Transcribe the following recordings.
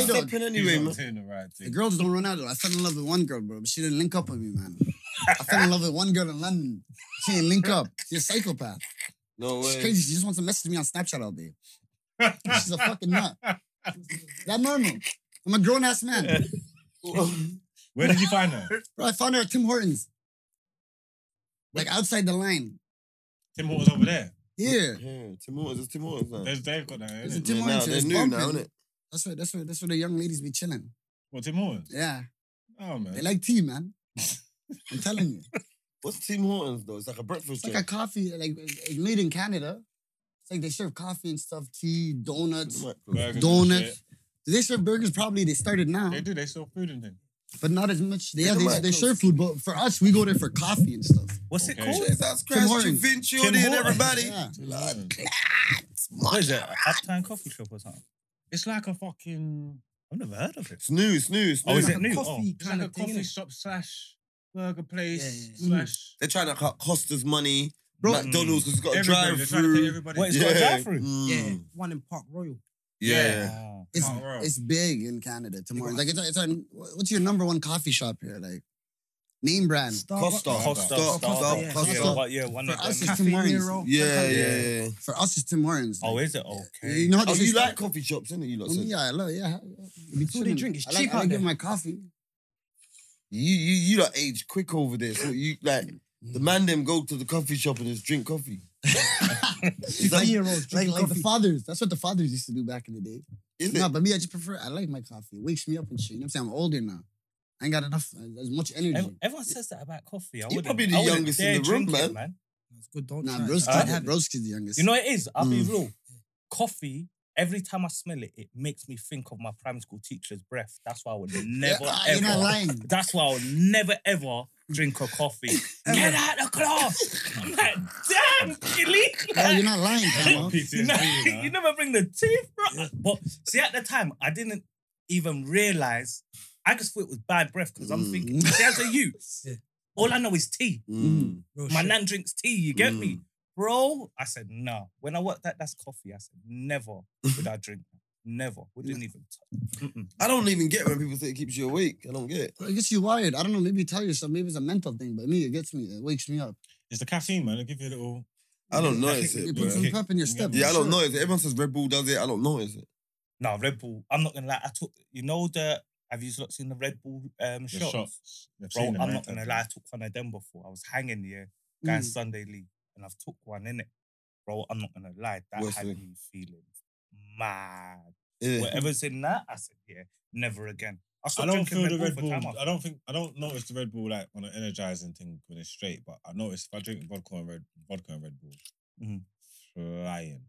Ain't dog. sipping anyway, man. doing the right The thing. girls don't run out. though. I fell in love with one girl, bro, but she didn't link up with me, man. I fell in love with one girl in London. She didn't link up. She's a psychopath. No She's way. crazy. She just wants to message me on Snapchat all day. She's a fucking nut. That normal. I'm a grown ass man. Where did you find her? Bro, I found her at Tim Hortons. Like outside the line. Tim Hortons over there. Here. Yeah, Tim Hortons. It's Tim Hortons now. There's, they've got that. It's Isn't a it? Tim Yeah, Hortons. now, they're it's new now, bumping. innit? That's where that's where that's where the young ladies be chilling. What Tim Hortons? Yeah. Oh man. They like tea, man. I'm telling you. What's Tim Hortons, though? It's like a breakfast It's like a joint. coffee, like like made in Canada. It's like they serve coffee and stuff, tea, donuts. Burgers and donuts. shit. Do they serve burgers? Probably they started now, They do. They sell food and things. but not as much. Yeah, the they, micros. they serve food, but for us, we go there for coffee and stuff. What's Okay. it called? that's Tim Hortons. Vinci Tim Hortons. Yeah. Tim Hortons. Oh, What is it? A Uptown coffee shop or something? It's like a fucking. I've never heard of it. It's new, it's new, it's new. Oh, is Like it a new? co- Oh. It's like a coffee shop slash burger place Yeah, yeah, yeah. slash. They're trying to cut Costa's money, Bro- McDonald's, because it's got a Everybody. drive They're trying to take through. everybody. What, it's got a drive-through? Yeah, mm, one in Park Royal. yeah. Wow. It's, Oh, wow. it's big in Canada. Tomorrow, like it's, a- it's a, what's your number one coffee shop here? Like name brand. Starbucks. Costa. Costa. Costa. Costa. Costa. yeah. Yeah, Costa. but yeah, one For of us, them. it's Tim Cafe Hortons. Nero. Yeah, Okay. yeah, yeah. For us, it's Tim Hortons. Oh, Like, is it? Okay. you know what Oh, this is? you like coffee shops, innit? You lot Oh, said. yeah, I love, yeah. That's all they drink. It's I like, cheap I like out getting there. my coffee. You you you lot age quick over there. So you like the man them go to the coffee shop and just drink coffee. Is that- Three-year-olds Like, drinking like the coffee. fathers. That's what the fathers used to do back in the day. is No, it? but me, I just prefer. I like my coffee. It wakes me up and shit. You know what I'm saying? I'm older now. I ain't got enough uh, as much energy. Ev- Everyone says that about coffee. I You're wouldn't- probably the I wouldn't youngest in dare the room, drink it, man. It's good. Don't Nah, try. bro's, it. I'd kid, have bro's kid's the youngest. You know what it is? I'll be Mm. real. Coffee, every time I smell it, it makes me think of my primary school teacher's breath. That's why I would never Ah, ever. you're not lying. That's why I would never ever drink a coffee. Get out of class! I'm like, damn, Gilly! Oh, you're not lying, Camo. PTSD, you, know, you know. you never bring the teeth, bro. But see, at the time, I didn't even realize. I just thought it was bad breath because I'm Mm. thinking, see, as a youth, Yeah. all I know is tea. Mm. Real My shit. nan drinks tea, you get me? Mm. Bro, I said, no. When I worked that, that's coffee. I said, never would I drink that. Never. We didn't even touch. Mm-mm. I don't even get when people say it keeps you awake. I don't get it. I guess you're wired. I don't know. Maybe you tell yourself. Maybe it's a mental thing, but me, it gets me. It wakes me up. It's the caffeine, man. They give you a little. I don't Yeah, notice You it, it bro. put some Okay. pep in your step. Yeah, I don't sure. notice it. Everyone says Red Bull does it. I don't notice it. No, Red Bull. I'm not gonna lie. I took you know the have you lot seen the Red Bull um The shots? shots. They've Bro, seen them, I'm right? not gonna lie, I took one of them before. I was hanging here, Mm. guys Sunday league, and I've took one in it. Bro, I'm not gonna lie, that Worst had thing. me feeling mad. Yeah. Whatever's in that, I said, yeah, never again. I, I stopped don't drinking feel the Red for Bull. time after. I don't think I don't notice the Red Bull like on an energizing thing when it's straight, but I notice if I drink vodka and Red vodka and Red Bull, Mhm. flying.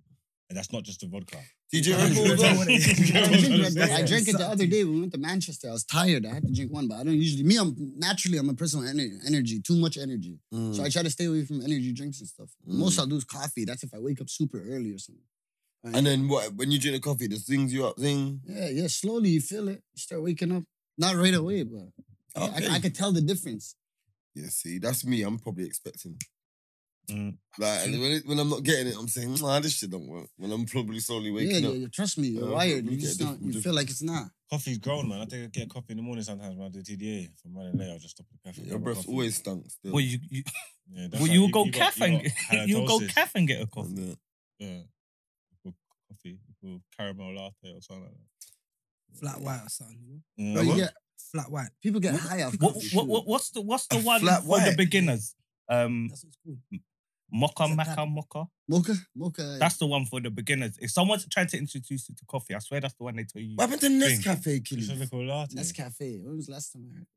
And that's not just the vodka. Do you drink Red Bull? Hold bro? on. I drink Red Bull. I Yeah. drank it the other day when we went to Manchester. I was tired. I had to drink one, but I don't usually. Me, I'm naturally I'm a person with ener- energy, too much energy. Mm. So I try to stay away from energy drinks and stuff. Mm. Most I'll do is coffee. That's if I wake up super early or something. And then what? When you drink the coffee, this things you up, thing. Yeah, yeah. Slowly you feel it. You start waking up. Not right away, but I- Mm. Okay. I, I could tell the difference. Yeah, see, that's me. I'm probably expecting. Mm. Like and when, it, when I'm not getting it, I'm saying, nah, this shit don't work. When I'm probably slowly yeah, waking yeah, up. yeah, trust me, you're Uh, wired. we You get just different- don't, you feel like it's not. Coffee's grown, man. I think I get coffee in the morning sometimes when I do TDA. If I'm running late, I'll just stop at the cafe. Your grab a breath coffee. always stunk. Still. Well, you, you Yeah, that's well, like you'll go got- caff and got you'll go halitosis. caff and get a coffee. And, uh, Yeah. With Coffee, with caramel latte or something like that. flat white or something. You know? Mm. Oh, Bro, you get, Flat white. people get high off What, coffee. what, sure. what, what's the what's the A one flat for the white. beginners? Um, That's what it's called. mocha, Is it maca, that- mocha. Mocha, mocha. uh, That's the one for the beginners. If someone's trying to introduce you to coffee, I swear that's the one they tell you. What happened to Drink. Nescafe, It's a Killy? little latte. Nescafe. When was the last time I heard?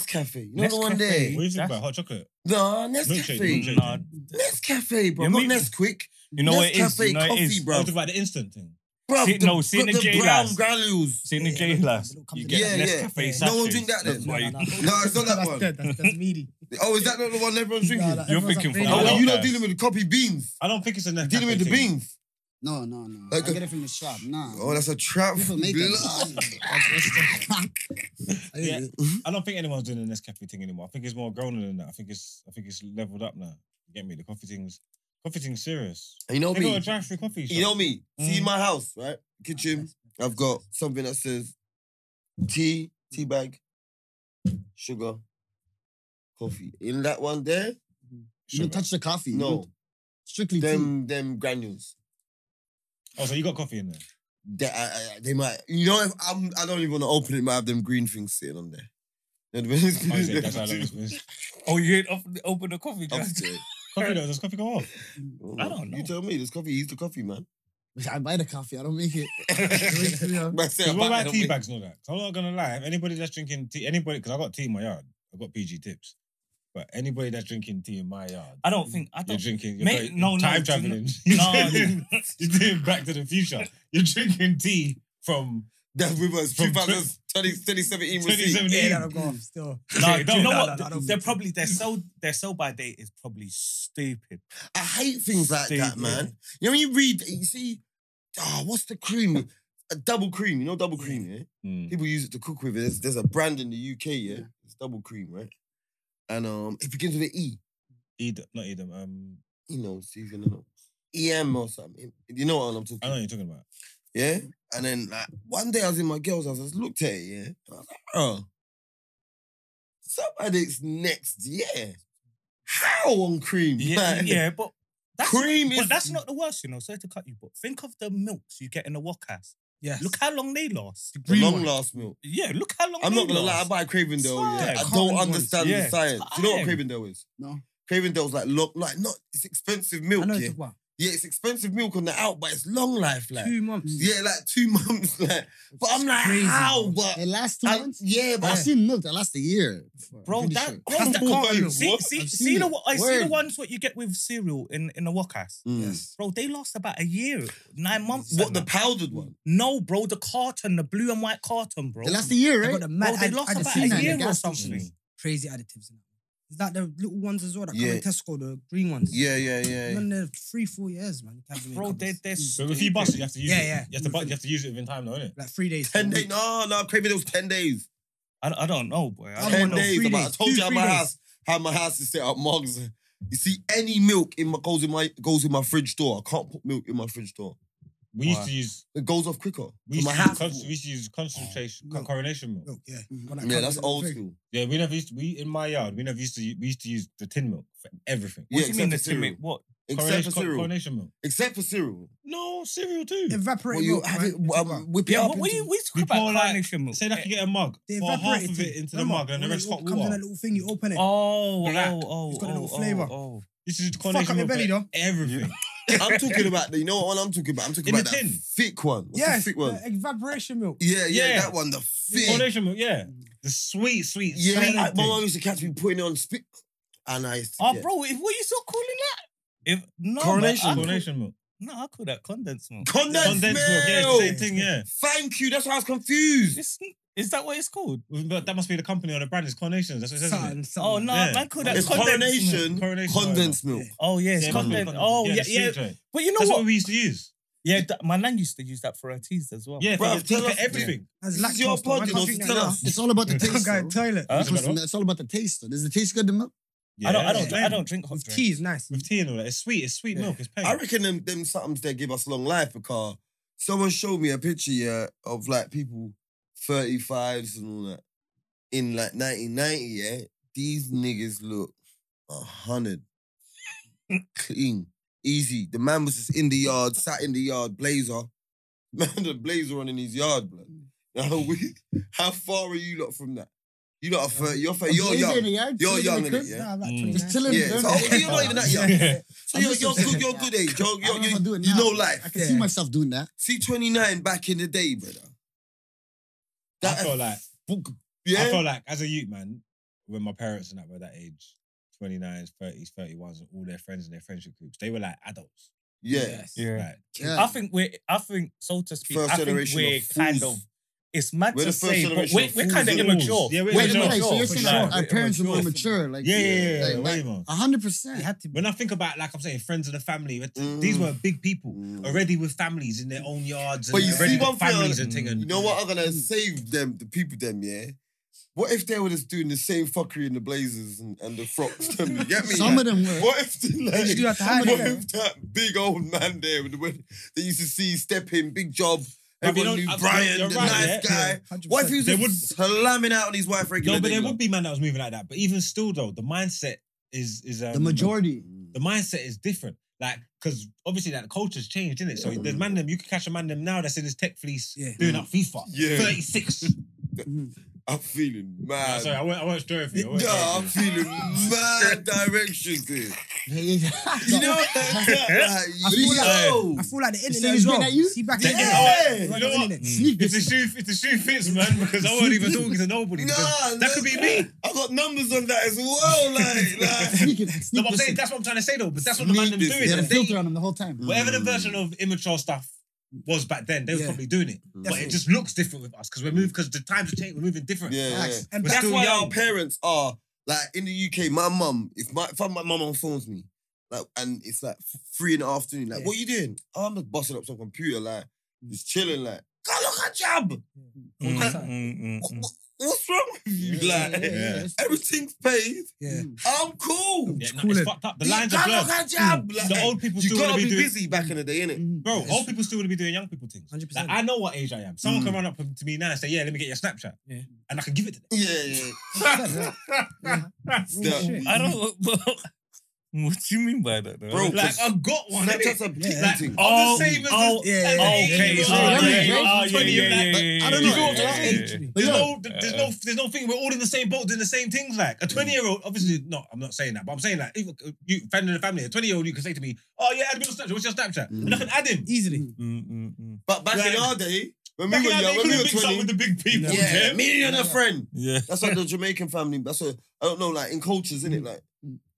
Nescafe. You know the one Nescafe. there? What do you think That's- about hot chocolate? No, Milkshake, Nescafe. milkshake. Nah. thing. Nescafe, bro. Yeah, Not milk- Nesquik. You know what it is. Nescafe You know what it coffee, is. bro. Oh, about the instant thing. Bro, See- the, no, see in the, the the J brown lads. granules. See in the Yeah, J yeah, last, yeah. you get Yeah, yeah. Nescafe Yeah. No one sachets. drink that then. That's why you- no, No, it's not that that's one. dead. That's, that's meaty. Oh, is that not the one everyone's drinking? Nah, nah, You're everyone's thinking up from there. oh, I well, don't you're not know. dealing with the coffee beans. I don't think it's a You're Nescafe. dealing with the thing. beans. No, no, no. Like I a- get it from the shop. Nah. Oh, that's a trap. people make it. Blood. Yeah. I don't think anyone's doing the Nescafe thing anymore. I think it's more grown than that. I think it's I think it's leveled up now. You get me? The coffee thing's coffee thing's serious. You know They got a me. drive through coffee shop. You know me. See Mm. my house, right? Kitchen. I've got something that says tea, tea bag, sugar, coffee. In that one there, You didn't Sugar. touch the coffee. you no, didn't- Strictly tea. them them granules. Oh, so you got coffee in there? They, I, I, they might, you know, if I'm, I don't even want to open it, it might have them green things sitting on there. You know what I mean? Oh, is it? That's how long it's been. Oh, you ain't open, open the coffee Up jar. to it. Coffee though, does coffee go off? I don't know. You tell me, there's coffee. He's the coffee man. I buy the coffee. I don't make it. Yeah. But I say I Because what back about it up tea with- bags and all that? 'Cause I'm not gonna lie. If anybody that's drinking tea, anybody, because I got tea in my yard, I got PG tips. But anybody that's drinking tea in my yard, I don't think. I you're don't. drinking. You're Mate, going- no, no, time do traveling. not- you're, doing, No. you're doing Back to the Future. You're drinking tea from That with us, From 2020 2017 receipt. 2017. Yeah, that'll go off still. No, Okay, do you know no, what? no, I don't they're think so. probably their sell their sell by date is probably stupid. I hate things like that, Stupid. man. You know when you read, you see, ah, what's the cream? A double cream, you know, double cream, yeah. Mm. People use it to cook with. There's, there's a brand in the UK, yeah. It's double cream, right? And um, it begins with an E. Edam, not Edam. Um, You know, see if you know. EM or something. You know what I'm talking I know what you're talking about. Yeah. And then like one day I was in my girl's house, I just looked at it, yeah. And I was like, oh. Somebody's next year. How on cream? Yeah, man? yeah, but that's Cream But is- that's not the worst, you know. Sorry to cut you, but think of the milks you get in the Wokas. Yes. Look how long they last. The long last milk. Yeah, look how long. I'm they not gonna lie, I last. buy Cravendale, It's yeah. fine. I Common don't ones, understand yeah. the science. Do you know what Fine. Cravendale is? No. Cravendale's like long, like not it's expensive milk, I know yeah. it's what Yeah, it's expensive milk on the out, but it's long life, like two months. yeah, like two months, like. But I'm like, crazy, how? bro. But It lasts two I- months. yeah, but I I've see- seen milk that lasts a year. before, I'm Bro, pretty that, sure. bro, That's that more than see, what? see, I've see seen the it. I see the Word. ones what you get with cereal in in the Wokas. Mm. Yes. Bro, they last about a year, nine months. What and the that. powdered one? no, bro, the carton, the blue and white carton, bro. It lasts a year, They right? got the Bro, mad they ad- lost additives about in seen that it, a the in year or gas something. stations. Crazy additives. in it. Is that the little ones as well that Yeah. come in Tesco, the green ones? Yeah, yeah, yeah. And then they're three, four years, man. You can't do it in Bro, cupboards. they're, they're Mm. So if you bust it, you have to use Yeah, it. yeah. You have to, bu- you have to use it within time, though, innit? like three days. Ten four days? weeks. No, no, Craven, it was ten days. I, I don't know, boy. I Oh, Ten don't no, know. days. three about- I days. told Two, you how three my days. house, how my house is set up, mugs. You see, any milk in my goes in my goes in my fridge door. I can't put milk in my fridge door. We used Why? to use It goes off quicker. we So used, my to house. use, con- we used to use concentration Milk. coronation milk. Milk, yeah. Got that yeah, covered that's in old three. school. Yeah, we never used to, we in my yard we never used to u- we used to use the tin milk for everything. Yeah, What do you mean except the for cereal. timid? What? Except for coronation, co- cereal. coronation milk. Except for cereal. No cereal too. Evaporate Well, you milk, have right? it. Um, whip it Yeah, up. what, what into- you, we We talk about pour, like, carnation Eh, milk. Say like you get a mug, They pour half evaporate of it into the Remember? mug and the When rest it hot Comes in a water. little thing, you open it. Oh, Like, oh, oh, it's got a oh, little oh, flavour. Oh, This is Fuck up coronation your milk. belly, for though. Everything. I'm talking about the. You know what one I'm talking about? I'm talking In the about that tin. thick one. What's the yes, thick one. the evaporation milk. Yeah, yeah, Yeah. that one. The thick. Coronation milk, yeah. The sweet, sweet, Yeah, sweet. like, my thing. mum used to catch me putting it on spit, and I used to. oh yeah. bro, if, what you still calling that? If no, Coronation man, I call- coronation milk. No, I call that condensed milk. Condensed, Condensed milk, yeah, it's milk. the same thing, yeah. Thank you. That's why I was confused. It's, is that what it's called? But that must be the company or the brand. It's coronations. That's what it says. isn't it? Something, something. Oh no, Yeah. man, call that It's condensed milk. coronation, Coronation, condensed milk. Oh yeah, it's Yeah, man, condensed. condensed. Oh yeah, the sweet yeah. joint. But you know That's what? what we used to use. Yeah, th- my nan used to use that for her teas as well. Yeah, for, Bruv, the- tell for us- everything. As This is your lactose, though. I pod, you can't know, drink tell that us. It's all about the Yeah. taste. now. though. Go toilet. Huh? It's all- It's all about the taste. though. Does it taste good, the milk? I don't, I Yeah, don't, I blend. don't drink hot With drink. tea is nice. With tea and all that. It's sweet. It's sweet Yeah. milk. It's pain. I reckon them them sometimes they give us long life because someone showed me a picture yeah, of like people 35s and all that in like 1990. Yeah, these niggas look a hundred, clean, easy. The man was just in the yard, sat in the yard, blazer. Man, the blazer on in his yard, blood. How we- how far are you lot from that? You lot are 30, you're 30, you're Is it in the young. yard? You're Is it in young, the innit, crib? yeah? Nah, I'm like Mm. 29. It's chilling. Yeah, so oh, you're not even that young. Yeah. So you're, you're good, you're good age. You're, I you're, don't know you if I do it you now, know but life. I can see Yeah. myself doing that. See 29 back in the day, brother. I feel like yeah. I feel like as a youth man, when my parents and that were that age, 29s, 30s, 31s, and all their friends and their friendship groups, they were like adults. yeah. Yeah. Like, Yeah. I think we're, I think, so to speak, First I think generation we're of kind fools. of, it's mad We're to the first say, but generation we're, of we're fools kind of and immature. fools. Yeah, we're we're Wait a immature. minute. So you're saying Like, our, our parents were more immature. mature? Like, yeah, yeah, yeah. like, way like, more. A hundred You percent. had to be. When I think about, like I'm saying, friends of the family, but t- Mm. these were big people Mm. already with families in their own yards and But you already see one with thing families on- and thing. And You know what? I'm gonna save them, the people them, yeah. What if they were just doing the same fuckery in the blazers and, and the frocks? Them, you get me? Some of Like, them were. what if they, like, Did you do that to hide what it? if that big old man there with the, way- that you used to see stepping, big job, But they Everyone don't- knew uh, Brian, you're the right, nice yeah, guy. What if he was They just would- slamming out on these wife regular? No, but there would be. be man that was moving like that. But even still, though, the mindset is is um, The majority. The mindset is different, like because obviously that culture's changed, isn't it? So Yeah. there's man them you can catch a man them now that's in his tech fleece Yeah. doing up FIFA. Yeah. thirty six. I'm feeling Nah, mad. sorry, I won't, I won't stir it for you. I No, won't stir it I'm for feeling mad directions here. You you know that? Like, you know. I feel like the internet said as he's well. been at you? See back Yeah. in the Yeah. internet. You know what? Mm. Sneak you. If the shoe, if the shoe fits, man, because I won't even talk to nobody. because Nah, that could be me. I got numbers on that as well. Like, like sneak it. Sneak No, but I'm this saying, in. that's what I'm trying to say though. But that's what the man them Sneak this doing. They had a and they- filter on them the whole time. whatever the version of immature stuff was back then, they was Yeah. probably doing it. But it Definitely. just looks different with us because we're moving because the times are changing. We're moving different. yeah, yeah. Facts. And We're back That's still why our young. parents are like in the UK. My mum, if my if my mum on phones me, like, and it's like three in the afternoon, like, Yeah. what you doing? Oh, I'm just busting up some computer, like, Mm. just chilling, like, go look at job. Mm, Wha- Mm-hmm. wha- What's wrong with you? like, everything's paid. Yeah. I'm cool. Yeah, no, Cool it's it. fucked up. The lines are go blurred. Mm. look at job. Like, The old people you still want gotta to be be doing. busy back in the day, Mm. innit? Mhm. Bro, old people still want to be doing young people things. 100%. Like, I know what age I am. Someone can run up to me now and say, "Yeah, let me get your Snapchat," Yeah. and I can give it to them. Yeah, yeah. Real shit. I don't. What do you mean by that, though? Bro, Like I got one. Snapchat's a Yeah. big thing. Oh, Oh, the same as oh, as- yeah, as yeah, an yeah, eighteen okay. year old. Oh, yeah, Like, oh, yeah, yeah, yeah, you're yeah, like- yeah, like, I don't know. yeah, yeah, Like, yeah, yeah, yeah. Literally. There's Yeah. Uh, no, there's no, there's no thing. We're all in the same boat, doing the same things. Like a twenty-year-old, obviously, no, I'm not saying that, but I'm saying like, even uh, you, friend of the family, a twenty-year-old, you can say to me, "Oh yeah, add me on Snapchat. What's your Snapchat?" Mm. And I can add him. Easily. Mm, mm, mm. But back in Like- our day, when we Back were in our day, young, when you we couldn't were mix up twenty, with the big people. yeah, Yeah, me and a friend. Yeah. That's like the Jamaican family. That's what I don't know. Like in cultures, Mm. isn't it? Like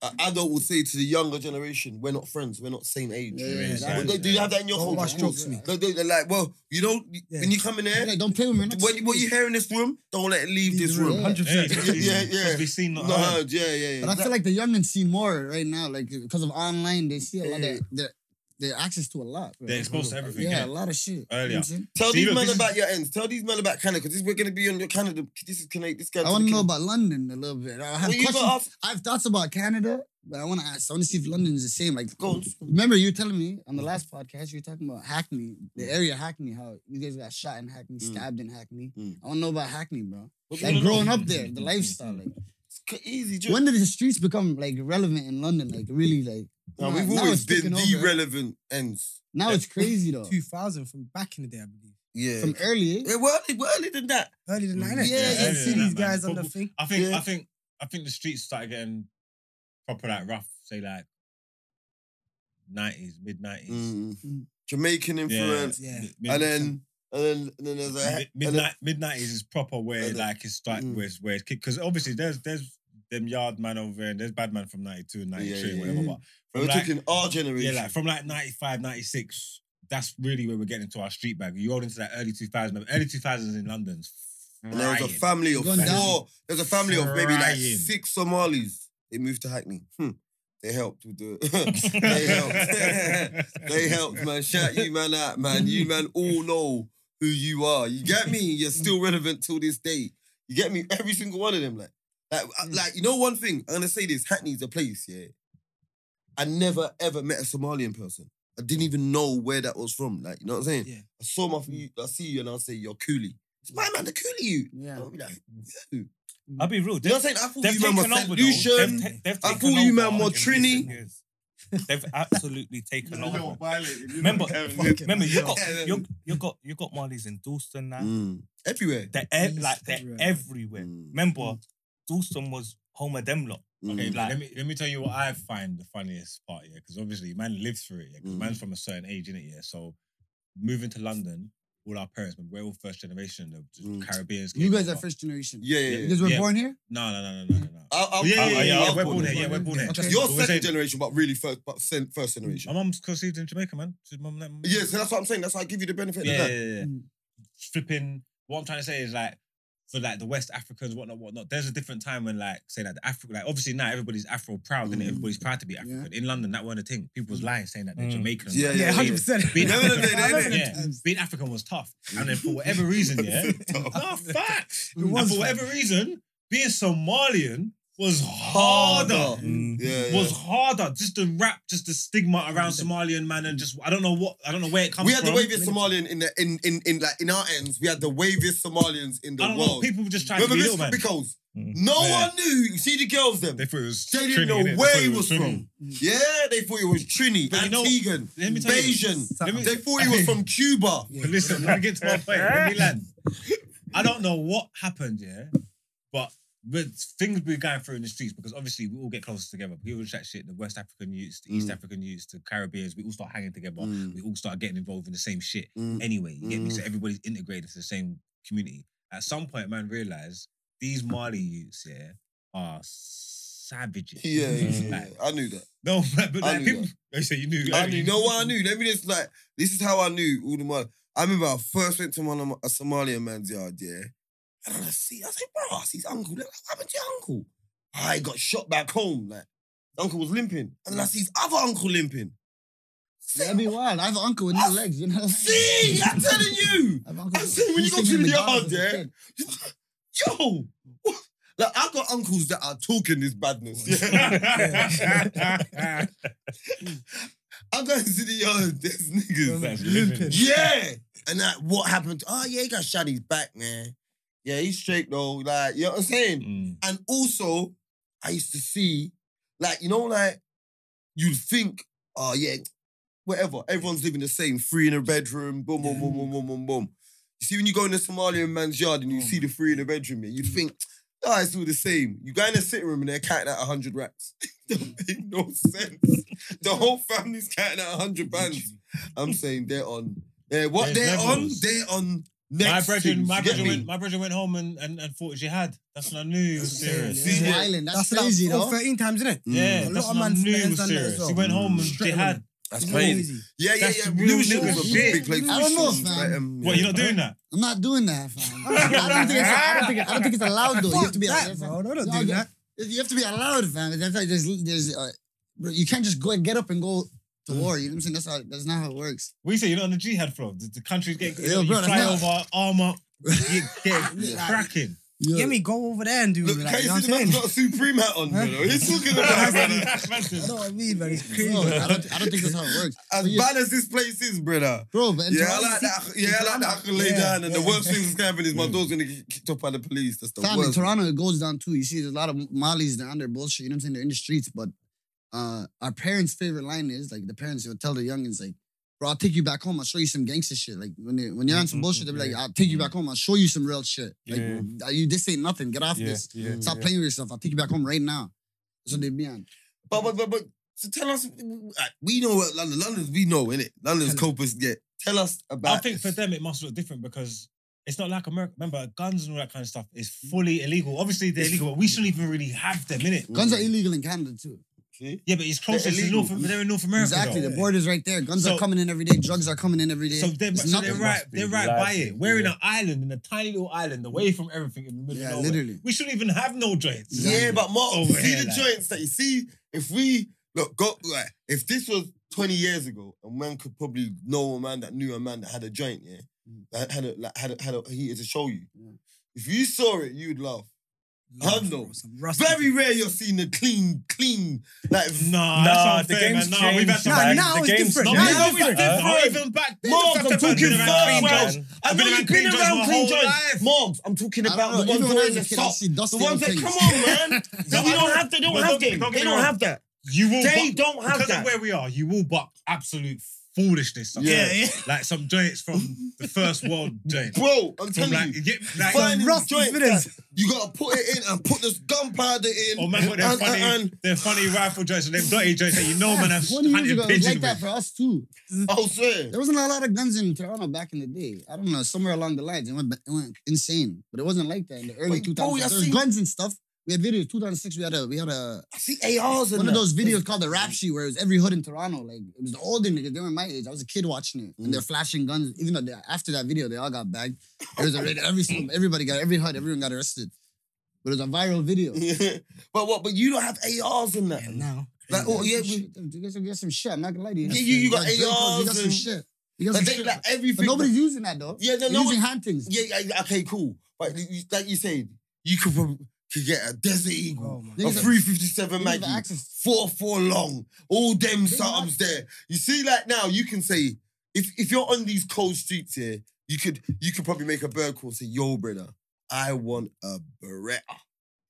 an adult will say to the younger generation, "We're not friends. We're not same age." Yeah, yeah, Well, exactly. they- Do you have that in your Don't culture? wash strokes me. They- they- They're like, well, you don't. When you come in Hey, here, don't play with me. what, you- what you hear in this room, don't let it leave this Yeah. room. yeah, Yeah, yeah. yeah. Because we seen not No, uh, heard. yeah, yeah, But I yeah. feel like the youngins see more right now, like because of online, they see a lot. Their their their access to a lot. bro. They're exposed to everything. Yeah, Yeah. a lot of shit. Earlier. saying? Tell See, these look, men this is- about your ends. Tell these men about Canada because we're gonna be on your Canada. This is Canada. This guy. I want to know about London a little bit. I have Well, you questions. got off. I have thoughts about Canada, but I want to ask. I want to see if London is the same. Like, Go. remember you were telling me on the last podcast you were talking about Hackney, the area Hackney, how you guys got shot in Hackney, Mm. stabbed in Hackney. Mm. I want to know about Hackney, bro. What do you Like wanna know? growing up there, the Mm-hmm. lifestyle. Like, It's easy. Joe. when did the streets become like relevant in London? Like, really, like Now, Nah, we've now always it's been taken the over. relevant ends. now it's crazy though. 2000 from back in the day, I believe. Yeah. From early, Yeah, we're early, we're early than that. Early than that, Yeah, innit? yeah, You can yeah, see yeah, man. these guys on the Football- thing. I think Yeah. I think I think the streets started getting proper like rough, say like nineties, mid nineties. Mm. Jamaican influence. Yeah. And then and then and then there's a and then, midnight mid nineties is proper where and then- like it's like Mm. where it's where it's because obviously there's there's them yard man over there and there's bad man from ninety two and Yeah, ninety three yeah, whatever. yeah. But we're from like, talking our yeah, generation. like from like 95, 96, that's really where we're getting into our street bag. You roll into that early two thousand, early two thousands in London's and there was a frying. family of Gone down. four. There's a family of maybe like Frying. six Somalis. They moved to Hackney. Hmm. They helped with the they helped. they helped, man. Shout you man out, man. You man all know who you are. You get me? You're still relevant till this day. You get me? Every single one of them, like, like, I- like you know one thing. I'm gonna say this. Hackney's a place, yeah. I never ever met a Somalian person. I didn't even know where that was from. Like, you know what I'm saying? Yeah. I saw my, I see you, and I'll say you're coolie. It's my man, the coolie you. yeah. I'll be like, who? you I'll be real. know what I'm saying? I thought you man was St. Lucian. They've, ta- they've I taken thought you over man were in recent Trini. years. They've absolutely taken over. Remember- Remember, Remember, you got Yeah. you, you got you got Marley's in Dalston now. Mm. Everywhere. They're ev- Yes, like they're everywhere. everywhere. Mm. Remember, Dalston was home of them lot. Okay, Mm. like, let me let me tell you what I find the funniest part, yeah, because obviously man lives through it, yeah, because Mm. man's from a certain age, innit, yeah. So moving to London, all our parents, we're all first generation, the the Mm. Caribbeans. You came guys over. are first generation. Yeah, yeah, You yeah. guys were Yeah. born here. No, no, no, no, no, no. I- I- Oh, I- yeah, yeah, I- yeah, I yeah, we're was born here, yeah, there. we're born here. Okay. You're But we're second saying- generation, but really first, but sen- first My generation. mum's conceived in Jamaica, man. She's mum, mum- Yeah, so that's what I'm saying. That's why I give you the benefit yeah, of yeah, that. yeah, yeah. Mm. Stripping. What I'm trying to say is like for like the West Africans, whatnot, whatnot. There's a different time when like say like the Africa, like obviously now everybody's Afro proud, and Mm. everybody's proud to be African. In London, that wasn't a thing. People was lying saying that they're Mm. Jamaican. Yeah, Yeah, yeah, 100%. Being Remember them days, I innit? remember them Yeah. times. being African was tough. And then for whatever reason, yeah. Tough. no, facts. It And was for whatever reason, being Somalian was harder. Mm. Yeah, yeah. Was harder. Just the rap, just the stigma around Somalian man, and just I don't know what I don't know where it comes. we had the from. waviest Somalian in the in in in like in our ends. We had the waviest Somalians in the I don't know. world. People were just trying Remember to be this little man. Mm. because no Yeah. one knew. You see the girls them. They thought it was. They Trini, didn't know innit? They where thought he it was Trini. from. Yeah, they thought he was Trini, But you know- Antiguan, Let me tell you. Bayesian. Let me- They thought he was from Cuba. But listen, let me get to my point. Let me land. I don't know what happened, yeah, but with things we're going through in the streets, because obviously we all get closer together. People chat shit, the West African youths, the East Mm. African youths, the Caribbeans, we all start hanging together. Mm, We all start getting involved in the same shit mm, anyway. You get me? Mm. So everybody's integrated to the same community. At some point, man, realize these Mali youths, yeah, are savages. Yeah, yeah, yeah. Like, I knew that. no, but like, I knew people, they say you knew. I like, knew. You know what I knew? Let me just like this is how I knew all the money. I remember I first went to one of my, a Somalian man's yard, yeah, and I see, I said, bro, I see his uncle. Look, what happened to your uncle? I got shot back home. Like, uncle was limping, and then I see his other uncle limping. See, That'd be wild. I have an uncle with no legs, you know? see, I'm telling you. I have an uncle- I see when you used go give to him the McDonald's yard, as a yeah. kid. yo, like I got uncles that are talking this badness. I go into the yard, there's niggas. That's living. Yeah. And that what happened? Oh yeah, he got shot his back, man. Yeah, he's straight though. Like, you know what I'm saying? Mm. And also, I used to see, like, you know, like, you'd think, oh yeah, whatever, everyone's living the same, three in a bedroom, boom, boom, Mm. boom, boom, boom, boom, boom. You see, when you go in the Somalian man's yard and you Mm. see the three in a bedroom, man, you think, nah, it's all the same. You go in the sitting room and they're counting out 100 racks. Don't Mm. make no sense. The whole family's counting out 100 bands. I'm saying they're on. They're what Mm. There's they're levels. on? They're on. my Next brethren, things, my you get brethren, me? went, my brethren went home and, and, and thought she had. That's when I knew it was serious. It's See, yeah. wilding. That's, That's crazy, like, oh, though. 13 times, isn't it? Mm. Yeah, A lot that's of when I man's knew it was done that as serious. well. He went home and Straight she had. away. That's It's not crazy. easy. Yeah, yeah, That's yeah. real Blue nigga Shills, shit. big play. I don't know, man. um, What, you're not doing that? I'm not doing that, fam. I don't think it's, I don't think, I don't think it's allowed, though. You have to be that, allowed. bro. No, don't No, do I get- that. You have to be allowed, fam. That's like there's, there's, uh, bro, you can't just go and get up and go to war. You know what I'm saying? That's how. That's not how it works. We say you're not on the jihad flow. The, the country's getting Yo, you bro, that's fly not- over armor, you get Yeah. cracking. Yeah. Get me, go over there and do Look, it. can Like, you you know what see the I'm man's saying? got a Supreme hat on, Huh? you know? He's talking about brother. You know That's what I mean, man? It's crazy. No, I don't. I don't think that's how it works, As bad as this place is, brother. bro. But in Yeah, I Toronto- like that. Yeah, I like that. I can lay Yeah, down, and the yeah. worst thing that's happening is my daughter's gonna get kicked off by the police. That's the Fam, in worst. Toronto, it goes down too. You see, there's a lot of Mollies down there, bullshit. You know what I'm saying? They're in the streets, but uh, our parents' favorite line is like the parents will tell the youngins like, "Bro, I'll take you back home. I'll show you some gangster shit." Like when they, when you're on some Mm-hmm, bullshit, they'll be like, "I'll take you back home. I'll show you some real shit. Like Yeah. uh, you, this ain't nothing. Get off this. Stop playing with yourself. I'll take you back home right now." So they be on. But but but but so tell us, we know what London. London's we know, innit? London's copers get. Tell us about. I think for them it must look different because it's not like America. Remember, guns and all that kind of stuff is fully illegal. Obviously, they're illegal, but we shouldn't even really have them in it. Guns are illegal in Canada too. See? Yeah, but it's closer to illegal. North. They're in North America. Exactly. though. The border's right there. Guns So- are coming in every day. Drugs are coming in every day. So they're, It's so they're nothing. right. Must be They're right by life, it. We're in yeah. an island, in a tiny little island, away from everything in the middle. Yeah, of nowhere. literally. We shouldn't even have no joints. Yeah, but Mark, Over see here, the like- joints that you see. If we look, go like, if this was twenty years ago, a man could probably know a man that knew a man that had a joint, yeah, Mm. that had a like, had a, had a heater to show you. If you saw it, you'd laugh. Hell no. Some rusty- Very rare you're seeing a clean, clean like. Nah, Nah, that's the unfair, game's man. Nah, we've had changed. some Nah, man. now The it's game's different. No, Nah, changed. now no, it's it's different. Even back then, Mark, I've I'm been talking around fast, clean man. drugs. I I've know been you've around been clean drugs around my clean whole joints, life. Marks. I'm talking I don't about know, the ones even that when I are was in the a kid, I south. see dusty The ones that things. come on, man. we No, I don't don't- have. They don't well, have don't get- them. don't get They me don't wrong. have that. You will. They buck- don't have because that. of where we are. You will buck absolute foolishness. Yeah. sometimes. like some joints from the first world joints. Bro, I'm From telling like, you. you get, Find like Some this rough joint spinners. that you gotta put it in and put this gunpowder in. Oh man, but they're and- funny. and- They're funny rifle joints and them dirty joints that you know, man. I've Twenty years hunted ago, it was pigeon like that with. for us too. and- I'll say. There wasn't a lot of guns in Toronto back in the day. I don't know, somewhere along the lines, it went, it went insane. But it wasn't like that in the early Wait, oh, bro, 2000s. I There was seen- guns and stuff. We had videos. 2006, we had a we had a I see ARs and one of that. those videos called the Rap Sheet, where it was every hood in Toronto. Like it was the older niggas. They were my age. I was a kid watching it, and they're Mm. flashing guns. Even though they, after that video, they all got bagged. There was a raid. Every single- everybody got every hood. Everyone got arrested. But it was a viral video. but what? But you don't have ARs and that. Yeah, now. Like, oh yeah, Some we, shit. you guys get some shit. I'm not gonna lie to you. Yeah, you- you got Dracos, You got ARs some and- shit. You got some like, they, shit. like But everything. nobody's using that though. yeah, no, They're no. using hand things. yeah, yeah, yeah, okay, cool. But you- you- like you said, you could prob- could get a Desert Eagle, Oh my a Niggas God. are- 357 Niggas have Maggie, access. four four long, all them Niggas have somethings there. You see, like now you can say if if you're on these cold streets here, you could you could probably make a bird call say, "Yo, brother, I want a Beretta."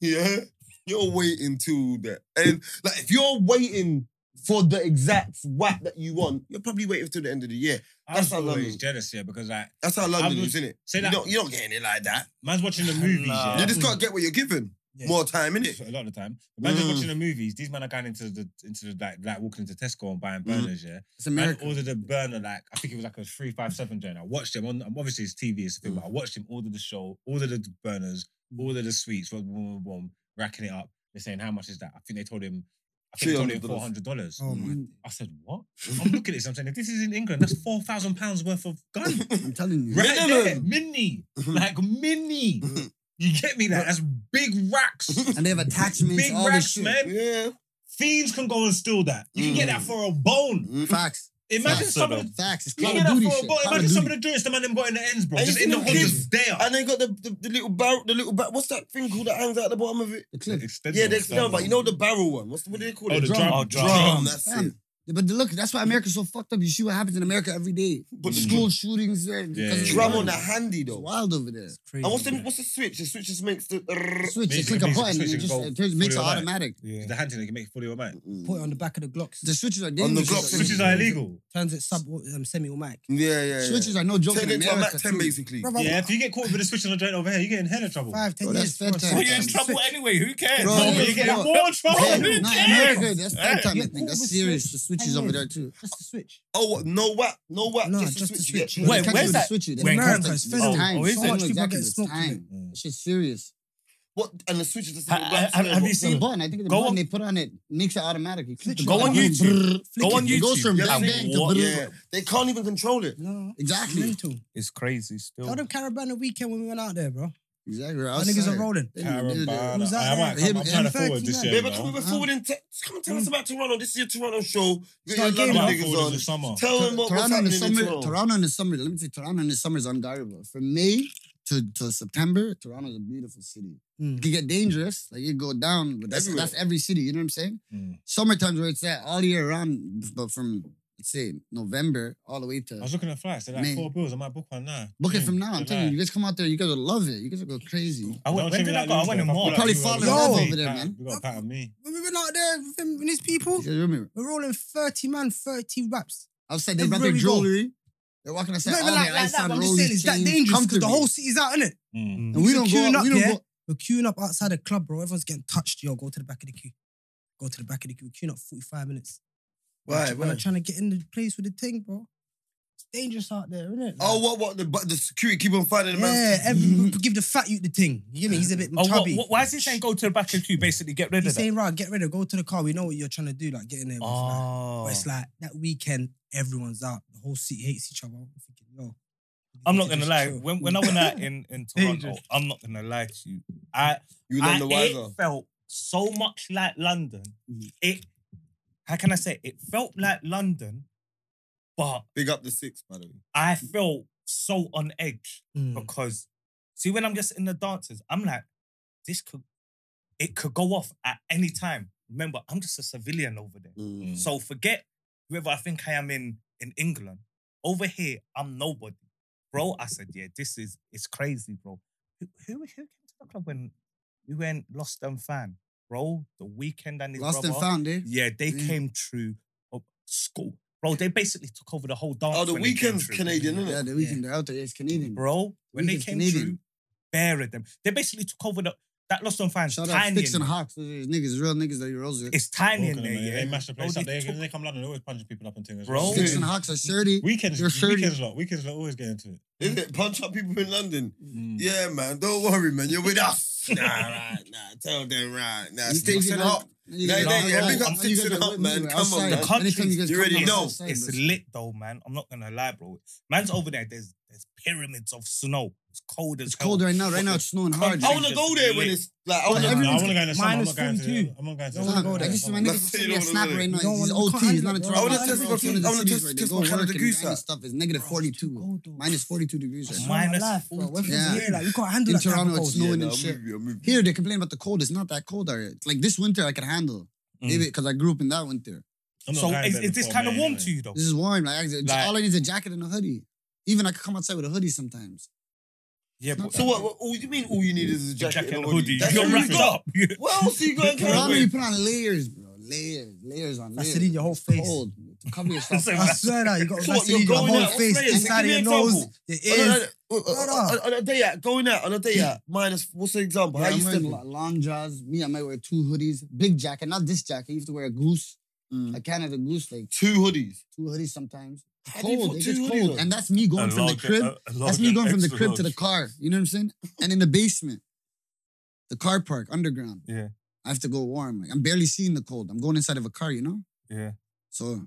Yeah, you're waiting till that, and like if you're waiting. For the exact whack that you want, you're probably waiting till the end of the year. I That's was how London always is. jealous here because like That's how London would is, isn't it? say You that don't, you don't get it like that. man's watching the movies. Nah. Yeah, You just gotta get what you're given. Yeah. More time, innit? a lot of the time. Imagine Mm. watching the movies. These men are going into the into the like like walking into Tesco and Mm. buying burners. Yeah, It's man America. ordered a burner like I think it was like a three five seven joint. I watched him on obviously it's TV is the thing, but I Mm. watched him order the show, order the burners, order the sweets, boom, boom, boom, boom, racking it up. They're saying how much is that? I think they told him. I think they told him $300. four hundred dollars. Oh my. I said what? I'm looking at this. I'm saying if this is in England, that's four thousand pounds worth of gun. I'm telling you. Right there, Minimum. mini, like mini. You get me? Like, that's big racks. And they have attachments, Big all this racks, shit. man. Yeah. Fiends can go and steal that. You can get that Mm. for a bone. Mm. Facts. Imagine Facts. some of the, Facts. It's you Call can get of that Duty for a shit. bone. Call of Imagine some of Duty. the joints the man them got in the ends, bro. And you Just in the see hood, them just there. And they got the, the, the little barrel, the little bar- what's that thing called that hangs out the bottom of it? The clip. yeah, they no, but you know the barrel one. What's the, what do they call Oh, it? the Drum. drum. Oh, Drum. Drum. That's Damn. it. But look, that's why America's so fucked up. You see what happens in America every day. But the School shootings uh, there. Yeah, because yeah, of yeah. Drum guns. on the handy It's though. wild over there. And crazy. what's the man. what's the switch? The switch just makes the. Switch, you Music- click a music button, and switch it and just go it turns, makes it fully automatic. Yeah. The hand thing they can make fully automatic. Put it on the back of the Glocks. The switches are the dangerous. Glock Switches are illegal. Turns it sub um, semi-automatic. Yeah, yeah, yeah. Switches are no joke Turn in it into a Mac America. 10 too. basically. Bro, Yeah, if you get caught with a switch on the joint over here, you get in hell of trouble. Five, ten Bro, that's years. bro, fed time. Well, six. you're in trouble anyway. Who cares? Bro, No, but you yeah, get yeah. in more trouble. Yeah, Who not in cares? America. That's that type Yeah, of thing. cool That's with serious. switch. The switches over there too. Just the switch. Oh, what? no what? No what? No, just, just a the switch. you They get. Wait, switch. catch where's you with that? The switch you. They Where's catch that? you. It's There's federal. time. Oh, is So it? much People exactly. get It's smoked with time. That Shit's serious. What? And the switch is just. Ha- have- have you It's a seen- button. I think the Go button on- they put on it makes it automatic. You click the Go button, on YouTube. brrr, flick Go on it. It goes YouTube. from Yeah, bang they- bang to what- brrr. Yeah, they can't even control it. No. Exactly. Mental. It's crazy still. Tell them Carabana weekend when we went out there, bro. Exactly. We're Our niggas are outside. rolling. They didn't do that. Who's that I might there? come- I'm trying to Him- forward this him year. Yeah, but come bro. we're Uh-huh. forward and te- come tell Mm. us about Toronto. This is your Toronto show. You Start got your getting London up. niggas Forward on. is the summer. Tell them what, what's Toronto in the happening in summer. Toronto. Toronto in the summer. Let me say, Toronto in the summer is unguardable. From May to, to September, Toronto is a beautiful city. It Mm. can get dangerous. Like you go down, but that's Everywhere. that's every city. You know what I'm saying? Mm. Summertime's where it's at all year round, but from let's say November all the way to I was looking at flights. They're like Man. four bills. I might book one now. book it Mm. from now. I'm They're telling like- you, you guys come out there, you guys will love it. You guys will go crazy. I went, Don't when treat me did I like go? I Louis, went in bro. I March. feel Probably you were- fall in you love over got a there, pat- man. You got a pat on me. When we went out there with him and his people, You guys remember? we're rolling 30 man, 30 raps. Outside they Everywhere brought their we go. jewelry. They're walking outside Not all even like, their like ice that, on but I'm rolling just saying it's that chains, dangerous because the comfortable. whole city's out, innit? Mm. And we We're don't go. queuing out- up, We don't yeah? go. We're queuing up outside the club, bro. Everyone's getting touched. Yo, go to the back of the queue. Go to the back of the queue. We're queuing up 45 minutes. Why, And why? I'm trying to get in the place with the thing, bro. It's dangerous out there, isn't it? Oh, what? What? The, but the security keep on finding the yeah, man. every, give the fat you the thing. You know, he's a bit Oh, what, chubby. what- why is he saying go to the back of the queue? Basically, get rid He's of that. saying, right, get ready, go to the car. We know what you're trying to do, like get in there. with that. Oh, But it's like that weekend, everyone's out. The whole city hates each other. I'm thinking, yo. I'm not gonna lie. Chill. When, when I went out in, in Toronto, Dangerous. I'm not gonna lie to you. I, You I none the wiser. it felt so much like London. Mm-hmm. It how can I say? It felt like London, but Big up the six, by the way. I felt so on edge Mm. because see when I'm just in the dances, I'm like, this could it could go off at any time. Remember, I'm just a civilian over there. Mm. So forget whether I think I am in in England. Over here, I'm nobody, bro. I said, yeah, this is it's crazy, bro. Who who, who came to the club when we went Lost and Fan, bro? The weekend and his Lost and brother. found it. Yeah, they Mm. came through of school, bro. They basically took over the whole dance. Oh, the when they came weekend's through. Canadian, isn't Yeah, it? the weekend they're out there. It's Canadian. bro. When they Weekend's came Canadian. through, buried them. They basically took over the that Lost and Fan. Shout out tiny, Sticks in and there. Hawks. Those are niggas, real niggas that you rolls with. it's tiny in Walking, there, man. yeah. They mash the Bro, place up. they They, took- they come London, they're always punching people up and things. as Bro. well. Sticks and Hawks are sturdy. Weekends, You're sturdy. weekends lot, weekends lot always get into it. Is it? Punch up people in London. Mm. Yeah, man. Don't worry, man. You're with us. nah, right. Nah, tell them right. Nah, You sticks guys and are- hop. you Nah, guys nah, are- yeah, big you up guys Sticks and are Hop, with man. me. Come on, Outside. man. Anytime you guys You come already outside, know. outside, It's bro. lit though, man. I'm not gonna lie, bro. Man's over there. There's there's pyramids of snow. It's cold as It's hell. cold right now. Right now it's snowing hard. I want to go there when it's like. I No, wanna, I everyone's want to go in the summer. I'm minus not going to. 42. I'm not going to. Don't Nah, wanna go I there. just my No, niggas you sitting don't there wanna snap go right now. there. He's You don't OT. wanna- He's not in I Toronto. wanna He's in test my- one of the cities I wanna test- where they test go my Canada work and Goose grind at. and stuff. It's negative 42. Minus 42 degrees right It's now. not my Minus life, bro. We're from Yeah. here, like we can't handle In that type of Toronto, cold. it's yeah, snowing nah, and I'm shit. with you, I'm with you. Here they complain about the cold. It's not that cold out here. Like this winter, I can handle. Mm. Maybe because I grew up in that winter. I'm not So going is, there is this before kind of May, warm anyway. to you though? This is warm. Like, I, it's- Like- all I need is a jacket and a hoodie. Even I could come outside with a hoodie sometimes. Yeah, but So what? what all you mean? All you need is a jacket, jacket and a hoodie. That's You're all you wrapped got. up. You- What else you got? in Toronto, Canada? you put on layers, bro. Layers, layers on layers. That's it in your whole face. Cold. To cover yourself. So- I swear that you got So that's you're in your going whole out with face, players, inside of give your me an nose, example. your On a- ears. on a- on Shut a- up. on a day out, going out on a day out, minus what's the example? Yeah, How you I'm wearing stepping? lo- long johns. Me, I might wear two hoodies, big jacket, not this jacket. You have to wear a goose, Mm. a Canada goose, like Two hoodies. two hoodies sometimes. How do you Cold, put it two gets hoodies cold, on? and that's me going A from the large- crib. a- a large That's me and going from the extra crib to the large. car. You know what I'm saying? And in the basement, the car park underground. Yeah. I have to go warm. Like I'm barely seeing the cold. I'm going inside of a car. You know. Yeah. So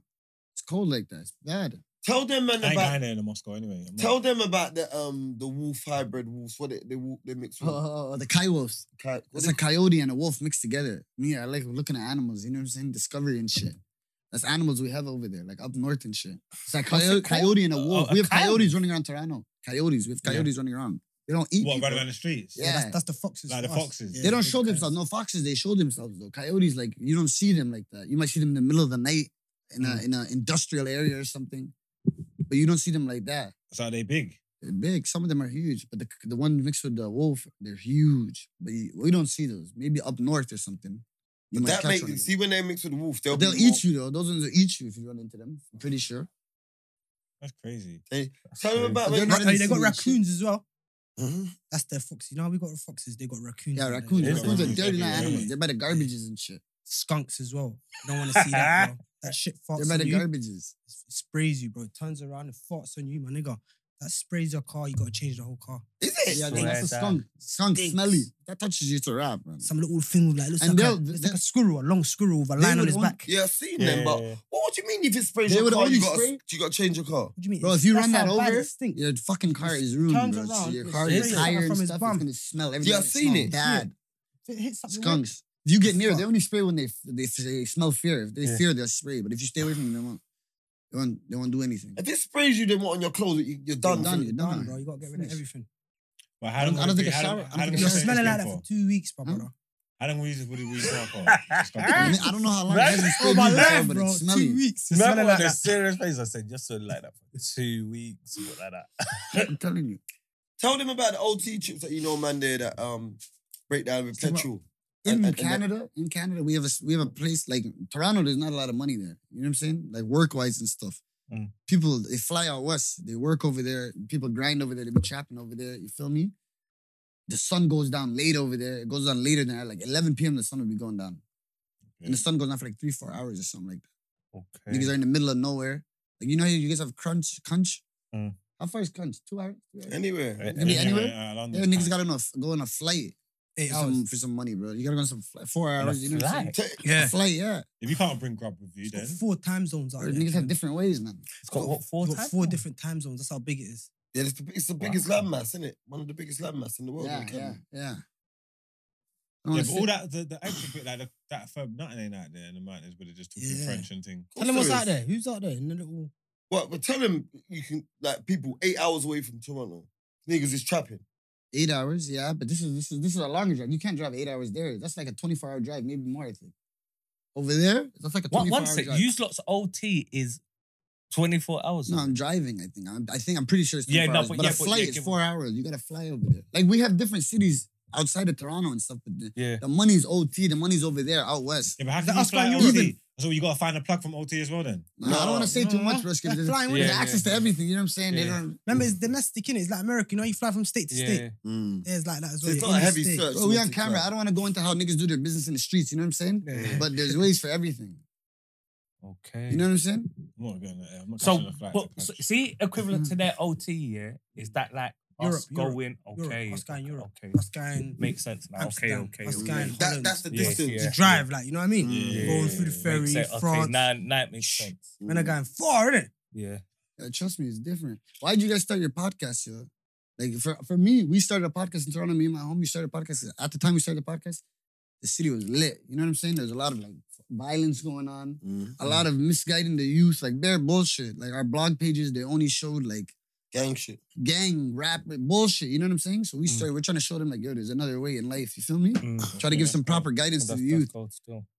it's cold like that. It's bad. Tell them man I ain't about going there in Moscow anyway. I'm not. tell them about the um the wolf hybrid wolves. What they they, wolf- they mix with Oh, the coyotes. cat. what It's they- a coyote and a wolf mixed together. Me, I like looking at animals, you know what I'm saying? Discovery and shit. That's animals we have over there, like up north and shit. It's like What's it coyote, called? coyote and a A- wolf. a we have coyote? coyotes running around Toronto. Coyotes. We have coyotes running around. They don't eat. What, people. right around the streets? Yeah. Yeah, that's, that's the foxes. Like the for us. foxes. Yeah, They don't big show guys. themselves. No foxes, they show themselves though. Coyotes, like you don't see them like that. You might see them in the middle of the night in Mm. a in an industrial area or something. But you don't see them like that. So are they big? They're big. Some of them are huge, but the, the one mixed with the wolf, they're huge. But you, we don't see those. Maybe up north or something. You But might that catch makes one of them. see when they mix with wolf, they'll, But They'll eat you though. Those ones will eat you if you run into them. I'm pretty sure. That's crazy. Tell them about But they're when Ra- not in the they city got and shit. raccoons as well. Mhm. That's their foxes. Now we got foxes. They got raccoons. Yeah, in there. raccoons. Yeah, Raccoons are raccoons dirty little everywhere. animals. They're by the garbages and shit. Skunks as well. You don't want to see that, bro. That shit They're farts by on the you. garbages. It sprays you, bro. Turns around and farts on you, my nigga. That sprays your car. You gotta change the whole car. Is it? Yeah, swear that's a that skunk. Skunk stinks. smelly. That touches you to rap, man. Some little thing with like looks, And like a, they'll- looks they- like a squirrel, a long squirrel with a They line on would his only- back. Yeah, I've seen Yeah, them, but yeah, yeah. what do you mean if it sprays They your would car? only You got spray- you got to change your car. What do you mean? Bro, It's- if you that's run that how bad over, it stinks. Your fucking car It's is ruined, turned bro. So around, your it's car, straight your out tire from and his stuff bum. is gonna smell. Everything Yeah, I've will seen smell it. Bad. If it hits something weird, Skunks. If you get The near, they fuck? only spray when they they, they smell fear. If they Yeah. fear, they'll spray. But if you stay away from them, they won't. They won't. They won't do anything. If it sprays you, then what on your clothes? You, you're You're done. done. for- You're done, done. bro. You gotta get rid of Finished. everything. But I how don't- long I don't would it think be- a how shower- long- I don't how long think would a You're it shower- be smelling like that for? for two weeks, my Huh? brother. How long would it would it be for? I, mean, I don't know how long it hasn't Oh sprayed my me before, life, but bro. it's smelly. Two weeks. You're Remember smelling when like the that. serious face I said, just so like that for two weeks, or like that. I'm telling you. Tell them about the OT chips that you know, man. There that um break down with Talking about- petrol. In And- and- and- Canada, in Canada, we have a s- we have a place like Toronto. There's not a lot of money there. You know what I'm saying? Like work wise and stuff. Mm. People they fly out west. They work over there. People grind over there. They be trapping over there. You feel me? The sun goes down late over there. It goes down later than that. like 11 p.m. The sun will be going down, and the sun goes down for like three four hours or something like that. Okay. Niggas are in the middle of nowhere. Like you know, how you guys have crunch, crunch. Mm. How far is crunch? Two hours. Two hours? Anywhere. Can be anywhere? uh, Yeah, niggas Niggas got enough. Go on a flight Eight for hours. some, for some money, bro. You gotta go on some fli- four On a hours. You know what I'm saying? flight? Ta- A Yeah. flight, yeah. If you can't bring grub with you, It's got then four time zones out Or there. niggas have fam. different ways, man. It's got what four It's got times? four different time zones. That's how big it is. Yeah, it's the, it's the biggest landmass, isn't it? One of the biggest landmass in the world. yeah, in yeah, Canada. yeah. I yeah, wanna but sit- all that the, the extra bit like the, that firm nothing ain't out there in the mountains, but they're just talking Yeah. French and thing. Of Tell them course what's there out is. there. Who's out there in the little But, but tell them you can like people eight hours away from Toronto. Niggas is trapping. eight hours, yeah. But this is this is this is a longer drive. You can't drive eight hours there. That's like a twenty-four hour drive, maybe more. I think. Over there, that's like a One, twenty-four one hour sec. drive. Use lots of OT is 24 hours. no, I'm driving. I think. I'm, I think I'm pretty sure it's Yeah, 24 no, hours, but but, yeah, a but flight yeah, is give- four hours. You gotta fly over there. Like we have different cities outside of Toronto and stuff, but the, Yeah. the money's OT. The money's over there, out west. Yeah, but how that can you us fly flying OT? Europe? So you got to find a plug from OT as well then. Nah, I don't want to say too no, much, no. bro. There's They're flying there's with it. access to everything. You know what I'm saying? They Yeah. don't. Remember, it's domestic, innit? It's like America, you know, you fly from state to state. Yeah, it's like that as So well. it's You're not a on heavy state. search. Bro, we on camera. I don't want to go into how niggas do their business in the streets. You know what I'm saying? Yeah. But there's ways for everything. Okay. You know what I'm saying? I'm not going there. I'm not so, catching a flight. but, to so- French. see, equivalent to their OT, yeah, is that like us Europe, Europe, going, Europe, okay. us going Europe. Okay. Us going Makes sense now. Okay, Amsterdam, okay. us okay. going That, Holland. that's the Yeah, distance. yeah. to drive, like, you know what I mean? Mm. Yeah. Going through the Makes ferry, sense. France. Okay, now, now it makes sense. Mm, Men are going far, innit? Yeah. Uh, Yeah, trust me, it's different. Why would you guys start your podcast, yo? Like for, for me, we started a podcast in Toronto. Me and my homie started a podcast. At the time we started the podcast, the city was lit. You know what I'm saying? There's a lot of like violence going on, Mm. a lot of misguiding the youth, like bare bullshit. Like our blog pages, they only showed like Gang shit. gang rap bullshit. You know what I'm saying? So we started. We're trying to show them like, yo, there's another way in life. You feel me? Mm. Try to give some proper guidance to the youth.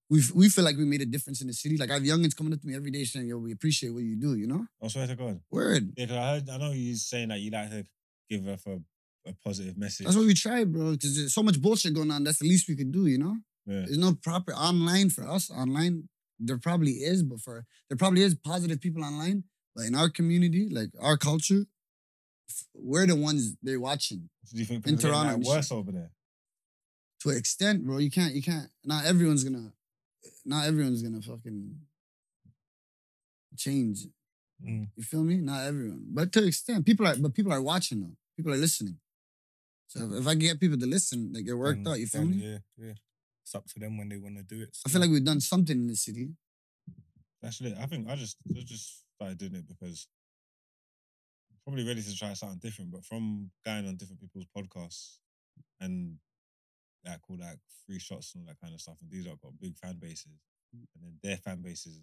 We we feel like we made a difference in the city. Like I have youngins coming up to me every day saying, yo, we appreciate what you do. You know? Oh, I swear to God. Word. Yeah, 'cause I heard, I know you saying that you like to give her for a positive message. That's what we try, bro. Because there's so much bullshit going on. That's the least we could do. You know? yeah. There's no proper online for us. Online, there probably is, but for there probably is positive people online. But in our community, like our culture, f- we're the ones they're watching. Do you think people are Toronto getting and like, shit. worse over there? To an extent, bro, you can't, you can't. Not everyone's gonna, not everyone's gonna fucking change. Mm. You feel me? Not everyone, but to an extent, people are. But people are watching though. People are listening. So if, if I get people to listen, like it worked Mm, out. You feel me? Yeah, yeah. It's up to them when they want to do it. I feel like we've done something in the city. That's lit. I think I just I just started doing it because I'm probably ready to try something different. But from going on different people's podcasts and like all like free shots and all that kind of stuff, and these have got big fan bases, Mm. and then their fan bases,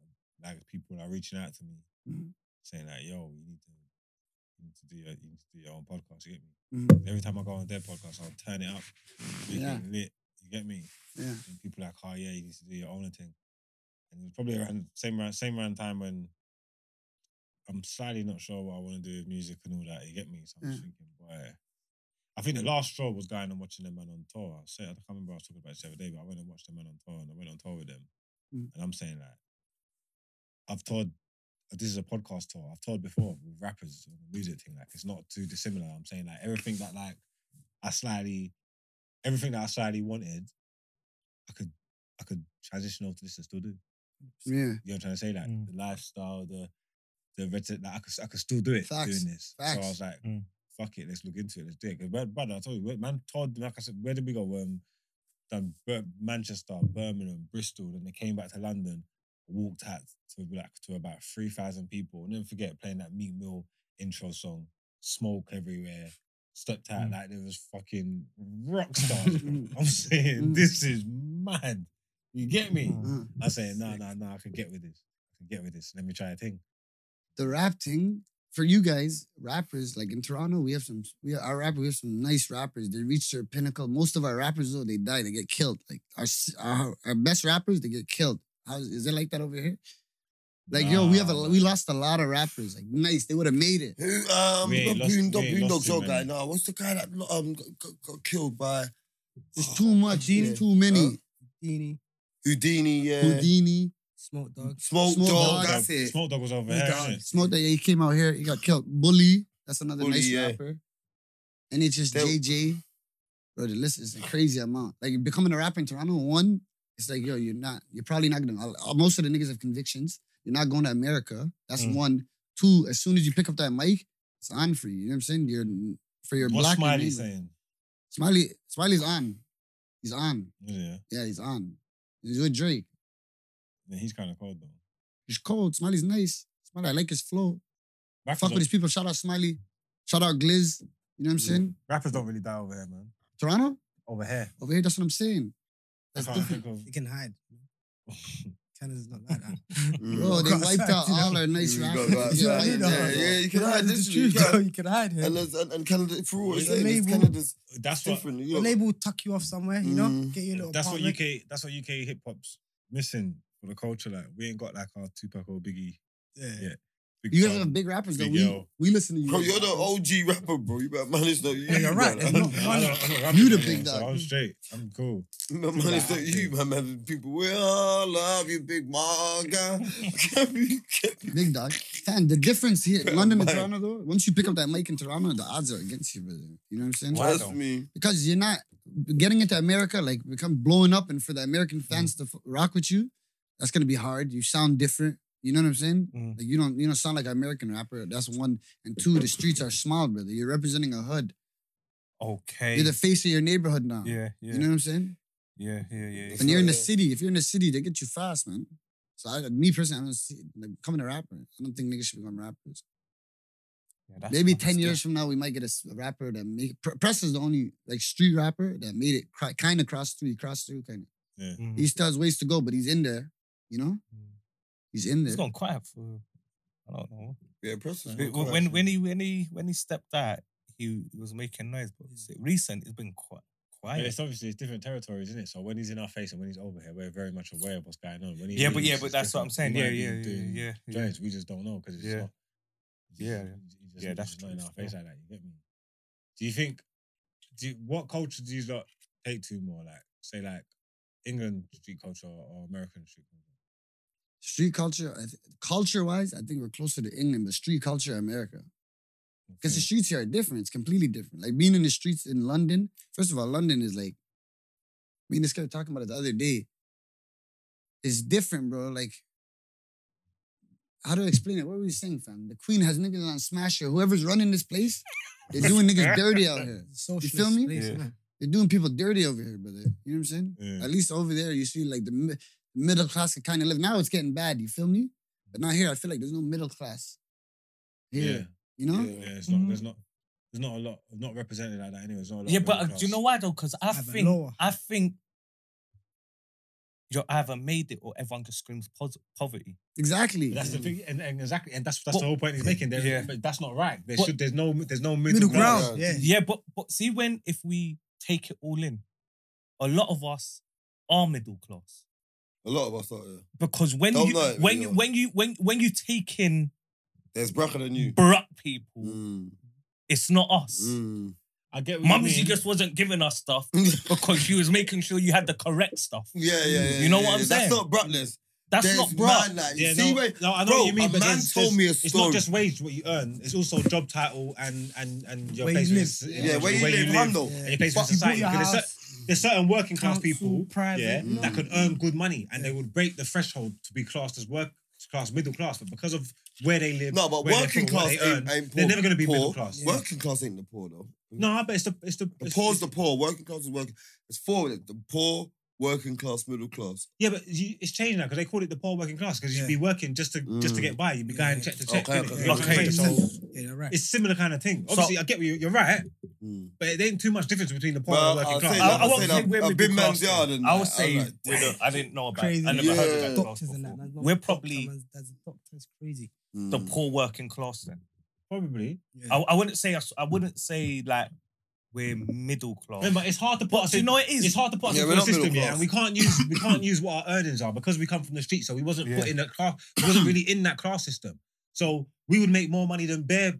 uh, like people are reaching out to me Mhm. saying like, "Yo, you need to." You need to do your, you need to do your own podcast. You get me. Mhm. Every time I go on their podcast, I'll turn it up, make Yeah. it lit. You get me? Yeah. And people are like, oh yeah, you need to do your own thing. And it was probably around same around same around time when I'm slightly not sure what I want to do with music and all that. You get me? So I'm just thinking, boy. I think the last straw was going and watching the man on tour. I said I can't remember I was talking about this the other day, but I went and watched the man on tour and I went on tour with them. Mm. And I'm saying like, I've toured. This is a podcast tour. I've toured before with rappers on the music thing. Like it's not too dissimilar. I'm saying like everything that like I slightly, everything that I slightly wanted, I could I could transition over to this and still do. Yeah. You know what I'm trying to say? Like Mm. the lifestyle, the the red tip, like I could I could still do it Facts, doing this. So I facts. was like, Mm. fuck it, let's look into it, let's do it. Because brother, I told you, man, Todd, like I said, where did we go? Um, done Bir- Manchester, Birmingham, Bristol, then they came back to London, walked out to like to about three thousand people. And then forget playing that Meat Mill intro song, smoke everywhere. Stepped out Mm. like there was fucking rock stars. bro. Mm. I'm saying Mm. this is mad. You get me? Mm. Uh. I say, no, no, no, I can get with this. I can get with this. Let me try a thing. the rap thing for you guys, rappers like in Toronto, we have some we our rapper we have some nice rappers. They reach their pinnacle. Most of our rappers though, they die, they get killed. Like our s- our, our best rappers, they get killed. How is, is it like that over here? Like yo, we have a Nah, we man. lost a lot of rappers. Like nice, they would have made it. Who, um, We ain't not lost- Boon, we not ain't Boondog lost too Joe guy. many. No, what's the guy that um got, got- got killed by There's too much, yeah. too many. Huh? Dini, Houdini? Yeah, Houdini, Smoke Dog. Smoke, Smoke Dog. Dog. That's it. Smoke Dog was over He here. done. innit? Smoke that yeah, he came out here, he got killed. Bully, that's another Bully, nice yeah. rapper. And it's just They- JJ. Bro, the list is a crazy amount. Like becoming a rapper in Toronto, one, it's like, yo, you're not, you're probably not gonna uh, most of the niggas have convictions. You're not going to America. That's Mm. one. Two, as soon as you pick up that mic, it's on for you. You know what I'm saying? You're for your What's black and Smiley Asian. saying? Smiley, Smiley's on. He's on. Yeah. Yeah, he's on. He's with Drake. yeah, he's kind of cold though. He's cold. Smiley's nice. Smiley, I like his flow. Rappers, Fuck with don't, these people. Shout out Smiley. Shout out Gliz. You know what I'm saying? rappers don't really die over here, man. Toronto? Over here. Over here, that's what I'm saying. I That's can't think different. of. You can hide. Canada's not like that. Mm. Bro, they Go wiped outside, out you know. all our nice You rappers. gotta go Yeah, outside, yeah, know, yeah, yeah, you can hide It's this, the you truth, can. though. You can hide him. And, there's- and, and Canada, for all it's It's a label. Canada's That's what. different. The You know? label will tuck you off somewhere, you know? Mm. Get you a little That's what apartment. UK. That's what UK hip hop's missing for the culture. Like we ain't got like our Tupac or Biggie. Yeah. Yeah. Big You guys Pun, have big rappers though. Big We, L. we listen to you. Bro, you're the OG rapper, bro. You better manage not you. Yeah, you're right. man. There's not No, I one. don't- I'm not You rapping the no big more, so dog. I'm straight. I'm cool. No man, it's not you, man. man. People, we all love you, big manga. Big dog. Damn, the difference here, Bro, London and mike. Toronto though, once you pick up that mic in Toronto, the odds are against you, brother. You know what I'm saying? Why Trust though? me. Because you're not getting into America, like become blowing up, and for the American Mm-hmm. fans to f- rock with you, that's gonna be hard. You sound different. You know what I'm saying? Mm. Like you don't you don't sound like an American rapper. That's one. And two, the streets are small, brother. You're representing a hood. okay. You're the face of your neighborhood now. yeah, yeah, uh, You know what I'm saying? yeah, yeah, yeah. And you're in the Yeah. city. If you're in the city, they get you fast, man. So I, me personally, I don't see like becoming a rapper. I don't think niggas should become rappers. Yeah, that's- Maybe that's ten years scary. from now, we might get a s- a rapper that make Pr- Press is the only like street rapper that made it cry, kind of cross through, cross through kind of. Mm. He still has ways to go, but he's in there. You know, Mm. he's in It's there. gone quiet for. I don't know. Yeah, Press is When- When when he when he when he stepped out, he was making noise. But it's- recent, it's been qui- And quiet. it's obviously it's different territories, isn't it? So when he's in our face and when he's over here, we're very much aware of what's going on. When he Yeah, but leaves, yeah, it's but that's what I'm saying. different. Yeah, He yeah, might be yeah, doing yeah, yeah. Jones, we just don't know because it's Yeah. not. it's Yeah. just- it's just- Yeah, it's that's just not true in our still. face like that. You get me? Do you think? Do you, what culture do you lot take to more? Like say like England street culture or American street culture? Street culture, culture wise, I think we're closer to England, but street culture, America. Because Mm. the streets here are different. It's completely different. Like being in the streets in London, first of all, London is like, me and this guy were talking about it the other day. It's different, bro. Like, how do I explain it? What were we saying, fam? The Queen has niggas on Smasher. Whoever's running this place, they're doing niggas dirty out here. Socialist feel me? Place, Yeah. innit? They're doing people dirty over here, brother. You know what I'm saying? Yeah. At least over there, you see like the mi- middle class could kind of live. Now it's getting bad. You feel me? But not here. I feel like there's no middle class. Here, yeah. you know. Yeah, it's not. There's not. There's not a lot. Not represented like that anyway. There's not a lot Mm-hmm. Yeah, of but middle uh, do you class. know why though? Because I Have a think lower. I think you're either made it or everyone just screams pos- poverty. Exactly. That's the thing, and, and exactly, and that's that's the But- whole point he's making. There, Yeah. but that's not right. There But- should there's no there's no middle, Middle ground. ground. Yeah. Yeah, but but see when if we take it all in, a lot of us are middle class A lot of us out there. because when Don't you know it, when really, you when you when when you take in There's bracker than you. Barak people, Mm, it's not us. mm. I get what Mummy, you she mean. just wasn't giving us stuff because she was making sure you had the correct stuff. Yeah, yeah, yeah. You know yeah, what I'm yeah. saying? That's not brackness. That's There's not Barak. Man, like, you Yeah, see no, where- no, I know Bro, what you mean. a but man there's- told there's- me a It's story. not just wage what you earn. It's also job title and and and your Where you place. live. is- Yeah, where you where live, Hondo. Yeah. and your place in Fuck, you society. bought your Because There's, house. cer- there's certain working class Council, people, private, yeah, no. that can earn good money and they would break the threshold to be classed as work class, middle class. But because of where they live, No, but where they're working from, what class they earn, ain't, ain't poor. they're never going to be poor. middle class. Working class ain't the poor though. No, but it's the it's the, The it's- poor's the poor. Working class is working. It's four. of it. The poor, working class, middle class. Yeah, but you, it's changed now because they call it the poor working class because Yeah. you'd be working just to just to Mm. get by. You'd be going Yeah. check to check. Okay, innit? okay, You know what I'm okay. saying? Yeah. So Yeah, you're right. it's similar kind of thing. So- Obviously, I get what you, you're right, Mm. but it ain't too much difference between the poor Well, and the I'll working say that. class. I- I I'll won't say say that. we're A big middle man's class, yard. and I that. would say I'm like, we're the- I didn't know about. Crazy. It. I never heard of Yeah. that. class Doctors and that. before. man's not We're a doctor, probably man's- That's a doctor. It's crazy. mm. the poor working class. Then Probably. I, Yeah. I wouldn't say us- I wouldn't say like we're middle class. Remember, it's hard to put But us do you in. know what it is? It's hard to put us Yeah, into we're a not middle system, yeah, class. and we can't use we can't use what our earnings are because we come from the street, so we wasn't Yeah. put in that class. We wasn't really in that class system, so we would make more money than bare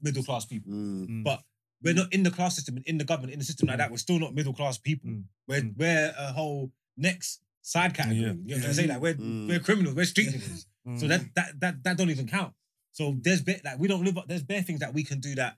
middle class people. Mm. Mm. But we're not in the class system and in the government, in the system like Mm. that. We're still not middle class people. Mm. We're Mm. we're a whole next side category. Yeah. You know what I'm saying? Like we're Mm. we're criminals, we're street niggas. Mm. So that that that that don't even count. So there's bare, like we don't live up. There's bare things that we can do that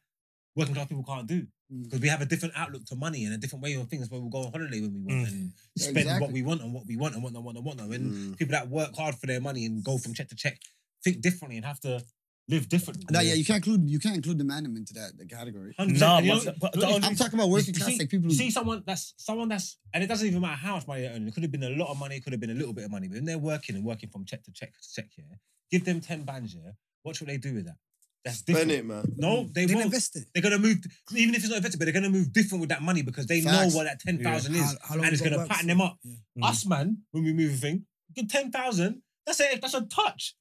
working class people can't do Mm. because we have a different outlook to money and a different way of things. Where we'll go on holiday when we Mm. want and Yeah, spend what exactly. we want and what we want and whatnot, whatnot, whatnot. And Mm. people that work hard for their money and go from check to check think differently and have to live differently. No, yeah, you can't include you can't include the man into that the category. 100%. No, And you but- know- but you the know- only- I'm talking about working you class, see- like people. You who- see someone that's someone that's and it doesn't even matter how much money they earn. It could have been a lot of money, it could have been a little bit of money, but when they're working and working from check to check to check, yeah, give them 10 bands, yeah. Watch what they do with that. That's Spend different. it, man. No, they They won't. invested. They're gonna move, even if it's not effective, but they're gonna move different with that money because they Facts. know what that ten thousand How- is, how long and it's ago gonna works? pattern them up. Yeah. Mm. Us, man, when we move a thing, get ten thousand. That's a that's a touch.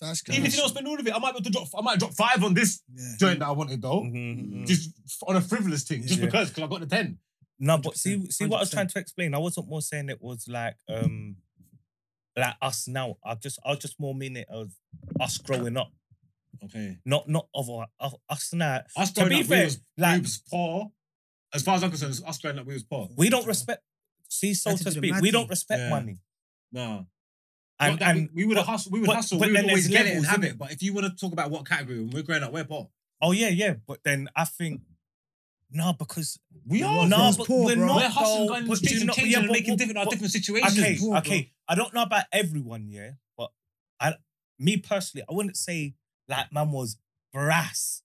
fast Even if you don't cars. spend all of it, I might be able to drop. I might drop five on this Yeah. joint that I wanted though, Mhm. just f- on a frivolous thing, just Yeah. because because I got the ten. No, but see, 100%, see what I was trying to explain. I wasn't more saying it was like, um, like us now. I just, I just more mean it as us growing up, Okay. not, not of our, of us now. Us To growing be up, we fair, was, like we was poor. As far as I'm concerned, us growing up, we was poor. we don't respect. See, so That's to a speak, we dramatic- don't respect Yeah. money. Nah. Not And that and we, we would but- hustle. We would but- hustle. but we would then always there's get it and levels, have innit? it. But if you want to talk about what category when we're growing up, we're poor. oh yeah, yeah. But then I think no, because We are no, Everyone's but poor, we're bro. not. We're hustling, though, going in the but streets you and know- changing yeah, and but- making but- uh, different, our but- different situations. Okay, bro. okay. I don't know about everyone, yeah, but I, me personally, I wouldn't say like man was brass.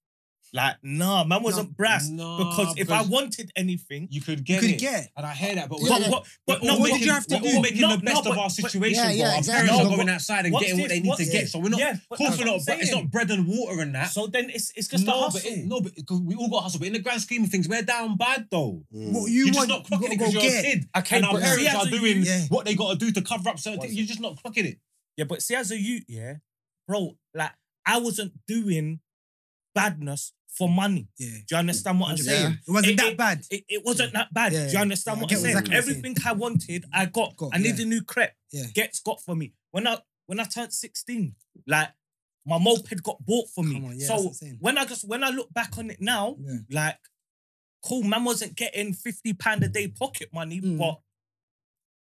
Like, nah, man wasn't brass. Nah, because if I wanted anything, you could You get could it. get. And I hear that, but Yeah, what- yeah. what? But But no, what we're did you making- have to we're do? all making No, the best no, of our but- but- situation. Yeah, bro. yeah, our exactly. parents No, are going but- outside and what's getting what they this- need to what's get. this? So we're not. Yeah, Of but course, that's we're what not. I'm But it's saying. not bread and water and that. So then it's it's just a no, hustle. but it, no, but it- 'cause we all got hustle. But in the grand scheme of things, we're down bad though. Mm. What you You're just want, not clocking you it gotta because you're go a get. kid, and our but parents see, as are a doing youth- Yeah. what they got to do to cover up certain things. You're just not clocking it. Yeah, but see, as a youth, yeah, bro, like I wasn't doing badness for money. Yeah. Do you understand what I'm Yeah. saying? It wasn't It- that bad. It, it wasn't that bad. Yeah, Do you understand yeah, what I I'm get saying? exactly what you're Everything I wanted, I got. Got, I need yeah. a new crepe. Yeah. Gets got for me. When I when I turned 16, like my moped got bought for me. Come on, yeah, that's what so I'm saying. when I just when I look back on it now, Yeah. like cool, man wasn't getting 50 pound a day pocket money, Mm. but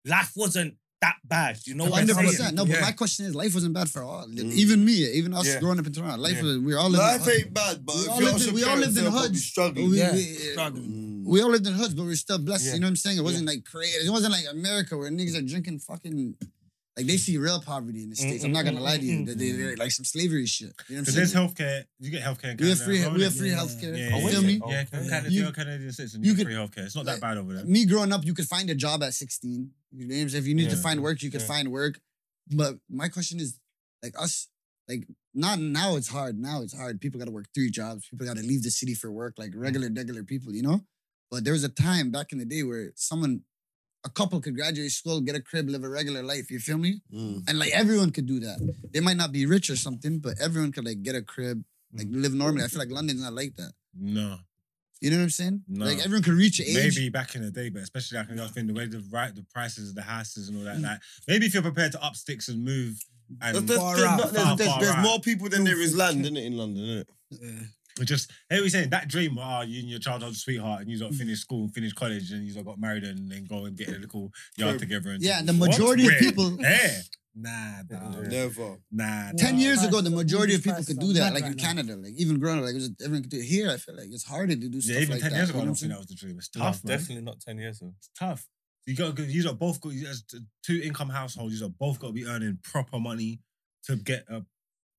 life wasn't that bad. You know what I'm Hundred saying? percent. No, but Yeah. my question is, life wasn't bad for all. Mm. Even me, even us Yeah. growing up in Toronto, life Yeah. was. We all lived. Life in, ain't bad, but We if all you lived ask in- your we all parents, lived in they'll probably hoods. Struggling. we, Yeah. we, Mm. we all lived in hoods, but we are still blessed. Yeah. You know what I'm saying? It wasn't like crazy. It wasn't like America where niggas are drinking fucking. Like they see real poverty in the Mm, states. I'm not gonna lie to you. They, they, they- like some slavery shit. You know what Because I'm mm, there's saying? healthcare. You get healthcare. In Canada We have free, as well, we innit? have free Yeah. healthcare. Yeah, You yeah, feel yeah. me? Yeah, Canada, You- you're a Canadian citizen. you You could- get free healthcare. It's not that like, bad over there. me growing up, you could find a job at 16. You know what I'm saying? If you need to Yeah. find work, you could Yeah. find work. But my question is, like us, like not now it's hard. Now it's hard. People gotta work three jobs. People gotta leave the city for work, like regular, regular people, you know? But there was a time back in the day where someone, a couple could graduate school, get a crib, live a regular life. You feel me? Mm. And like Mm-hmm. everyone could do that. They might not be rich or something, but everyone could like get a crib, like Mm-hmm. live normally. I feel like London's not like that. No. You know what I'm saying? No. Like everyone could reach an age. Maybe back in the day, but especially like I think the way the right the prices of the houses and all Mm. that. Like maybe if you're prepared to up sticks and move There's, and there's, Far there's out. not- there's- Far, there's- far there's out. more people than there is land, isn't it, in London, isn't it? Yeah. just hey, we saying that dream, ah, you and your childhood sweetheart, and you lot finished school and finished college, and you lot got married and then go and get a little yard Sure. together. And Yeah, do- and the What? majority of Where? people- yeah, nah, dawg. Never. nah, Ten dawg. years ago, the Prices are- majority of prices people could are do that, mad like right in now. Canada, like even growing up, like it was, everyone could do it. Here, I feel like it's harder to do stuff Yeah, even like ten that. years you ago, I know what don't I'm think that saying? was the dream. It's Tough, tough, man. not 10 years ago. It's tough. You got to, you lot both got as two income households. You lot both got to be earning proper money to get a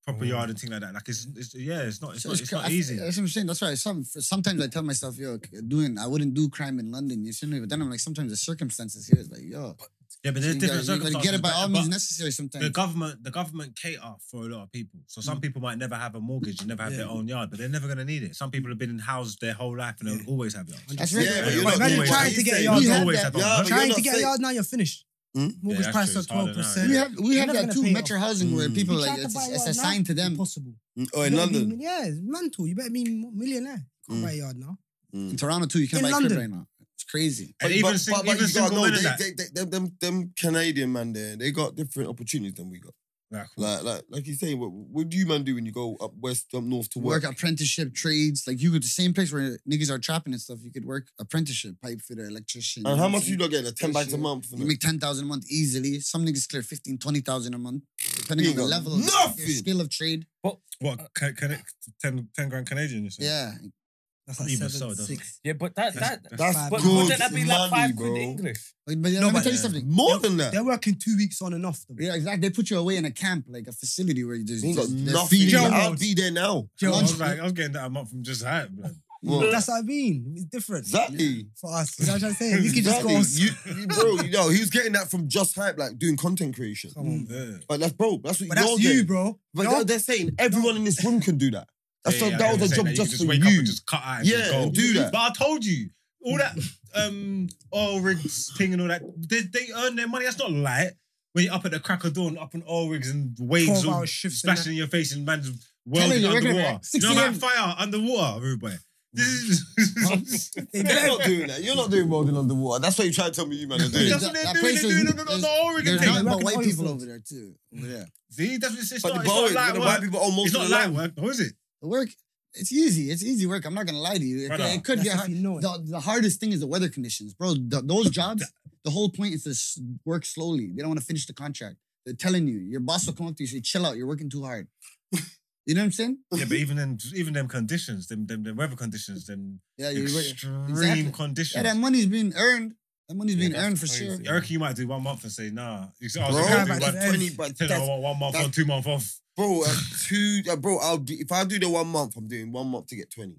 proper Mm. yard and thing like that. Like it's, it's yeah, it's not, it's, So not, it's cra- not I- easy. That's what I'm saying. That's why some sometimes I tell myself, yo, doing I wouldn't do crime in London. You see me? But then I'm like, sometimes the circumstances here is like, yo, yeah, but you there's different gotta, you gotta circumstances. get it by but- all but means necessary. the Sometimes government, the government cater for a lot of people. So Mm. some people might never have a mortgage and never have their Yeah. own yard, but they're never gonna need it. Some people have been in houses their whole life and they'll always have yards. that's Yeah, right. but you're Like, not imagine doing trying what to he get said. a You yard We They'll have done. always that. have Yeah, yards. but Trying you're to not get a saying- yard now, you're finished. Hmm? Mortgage Yeah, price that's at true. It's harder now, 12%. We yeah. have we have You're that never too. gonna pay Metro housing where Mm. people You like try to it's, buy a it's yard a now, sign to them. Impossible. Oh, in You gotta be London. mi- Yeah, it's mental. You better be mo- millionaire. Can't Mm. buy a yard now. In Toronto too, you can't In buy a crib London. right now. It's crazy. And even but, sing- but, even but you gotta single know, men in they, that. they, they, them, them, them Canadian man there, they got different opportunities than we got. Like, Like, like, like you saying, what, what do you man do when you go up west, up north to work? work apprenticeship trades. Like you go to the same place where niggas are trapping and stuff. You could work apprenticeship, pipe fitter, electrician. and you how know much what you I'm not getting? Ten bags a Shit. month. saying? You make ten thousand a month easily. Some niggas clear 15, 20,000 a month, depending You on the got level of nothing. your skill of trade. what? Can, can it, 10, 10 grand Canadian? You say? Yeah, That's Not like even seven, so, doesn't six. Yeah, but that, That's- that That's Five but grand. good wouldn't that be money, like five bro. quid English? but, but No, let me but- tell you something. More than that. They're working two weeks on and off. Though. Yeah, exactly. They put you away in a camp, like a facility where there's, You ain't got there's, there's nothing. feeding you. Jail I'll mode. be there now. I Jail was mode. like, I was getting that a month from just that. blood. Well, That's what I mean. It's different exactly. for us. You know what I'm saying? You can just go. Exactly. On... You, you, bro, you know, he was getting that from just hype, like doing content creation. Come on. Yeah. But that's bro, that's what But you're that's you, getting. bro. But No, they're, they're saying everyone in this room can do that. That's Yeah, what- yeah, I that was was a job saying that you just could for wake up you. and just cut out and Yeah, just go. and do that. But I told you, all that um oil rigs thing and all that, they, they earn their money. That's not light. When you're up at the crack of dawn, up on oil rigs and waves 12 all hour shifts and splashing in your face and man's Tell me, welding you're working at underwater. 6 You know about a.m.. fire underwater, everybody. This is They They're better- not doing that. You're not doing welding underwater. That's what you try to tell me you man are doing. that's what That they're place doing. They're is- doing it on the- on the oil rig. There's Hey, nothing thing. but working white oil people fields. over there too. Over there. See, that's what it's, it's But the not. boys, It's not the light white work. people own most It's of not the light land. work, though, is it? The work, it's easy. It's easy work. I'm not gonna lie to you. It, Brother, it could That's get if hard. you know it. The, the hardest thing is the weather conditions, bro. Th- those jobs, the whole point is to s- work slowly. They don't want to finish the contract. They're telling you, your boss will come up to you, say, "Chill out, you're working too hard." you know what I'm saying? Yeah, but even then, even them conditions, them them, them weather conditions, them Yeah, you're right. extreme Exactly. conditions. Yeah, that money's being earned. That money's Yeah, being that's earned for crazy. sure. I reckon you might do one month and say, nah. You say, oh, Bro, so I'm gonna but do one, that's- twenty, but tell them I that's want one month that's- on, two month off. bro, uh, two, uh, bro. I'll do, if I do the one month, I'm doing one month to get twenty.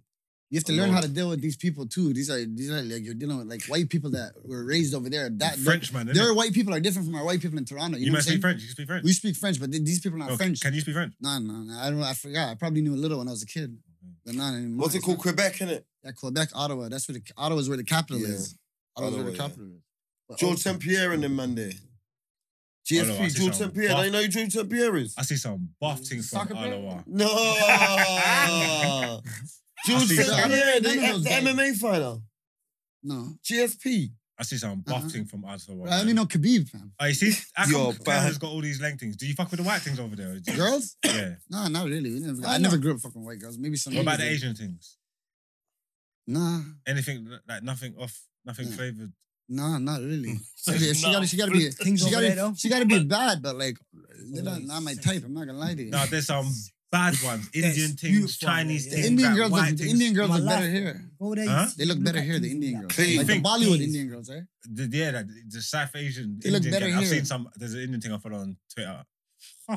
You have to I learn know. how to deal with these people too. These are these are like you're dealing with like white people that were raised over there. That French man. innit? their white people are different from our white people in Toronto. You, You know what I'm must saying? speak French. You speak French. We speak French, but th- these people are not Oh, French. Can you speak French? No, no, no. I don't. I forgot. I probably knew a little when I was a kid, but not anymore. What's it It's called? not- Quebec, innit? Yeah, Quebec, Ottawa. That's where the Ottawa's where the capital Yeah. is. Ottawa's where the Ottawa, yeah. capital is. But George also- St. Pierre and them man there. Oh, GSP, no, I see George some St. Pierre. buff- Don't you know who George St. Pierre is? I see some buff things from Mm, Soccer player? Alawa. No. George see St. some- Pierre, None the, of those the guys. MMA fighter. No, GSP. I see some buff Uh-huh. thing from Alawa. I only know Khabib, man. Oh, you see, Yo, Akon bad. has got all these leg things. Do you fuck with the white things over there? or do you- Girls? Yeah. No, not really. We never, Why I never grew up fucking white girls. Maybe some. What about the niggas Asian things? did. Nah, Anything like nothing off, nothing Yeah. flavored. nah, not really. So she, it's she not gotta, she gotta be, Things she over gotta, there, though. she gotta be bad, but like, they're not, not my type. I'm not gonna lie to you. No, there's some bad ones. Yes, Indian things, beautiful, Chinese yeah. the things. Indian like girls, white look, the things. Indian girls My look better life. here. Go there. you Huh? see- They look look better at here, the things Indian like girls, that. Clean. like the Think- Bollywood Please. Indian girls, right? The, yeah, like, the South Asian They look Indian better girl. I've here. seen some. There's an Indian thing I follow on Twitter. Huh.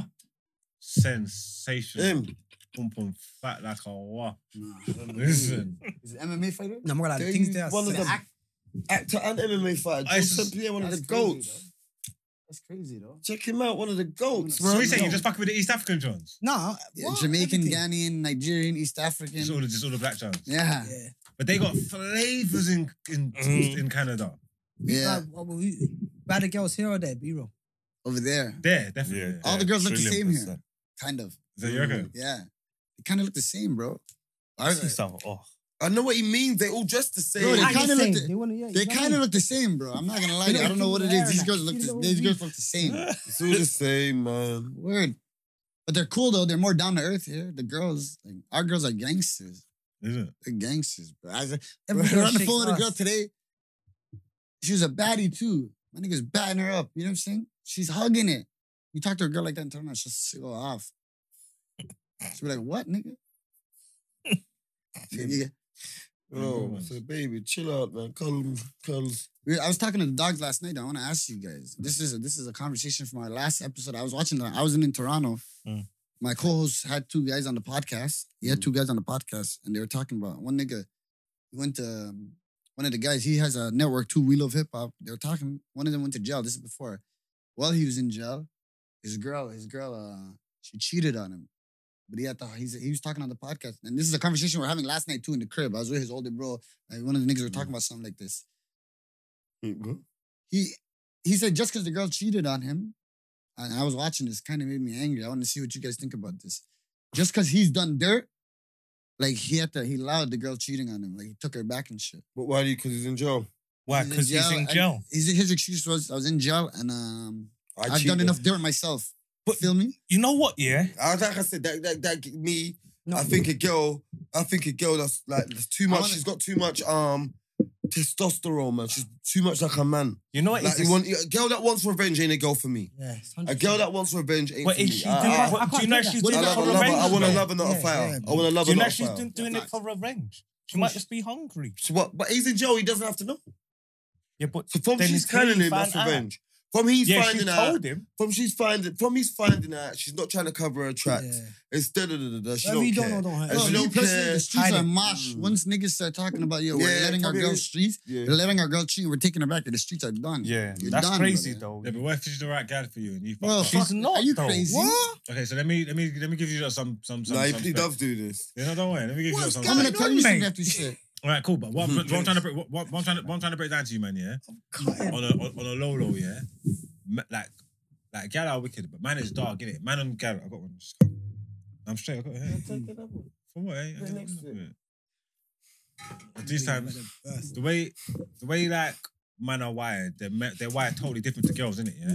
Sensational. Him. Pum pum fat like a wah. Nah. Listen. Is it MMA fighter? No, I'm gonna lie. the They Things use there. are one of sick. them. Actor and MMA fighter. I George s- St. Pierre, one of the That's GOATs. though. That's crazy though. Check him out, one of the GOATs. So So bro. we saying you No. just fucking with the East African Johns? Nah. Yeah, what? Jamaican, Everything. Ghanaian, Nigerian, East Just African. all the just all the black Johns. Yeah, Yeah. But they got flavors in in, Mhm. in Canada. yeah, Like, what were we- Bad girls here or there, B roll. over there, There, definitely. All the girls look the same here. percent. kind of. Is that you reckon? Yeah, they kind of look the same, bro. I see some. Oh, I know what he means. They all dress the same. Bro, they I just kinda look saying, the- they wanna- yeah, They you know what I kind of mean? look the same, bro. I'm not gonna lie to you. I don't know what it is. These girls look. The, these girls look the same. It's all the same, man. Word. But they're cool though. They're more down to earth here. The girls, like, our girls are gangsters. Is it? They're gangsters, bro. I, Every we're girl on the shakes phone with a girl ass. today. She was a baddie too. My nigga's batting her up. You know what I'm saying? She's hugging it. You talk to a girl like that in Toronto, she'll s- go off. She'll be like, "What, nigga?" You- you- Oh, Yo, Oh, so baby, chill out, man. Cuddle, cuddles. We- I was talking to the dogs last night. I want to ask you guys. This is a, this is a conversation from our last episode. I was watching. The, I was in, in Toronto. Mm. My co-host had two guys on the podcast. He had two guys on the podcast, and they were talking about one nigga. He went to um, one of the guys. He has a network too. We love hip hop. They were talking. One of them went to jail. This is before. While he was in jail, his girl, his girl, uh, she cheated on him. But he had to, he's, he was talking on the podcast, and this is a conversation we we're having last night too in the crib. I was with his older bro. and one of the niggas were talking about something like this he he said just because the girl cheated on him, and I was watching this, kind of made me angry. I want to see what you guys think about this. Just because he's done dirt, like he had to, he allowed the girl cheating on him, like he took her back and shit. But why do you? Because he's in jail. why? Because he's in and- jail. His, his excuse was I was in jail and um I I've done cheated. enough dirt myself. But- feel me? You know what? Yeah, I, like I said, that, that, that, me, No, I think a girl, I think a girl that's like that's too I much. wanna- she's got too much um testosterone, man. She's too much like a man. you know what? Like It's you want, a girl that wants revenge ain't a girl for me. Yeah, it's 100%. A girl that wants revenge ain't But for is me. she I, doing- I, but I can't do you know do she's that. doing I it love for a lover. revenge? I want a though? lover, not a Yeah, fighter. yeah, I want a Do lover, you know not a she's fighter. doing, doing it for revenge? She might just be hungry. So what? But he's in jail. He doesn't have to know. Yeah, but So from Then she's he's clearly telling him found that's out. revenge. From he's ah. yeah, she finding out. told him. From she's finding. From he's finding out. She's not trying to cover her Yeah. tracks. Instead of da, da, da, she Whatever you don't don't know, care. don't hurt. I Bro, just me don't personally, care. the streets Hide are it. mosh. Mm. Once niggas start talking about yo, Yeah, we're letting our probably girls is. streets, we're Yeah. letting our girl cheat, we're taking her back, and the streets are done. Yeah, You're that's done, crazy brother. though. Yeah, but what if she's the right guy for you and you fuck Bro, up? fuck, She's not, Are you though. crazy? What? Okay, so let me let me let me give you lot some some some. Nah, he, some he spec. does do this. Yeah, no, don't worry. Let me give you lot What's some. I'm going spec. gonna Come tell on, you something mate. after shit. All right, cool. But Hmm. what, I'm- Mhm. what I'm trying to break, what, what I'm trying to what I'm trying to break down to you, man. Yeah, on a on, on a low low, yeah, Ma- like like gal are wicked, but man is dark, innit? Man on gal, I got one. Just come. I'm straight. I got it here. For what? Eh? I got next it. But This time, the way the way like men are wired, they're me- they're wired totally different to girls, innit? Yeah.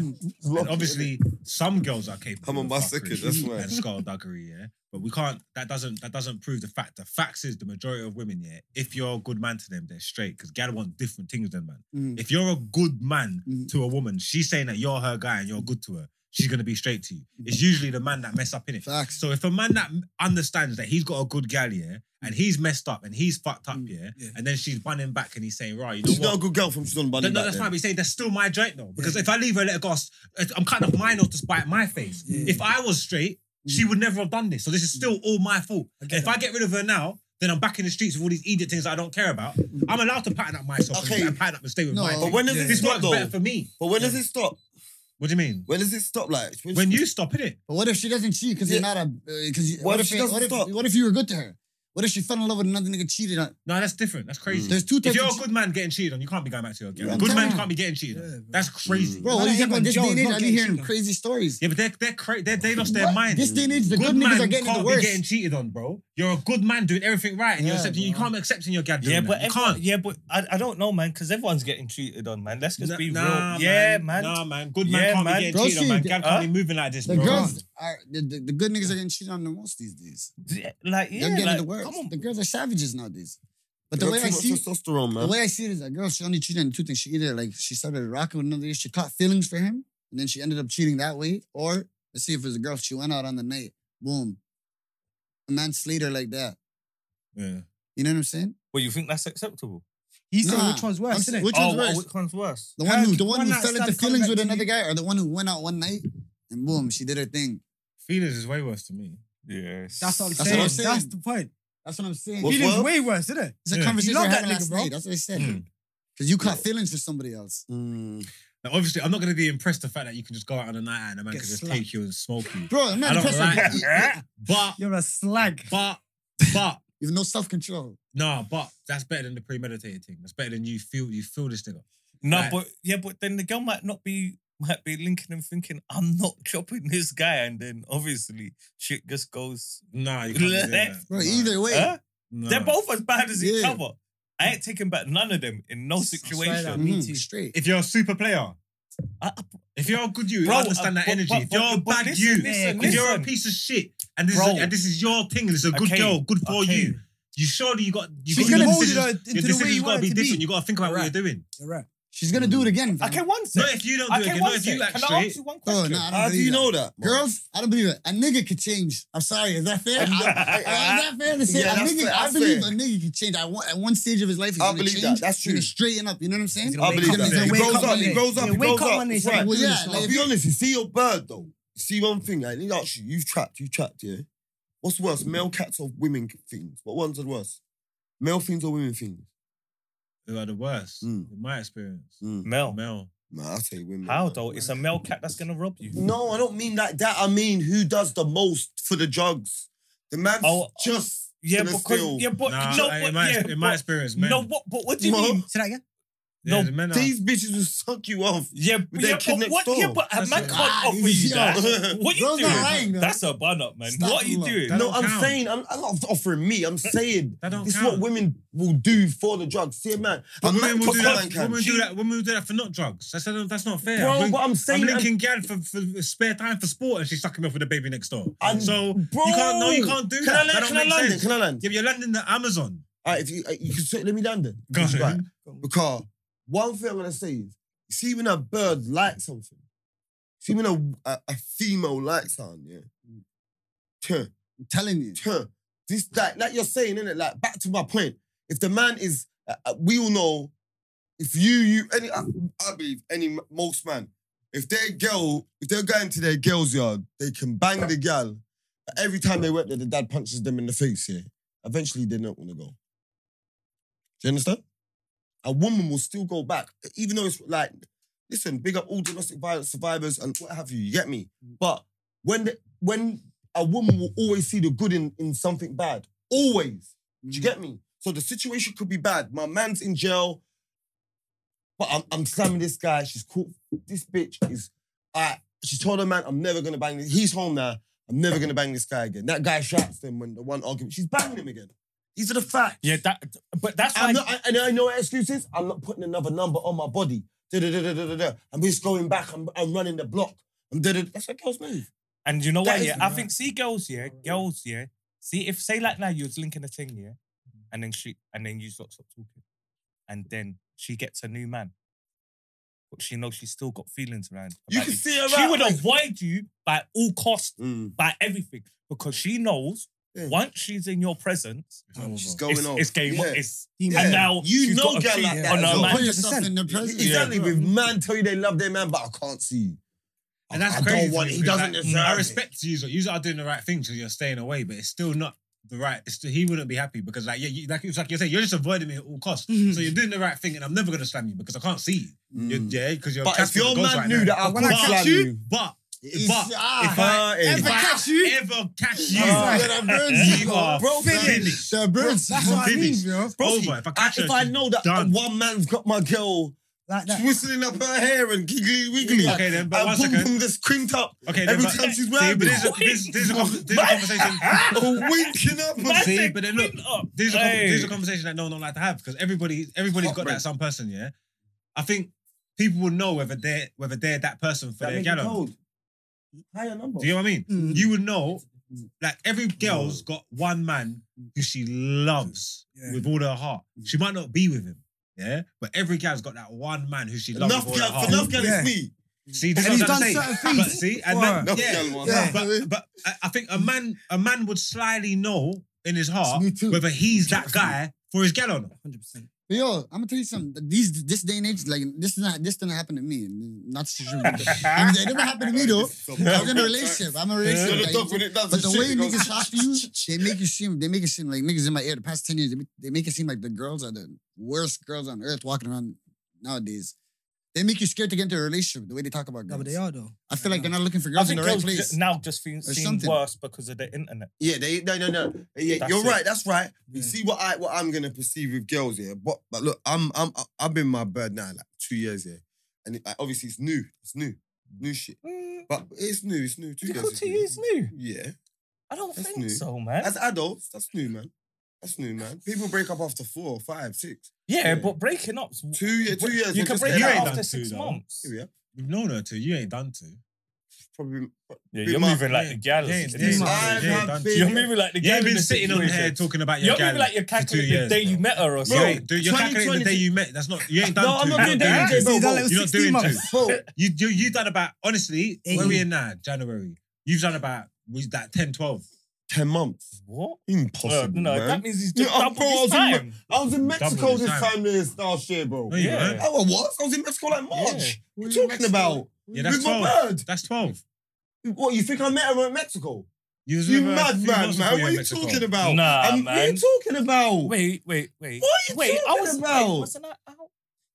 And obviously, some girls are capable. I'm on of my fuckery second, that's why. And skullduggery, yeah. But we can't. That doesn't. That doesn't prove the fact. The facts is the majority of women, yeah. If you're a good man to them, they're straight because gal want different things than man. Mm. If you're a good man Mhm. to a woman, she's saying that you're her guy and you're good to her. She's gonna be straight to you. It's usually the man that mess up in it. Facts. So if a man that understands that he's got a good gal, yeah, and he's messed up and he's fucked up, Mm. yeah, Yeah. and then she's bunning back and he's saying, right, you know She's what? not a good girl from she's on bunny No, no, back that's then. fine. But you say that's still my joint though, because if I leave her, and let her go. I'm kind of mine off to spite my face. Yeah. If I was straight, she would never have done this. So this is still all my fault. get if I get rid of her now, Then I'm back in the streets with all these idiot things that I don't care about. I'm allowed to pattern up myself Okay. and, and pattern up and stay with No, my but thing. when does it this stop, works though? better for me. But when does it stop? What do you mean? When does it stop? Like when, When you stop it, But what if she doesn't cheat because you're not a because you What what, if if, she you- doesn't what if stop? what if you were good to her? What if she fell in love with another nigga cheated on? no, that's different. That's crazy. Mm. There's two If types you're of a good man getting cheated on, you can't be going back to your girl. Yeah, I'm good man telling can't be getting cheated on. That's crazy. bro. What Man, do you think even about this day Joe's and age? not I be getting hearing cheated on. crazy stories. Yeah, but they're they're cra- they they lost their What? mind. This day and age, the good, good man niggas are getting can't the be worst. getting cheated on, bro. You're a good man doing everything right, and you're Yeah, accepting. You bro. can't be accepting your dad. Yeah, doing but that. you everyone, can't. yeah, but I, I don't know, man, because everyone's getting treated on, man. Let's just Nah, be real. nah, yeah, man. Nah, man. Good man Yeah, can't man. be getting Bro, cheated on, see, man. Dad huh? can't be moving like this, The bro. girls are the, the, the good niggas are getting cheated on the most these days. D- Like, yeah, They're getting like, the worst. come on. The girls are savages nowadays. But You the got way too I much see testosterone, the man. way I see it is that girl, she only cheated on two things. She either like she started rocking with another, she caught feelings for him, and then she ended up cheating that way. Or let's see if it was a girl, she went out on the night, boom, a man slayed her like that. Yeah. You know what I'm saying? Well, you think that's acceptable? He's saying Nah. which one's I'm worse, saying- isn't it? Which one's oh, worse? Which one's worse? The one who Heck, the one one who night fell into stand feelings comeback with to another you. guy, or the one who went out one night and boom, she did her thing. Feelings is way worse to me. Yes. That's what I'm That's saying. what I'm saying. That's the point. That's what I'm saying. What's He did worse? way worse, isn't it? It's a Yeah. conversation You love we had that last nigga, bro. night. That's what I said. Hmm. Because you caught feelings for somebody else. Mm. Now, obviously, I'm not going to be impressed the fact that you can just go out on a night out and a man Get can just slapped. take you and smoke you. Bro, I'm I not don't impressed. like with you. But, You're a slag. but, but, You have no self control. no, but that's better than the premeditated thing. That's better than you feel you feel this nigga. No, Right. but yeah, but then the girl might not be might be linking and thinking, I'm not chopping this guy, and then obviously shit just goes. Nah, you can't be doing that. Bro, Nah, either way, Huh? nah. They're both as bad as each Yeah. other. I ain't taking back none of them in no that. situation. Me mhm, too. straight. If you're a super player, I- I- if you're a good you, Bro, you understand uh, that but- energy. but- if you're a but- but bad listen, you, listen, if you're a listen. piece of shit, and this Bro. is and this is your thing, and it's a good Okay, girl, good for okay. you. You surely you got you She's got gonna your mold it decisions- into your the way decisions you gotta want be it to different. be. You gotta think about what you're doing. You're right. She's gonna do it again. fam. Okay, one sec. Not if you don't do Okay, it again. one Not if sec. you act Can I straight. ask you one Oh, question? no, I don't How do believe you that. know that? man? Girls, I don't believe it. A nigga could change. I'm sorry, is that fair? I, I, I- is that fair to say? Yeah, a that's nigga, fair, I that's believe fair. a nigga could change. I want, at one stage of his life, he's I gonna believe change. that, that's he's gonna true. straighten up. You know what I'm saying? I believe Wake up, that. He wake grows up, up he Monday. grows up, Yeah, he wake grows up up. Monday, It's so right. we'll Well, do yeah, this, like, man. I'll be honest, you see your bird though. You see one thing, like you actually you've trapped, you trapped, yeah. What's worse, male cats or women things? What ones are worse? Male things or women things? Who are the worst? Mm. In my experience, Mm. Mel. Mel. Nah, I say women. How man. though? It's a male cat that's gonna rob you. No, I don't mean like that. I mean who does the most for the drugs. The man's Oh, just Yeah, gonna because steal. yeah, but Nah, no, I- but, in my, yeah, in my but- experience, men. no, but, but what do you Well, mean? Say that again. yeah, no, the men are, these bitches will suck you off. Yeah, but- their yeah, kid but next what? door. Yeah, but a That's man a- can't offer he's- you yo. that. What you Bro's not doing? lying, though. That's a bun up, man. Stop What are you lying. doing? That no, don't I'm count. saying I'm, I'm not offering me. I'm saying That don't this is count. what women will do for the drugs. See, a man, a But man women will could do a man that. can. Women do that. Women will do that for not drugs. That's that's not fair. Bro, Bring- but I'm I'm saying I'm- linking Gad for, for spare time for sport, and she's sucking me off with a baby next door. I'm- so Bro, you can't. No, you can't do Can that. I that land? don't Can I make land? it? sense. Can I land? Yeah, but you're landing the Amazon. Alright, if you uh, you can say, let me down then. Go It's on. right. Because one thing I'm gonna say is, you see when a bird likes something, see when a, a, a female likes something, yeah. Mm. Tuh, I'm telling you. tuh. This like like you're saying, innit? Like back to my point. If the man is, uh, uh, we all know. If you you any, I, I believe any m- most man, if their girl, if they're going to their girl's yard, they can bang the gal. But every time they went there, the dad punches them in the face. Yeah, eventually they're not gonna go. Do you understand? A woman will still go back, even though it's like, listen, big up all domestic violence survivors and what have you. You get me? But when the, when a woman will always see the good in, in something bad, always. Do you get me? So the situation could be bad. My man's in jail, but I'm, I'm slamming this guy. She's caught. This bitch is. I. She told her man, I'm never gonna bang this. He's home now. I'm never gonna bang this guy again. That guy shouts them when the one argument. She's banging him again. These are the facts. Yeah, that. But that's I'm why. not, I- and I know what excuse is. I'm not putting another number on my body. Da-da-da-da-da-da. I'm just going back. I'm, I'm running the block. I'm da-da. That's a girl's move. And you know That what? is Yeah, I think see girls. Yeah, girls. Yeah, see if say like now you was linking a thing. Yeah, Mm. and then she and then you stop stop talking, and then she gets a new man, but she knows she's still got feelings around. You about can see her She out, would like- avoid you by all costs, Mm. by everything, because she knows Yeah. once she's in your presence, She's going it's, on. it's game. Yeah. It's Yeah. and now You she's know got a girl treat like that on as her well. Put man. yourself in their presence. Exactly. With man tell you they love their man, but I can't see you. And that's I crazy. don't want. to He me, 'cause doesn't that- deserve. I it. respect you. You are doing the right thing because you're staying away, but it's still not. the right. It's, he wouldn't be happy because like yeah, you, like it's like you're saying, you're just avoiding me at all costs. so you're doing the right thing, and I'm never gonna slam you because I can't see you. You're, Mm-hmm. Mm. yeah, because you're. But if casting the your ghost man right knew now. that I But would when I catch slap you- you, but it's but if ah, I- hurting. if I catch you- ever catch you, Ah. Yeah, that burns you you, are bro, finished. That burns. That's what I mean, Finished. bro. Broski, Over. If I I, catch her, if I she's know that done. one man's got my girl Like that. twisting up her hair and giggly wiggly, Okay then, but I one boom, second. boom, just crimped up Okay, every then, but, time she's See, wearing but this is a, this, this is a, con- this is a conversation. or winking up. and- Man See, said but then look, clean up. this is, a, con- Hey. this is a conversation that no one don't like to have because everybody, everybody's got that some person. Yeah, I think people will know whether they're whether they're that person for That their make it gal. cold. Higher number. Do you know what I mean? Mm. You would know, like every girl's got one man who she loves Yeah. with all her heart. She might not be with him, yeah, but every gal's got that one man who she loves Enough with all her girl, heart. enough girl Yeah. is me. See, this And is he's what I'm done saying. certain But things. see, and for then, her. Enough yeah, girl was. Yeah. but but I- I think a man a man would slyly know in his heart me too. whether he's that guy for his gal or not. 100%. But yo, I'm gonna tell you something. These this day and age, like this is not this didn't happen to me. Not to true. I mean, it never happened to me though. I was in a relationship. I'm in a You're the relationship. dog like, when it does but the the shit, way it goes- niggas talk to you, they make you seem they make it seem like niggas in my ear the past 10 years, they make, they make it seem like the girls are the worst girls on earth walking around nowadays. They make you scared to get into a relationship the way they talk about No, girls. but they are, though. I feel like they're Yeah. not looking for I girls in think the right girls ju- place. now just seem, seem something. worse because of the internet. Yeah, they no no no. Yeah, That's you're it. right. That's right. You Yeah. see what I what I'm gonna perceive with girls here. But but look, I'm I'm I've been my bird now like two years here, and it, like, obviously it's new. It's new, new shit. Mm, But it's new. It's new. Two years. difficulty is new. is new. Yeah, I don't That's think new. so, man. as adults, that's new, man. That's new, man. People break up after four, five, six, yeah, yeah. but breaking up, two years. Two years. you we're can just break getting you ain't up out. done after two, six though. months. Here we are. You've known her too. You ain't done to. Probably. Yeah, Big you're man. moving like the gals. Yeah, It yeah, is- yeah, I've yeah, had done big- two. You're moving like the Yeah, gal. you've in been the sitting on situation. here talking about your You're gal. moving like you're for two calculating years, the day bro. you met her or You something. ain't, dude, you're calculating the 2020 day you met. That's not. You ain't done No, I'm to. not You're doing doing that. to. Okay, See, bro, that little You're not 16 doing months. two. Bro, You you you done about honestly. Where we Eight. in now? January. You've done about was that 10, 12. ten months. What? Uh, Impossible, no, man. that means he's Yeah, just I'm double pro- I his was in time. I was in Mexico Double the this time. time this last year, bro. No, you Oh, Yeah. weren't. I was. Oh, I was in Mexico like March. What are you talking about? Yeah, that's with my twelve. bird. That's twelve. What, you think I met her in Mexico? You was You with her a mad few man, months man. What before are were you in Mexico. talking about? Nah, Um, What are man. you talking about? Wait, wait, wait. What are you Wait, I talking was about? wait, wasn't I out?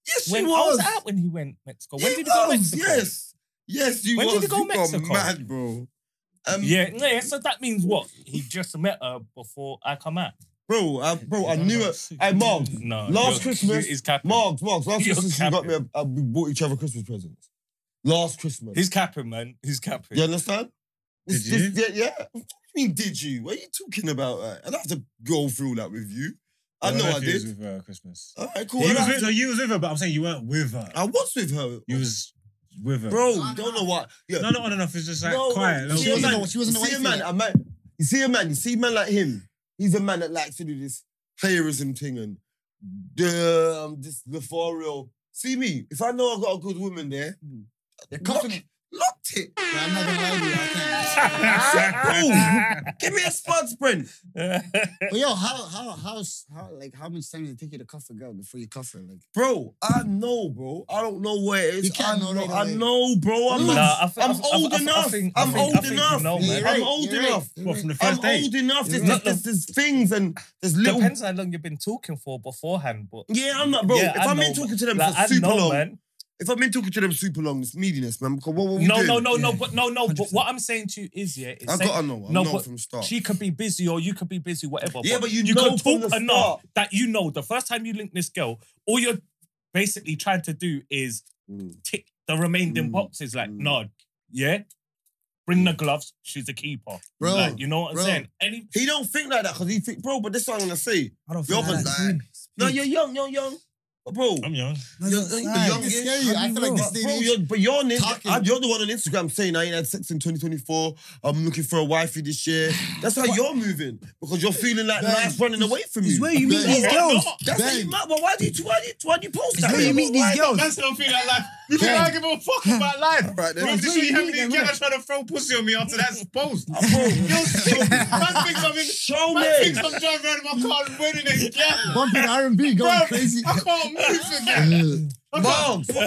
yes, she When I was. was out when he went Mexico. When He did he go was, Mexico? Yes. Yes, you When did was. he go you got Mexico? mad, bro. Um, Yeah, yeah, so that means what? He just met her before I come out. Bro, I, bro, I knew it. Hey, Mark. No. Last you're- Christmas, you- He's capping. Mark, Mark, last You're Christmas you got me a, a, we bought each other Christmas presents. Last Christmas. He's capping, man. He's capping. You understand? It's Did you? just- yeah, yeah. What do you mean, did you? What are you talking about? Uh, I'd have to go through that with you. I know I he was did. With her at Christmas. All right, cool. You I'd was have with- to- no, you was with her, but I'm saying you weren't with her. I was with her. You was with her. Bro, you don't know what. Yeah. No, not on and off. It's just like No, quiet. no, No, see She a wasn't man- the- she wasn't the you see a wife man, yet. a man- You see a man, you see a man like him. He's a man that likes to do this playerism thing and um, this the for real. See me, if I know I got a good woman there, lock, locked it. But Hmm. I'm not gonna lie to you, I can't. Bro, give me a spuds, Brent. But yo, how how how how like how much time does it take you to cuff a girl before you cuff her? Like Bro, I know, bro. I don't know where it is. You can't I know know, right I away. know, bro. I'm, Nah, I think- I'm I think- I old think- I enough. think- I I'm think- I old think you enough. know, man. You're I'm right, old you're right, enough. you're What, right. from the I'm first date? old enough. There's, You're right. there's, there's things and there's little. Depends how long you've been talking for beforehand, but Yeah, I'm not, bro. Yeah, if I I'm in know, talking to them like, for I super know, long, man. if I'm in talking to them super long, it's meatiness, man. Because what were we No, doing? no, no, no, Yeah. but no, no. But what I'm saying to you is, yeah, it's I saying gotta know. I No, know but from the start. she could be busy or you could be busy, whatever. Yeah, but you you know could from talk the enough start. that you know the first time you link this girl, all you're basically trying to do is tick the remaining Mm. boxes. Like, Mm. nod, yeah, bring the gloves. She's a keeper, Bro, Like, you know what I'm bro. saying? Any He don't think like that because he think, bro. But this is what I'm gonna say. I don't You're feel like gonna that. No, you're young, you're young, but bro. I'm young. No, You're that's the nice. youngest. It's scary. I feel like this But, day bro, and age- you're, but you're, on in, Talking. I- you're the one on Instagram saying I ain't had sex in 2024. I'm looking for a wifey this year. That's how you're moving because you're feeling like Ben, life's running away from It's you. where you meet Ben, these Why girls. not? That's how you Ben. mad. But why do you why do you, why do you post that? It's where you man? meat meet these Why not? girls. That's don't feel that life. You Yeah. can't give a fuck about life. Right then. Bro, That's this what is you you having mean, a yeah. girl trying to throw pussy on me after that post. Bro, You're sick. Man thinks I'm in. show Man me. thinks I'm driving around in my car and winning again. bumping R and B, going Bro, crazy. I can't move again. Ugh. Mom, it's all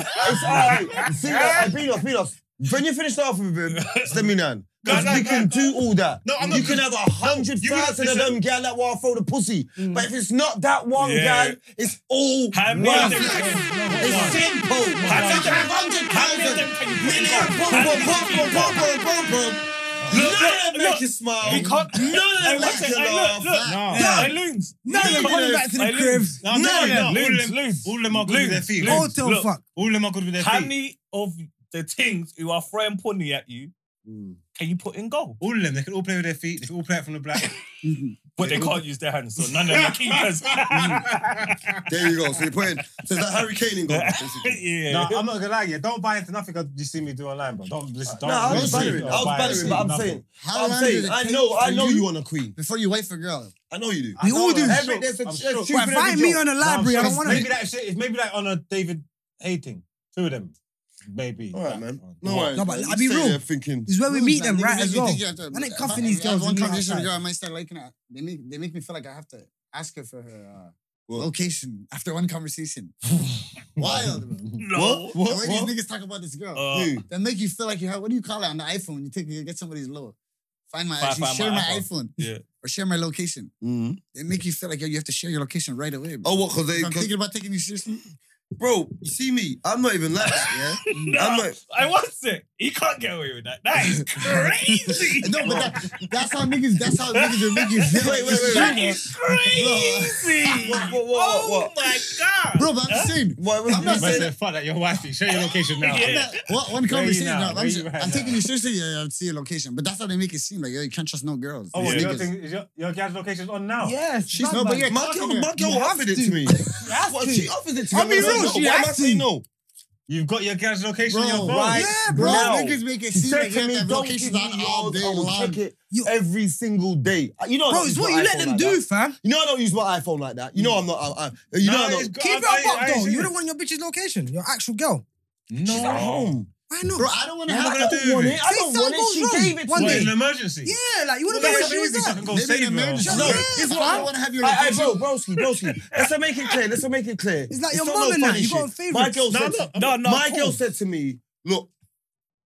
right. See, uh, Beanos, Beanos, when you finish off with him, send me none. Because No, no, we no, can no. do all that. No, I'm you not- can have a hundred you wouldn't- thousand of them gal that want to throw the pussy. But if it's not that one Yeah. gal, it's all How many of worthless. them can you- It's simple. How many of them- how many of them can you- None of them Look, make you smile. we can't- None of them make you laugh. No. Yeah. Loons. None of them Coming back to the crib. No, I'm No, telling you, no, all loons, of them- loons, All of them are good with their loons, feet. loons. Hotel Look. fuck. All of them are good with their How feet. many of the things who are throwing punny at you can you put in goal? All of them. They can all play with their feet. They can all play it from the black. But they can't use their hands, so none of them are keepers. There you go. So you're putting, so it's like Harry Kane in goal. basically. yeah. No, I'm not gonna lie, yeah. Don't buy into nothing that you see me do online, bro. Don't listen. Don't, No, I don't was see it. bantering. Don't I was buy bantering, into but I'm nothing. saying, How I'm long saying, did it I take know, I for know you- you want a queen. before you wait for a girl? I know you do. I We all know, do. I'm Every- sure. there's a- I'm there's sure. two Right, Even if find you me don't- on the No, I'm library. I sure. don't want Maybe to. that shit is maybe like on a David Hay thing. Two of them, maybe. All right, man. No, What? worries, Oh, No, but man. I'll You be stay real. there Thinking. It's where we No, meet like, them they right make as you well. think you have to- I ain't cuffing If I- these if I have girls One when they're conversation with a outside. girl, I might start liking her. They make they make me feel like I have to ask her for her uh, What? location after one conversation. Wild, bro. No. What? What? The way what? these niggas talk about this girl, Uh, Dude, that make you feel like you have. What do you call it on the iPhone? when You take you get somebody's low. Find my Find- actually find share my my iPhone. iPhone. Yeah. Or share my location. Mhm. They make you feel like yo, you have to share your location right away. Bro. Oh, what? Because they. If I'm 'cause- thinking about taking you seriously. bro, you see me? I'm not even like that, yeah? no. I'm like, I want it. He can't get away with that. That is crazy. No, but that, that's how niggas. That's how niggas will make you feel. Wait, like wait, wait, that wait. is crazy. What, what, what, oh what, my god. bro. But I'm just saying. What? I'm not Man saying- said, fuck that. Your wife. Share your location now. Yeah. Yeah. One, one Where you conversation. now? No, Where I'm, you just- right I'm now? taking you seriously. Yeah, yeah, I'll see your location, but that's how they make it seem like yo, you can't trust no girls. Oh, These your niggas. thing is your your gal's location's on now. Yes. She's not, man, but man. yeah, My girl, my girl offered it to me. What, she offered it to me. I'll be I'm like, real, no, she why am I has saying to. no? You've got your gal's location on your Bro, phone. right. Yeah, Bro, now. niggas make it She seem said like you to have me, to have don't give locations me on all yours, day I will long. check it You- every single day. Uh, You know I Bro, don't it's use what my you let iPhone them like do, that. fam. You know I don't use my iPhone like that. You know I'm not, I, I, you know No, I it's don't. got- Keep it I- I- up, I though. see You it. don't want your bitch's location, your actual girl. No. She's at home. Why not? Bro, I don't want to You're have not I gonna don't do want it. it. I Say don't something want it. goes She wrong gave it to one What, me. day. in an emergency? yeah, like you want Well, to know where that's she something was easy. at. Something goes Maybe save an you. emergency. bro. No, Yeah, it's it's not. fine. want to have your Hey, hey, location. bro, broski, broski. Let's not make it clear. Let's not make it clear. It's like your not mom and funny that. You got shit. a My favourite. girl No, said, no, no, no, My cool. girl said to me, "Look,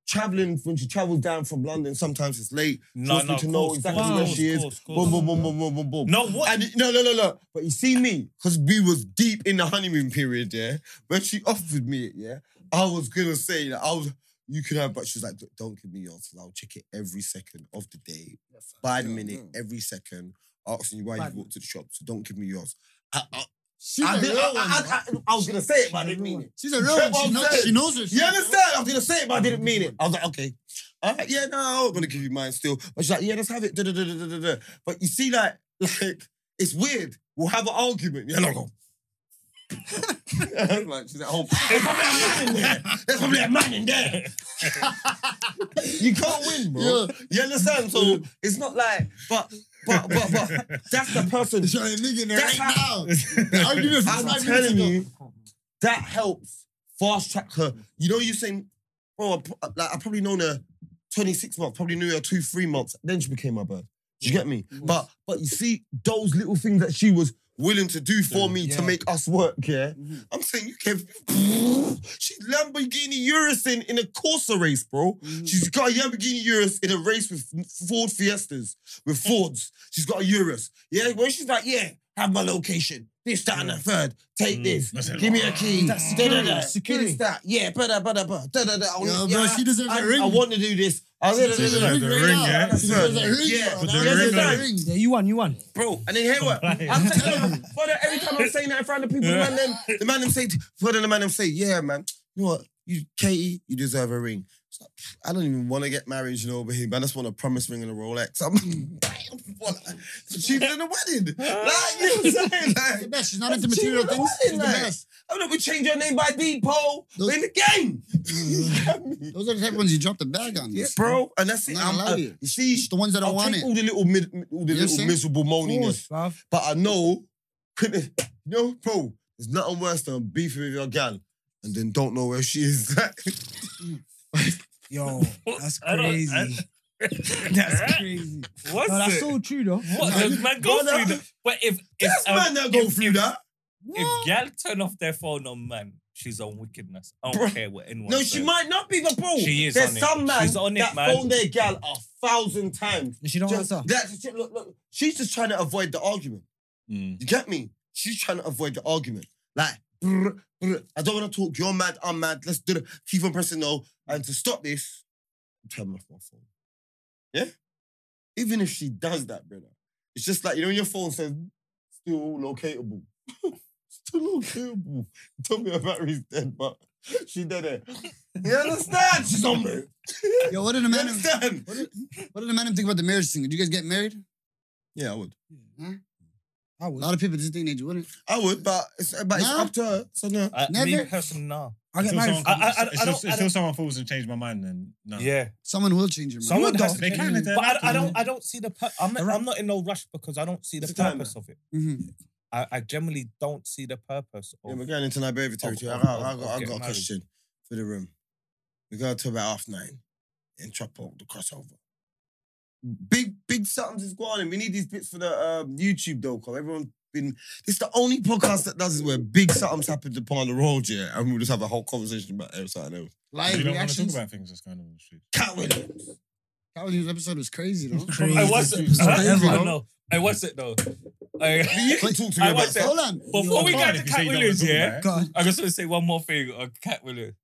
traveling when she travels down from London, sometimes it's late. She No, wants no, me to of know course, exactly course, where course, she is. course, course. boom, boom, boom, boom, boom, boom, boom. No, what? And no, no, no, no. But you see me, because we was deep in the honeymoon period, yeah. When she offered me it, yeah, I was gonna say that I was you can have, but she was like, "Look, don't give me yours. 'cause I'll check it every second of the day, by the Yeah, minute, yeah. every second, asking you why By you the- walked to the shop. So don't give me yours. I, I, She's I a did- real I- one. I- bro. I- I was gonna say it, but I didn't mean it. She's a real Yeah, one. She I'm knows, saying. she knows her. You understand? I was gonna say it, but I didn't mean it. I was like, okay. All right, yeah, no, I'm gonna give you mine still. But she's like, yeah, let's have it. da, da, da, da, da, da, da. But you see, like, like, it's weird. We'll have an argument. Yeah, no, go. I'm like, she's at home. There's probably a man in there. There's probably a man in there. you can't win, bro. You understand? So it's not like, but but but but that's the person. She's a nigga in there That's right now. The argument from I'm five minutes telling ago. you, that helps fast track her. You know, you saying, bro, I, pro- like I probably known her 26 months, probably knew her two, three months. Then she became my bird. Do you get me? But but you see, those little things that she was willing to do for me to make us work, yeah. I'm saying you can she's Lamborghini Urison in a Corsa race, bro. She's got a Lamborghini Urus in a race with Ford Fiestas, with Fords. She's got a Urus. Yeah, when she's like, yeah, have my location. This, that, and the third. Take this. That's it. Give me a key. That's Da, da, da. security, security. This, that. Yeah, ba da ba da ba. Da da da. I Yo, want- bro, yeah, she deserves I, a ring. I want to do this. I da, da, She da, deserves da, a da. ring The right ring, now. yeah. She deserves a ring, Yeah, bro. put Now she the ring deserves on. a ring. Yeah, you won, you won. Bro, and then hear what? I'm telling you, brother, every time I'm saying that in front of people, the man them, the man them say, brother, the man them say, yeah, man, you know what? You, Katie, you deserve a ring. It's like, pff, I don't even want to get married, you know, but him, I just want a promise ring and a Rolex. I'm she's in a wedding. Like, you know what I'm saying? She's the Like, best. She's not into She's material the things. one, She's the like. best. I'm not gonna change your name by Depot. We're in the game. You get me? Those are the type of ones you drop the bag on. Yeah, bro, and that's I'm it. not I'm, gonna lie uh, to you. you see, It's the ones that don't I'll want take it. all the little, mid, all the You little see? miserable Of moaniness. course, bruv. But I know, couldn't you know, bro, there's nothing worse than beefing with your gal and then don't know where she is. Yo, that's I don't- I- crazy. That's That's crazy. What's No, that's it? so true, though. What does man go Brother, through that? But if if There's um, man that go if- through if, that. if gal turn off their phone on man, she's on wickedness. I don't Bro. care what anyone No, says. she might not be the bro. She is There's on it. some man She's on it, that man. phone their gal a thousand times. And she don't Just- answer. that's the shit, look, look. She's just trying to avoid the argument. Mm. You get me? She's trying to avoid the argument. Like, brr, brr, I don't want to talk. You're mad. I'm mad. Let's do it. Keep on pressing no. And to stop this, I'm turning off my phone. Yeah? Even if she does that, brother, it's just like, you know, when your phone says, still locatable. still locatable. Tell me her battery's dead, but she dead it. You understand? She's on me. Yo, what did the You man? understand? What did the man think about the marriage thing? Did you guys get married? Yeah, I would. I A would. lot of people just think they wouldn't. I would, but it's, but it's Nah. up to her. So no. Uh, me Never- personally, nah. I get Until married. someone I- I- I- comes- I Until don't- I until don't- someone falls and changes my mind, then no. Yeah, Someone will change your mind. someone No, has to They change. can if they're But I, I active, don't. innit? I don't see the. Pur- I'm. Alright. I'm not in no rush because I don't see the It's time, purpose of it. Mhm. I, I generally don't see the purpose Yeah, of. we're going into Liberia territory. of- I got, I of- got, of I getting got a married. question for the room. We go to about half nine and chop up the crossover. Big, big something's is going on. and We need these bits for the um, YouTube though, because everyone's been. It's the only podcast that does is where big something's happened upon the road, yeah, and we'll just have a whole conversation about everything else. You Live don't want to talk reactions. about things that's going on in the street. Can't wait. Calvin's episode was crazy, though. Crazy. I wasn't. It's Huh? crazy, I bro. don't know. I wasn't though. I, You can talk to me I about was there. that. Hold on. before we You got can't to if you say Cat you don't Williams, wanna talk yeah. about it. God. I just want to say one more thing on Cat Williams.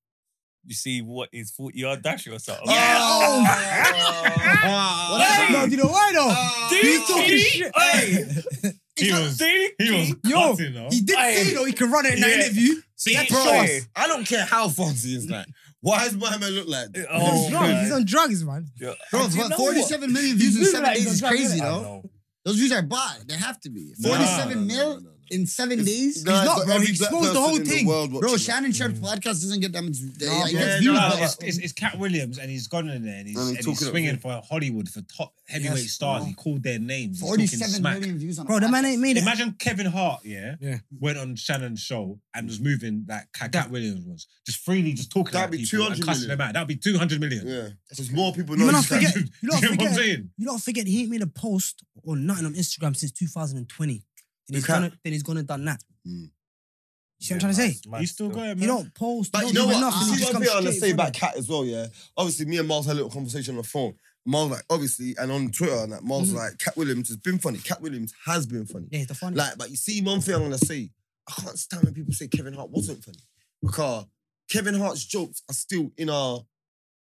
You see what is 40 yard dash or something? Oh. Hey, Hey! no, you know why though? Oh. Did He's talking he? shit. Hey! He was, See? he was Yo, cutting, though. He did Hey. say though he could run it in that Yeah. interview. See, Bro, I don't care how fancy it's like. Why does my man look like that? Oh, he's, drugs. man. he's on drugs, man. Yeah. Bro, Do you know what? 47 million views in He's seven like- days is he's crazy, like- though. Those views are bought. They have to be. Nah. 47 No, no, no, mil no, no. in seven It's- days? Nah, He's not, but bro. He every black exposed the person whole in thing. world Bro, watching it. Shannon Sharp's podcast doesn't get that much. They, Nah, it bro. gets Yeah, views, nah, but but- it's, it's, it's Cat Williams and he's gone in there and he's, And and he's he's, talking- swinging for Hollywood for top heavyweight Yes, stars. bro. He called their names. He's talking 47 smack. million views on a Bro, the man podcast. ain't made it. Imagine Kevin Hart, yeah, Yeah. went on Shannon's show and was moving like Cat Williams was, just freely just talking. That'd at be people 200 and cussing million. them out. That'd be two hundred million. Yeah, because more people know. You this don't guy. forget. You don't Do you know what I'm forget. saying? You don't forget. He ain't made a post or nothing on Instagram since 2020. Then he's can't- gonna. Then he's gonna done that. Mm. You see what I'm trying to say? He's still going, man. He don't post. But he you don't know do what? enough, I and he see one just comes thing I want to straight say in front about Cat as well, yeah. Obviously, me and Miles had a little conversation on the phone. Miles, like, obviously, and on Twitter, and that Mm. Miles was like, Cat Williams has been funny. Cat Williams has been funny. of- Yeah, he's the funny. Like, but you see, one thing I'm gonna say, I can't stand when people say Kevin Hart wasn't funny because Kevin Hart's jokes are still in our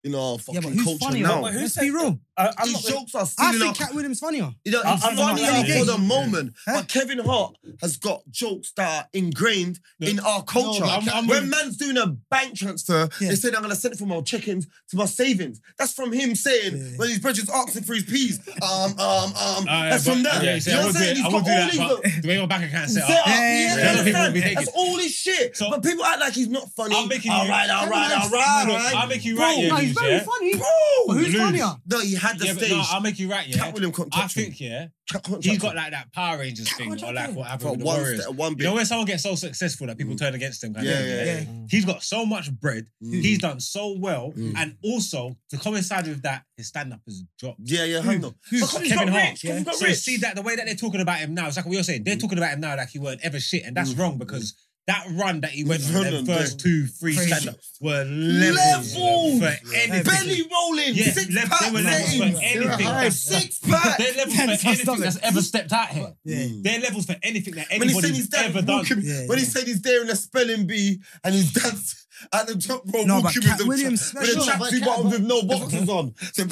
in our yeah, but fucking who's culture funny? now. But Who Let's said be real. I, I'm His not gonna- jokes are still I in our think Cat Williams funnier. you know, I- it's I'm not funny like for that. the moment, Huh? but Kevin Hart has got jokes that are ingrained No, in our culture. no, I'm- I'm when with- man's doing a bank transfer, Yeah. they said I'm gonna send it from my check-ins to my savings. That's from him saying Yeah. when his brethren's asking for his peas. Um, um, um. Alright, that's but- from that. Yeah, see, you know I what would I'm saying? do that. He's I got would do all that, these but little the way my back I can't set set up. up. Yeah, Yeah, yeah, you yeah. Other people understand? will be taking That's all this shit. So- but people act like he's not funny. I'm making you- all right, all right, all right, all right. I'll make you right, Bro, yeah, no, he's Luz, very yeah? funny. Bro, But who's Lose. funnier? no, he had the Yeah, but stage. no, I'll make you right, yeah. Cat Williams can't I touch him. think, yeah, Cat can't he's touch got him. like that Power Rangers Cat thing, can't or touch like him. what happened for with the one, Warriors. st- one You bit. know when someone gets so successful that people turn against them. Kind Mm. Yeah, of, yeah, Yeah. He's got so much bread. Mm. He's done so well, Mm. and also to coincide with that, his stand up has dropped. Yeah, yeah, hang on. Who's Because he's Kevin got Hart? rich, 'cause he got So rich. see that the way that they're talking about him now, it's like what you're saying. They're talking about him now like he weren't ever shit, and that's Mm. wrong because that run that he went He's on, running, the first two, three Crazy. stand ups were levels Levels. for anything. Belly rolling, Yeah, six left- pack they were levels for legs, anything. high. that's- six pack. They're levels for Tense my anything stomach. that's ever stepped out here. Yeah. They're levels for anything that Mm. When he said he's anybody's dad ever done. walking, Yeah, when he yeah. said he's there in a spelling bee and his dad's at the top row No, but walking Cat with Williams the with a special. tracksuit But bottoms Cat- with no boxes on. So,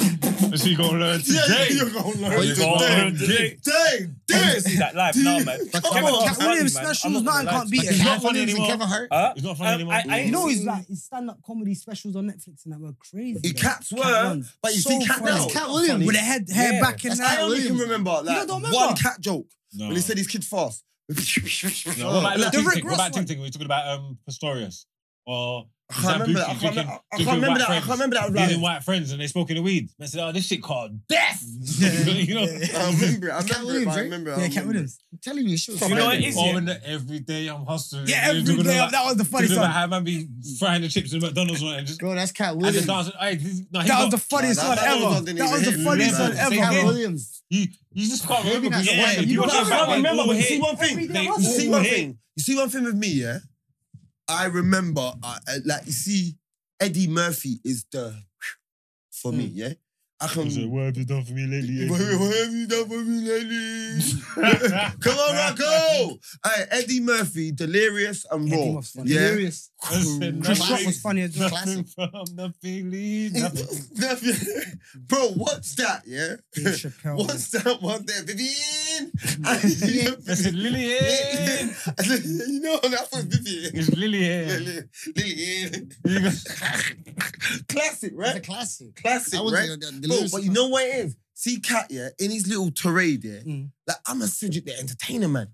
Is he gonna learn yeah, yeah, you're gonna learn you today. learn Today, today. I today. want to see that live now, man. Come Kevin on. Hart's Cat Williams funny, man. specials, I'm not gonna nothing can't lie. beat it. He's man. not funny Williams and anymore. Kevin Hart. Huh? It's not funny Um, anymore. I- I- You know his like his stand up comedy specials on Netflix and that were crazy. He though. caps Cat were, runs. but you So see Cat funny. now. That's Cat Williams. with the head hair Yeah. back and That's that. I only can Williams. remember like don't remember? one cat joke No. when he said his kid fast. No, what about Like, Lil The Tic Rick Tic? What Ross about Tic Tic? We We're talking about um, Pistorius or. I can't remember that. I Zambucci can't remember- I drinking can't remember that. I can't white friends. remember that. He's in line. white friends and they smoking the weed. They said, "Oh, this shit called death." you know. I remember it. I Cat remember it. but Williams, I right? remember it. I Yeah, Cat remember it. Williams. I'm telling you, she was You You know know what what it is, is? yeah? Or in Oh, the every day I'm hustling. Yeah, You're every talking day. about- That was the talking funniest about one. how man be frying the chips in McDonald's right, and just Bro, that's Cat and the Williams. dancer. Hey, this- no, he That got- was the funniest that- one that ever. one didn't That even was the hit me, funniest man. one Say ever. Cat Yeah. Williams. You, you just can't Maybe remember because that's you're why. watching- You you're But I watching it can't back when remember. all But you hit. see one Every thing. day You I'm see all one hit. thing. You see one thing with me, yeah. I remember, I, I- like you see, Eddie Murphy is the for me, yeah. I He's like, can. what have you done for me lately? What have you done for me lately? Come on, Rocco! Hey, Eddie Murphy, Delirious and Eddie Raw. Murphy's funny. Yeah. Delirious. Chris Rock was funny as well. Nothing from nothing leads nothing. Nothing. Bro, what's that? Yeah. Dave Chappelle. What's that one there, Vivian? I Listen, Lillian. said, you know, that was Vivian. It's Lillian. Lily, Lily. You go- Classic, It's a right? classic. Classic, I right? wouldn't say that- Bro, Delirious. but you know what it is? See Cat, yeah, in his little terrain there, Mm. like I'm a Cedric the entertainer, man.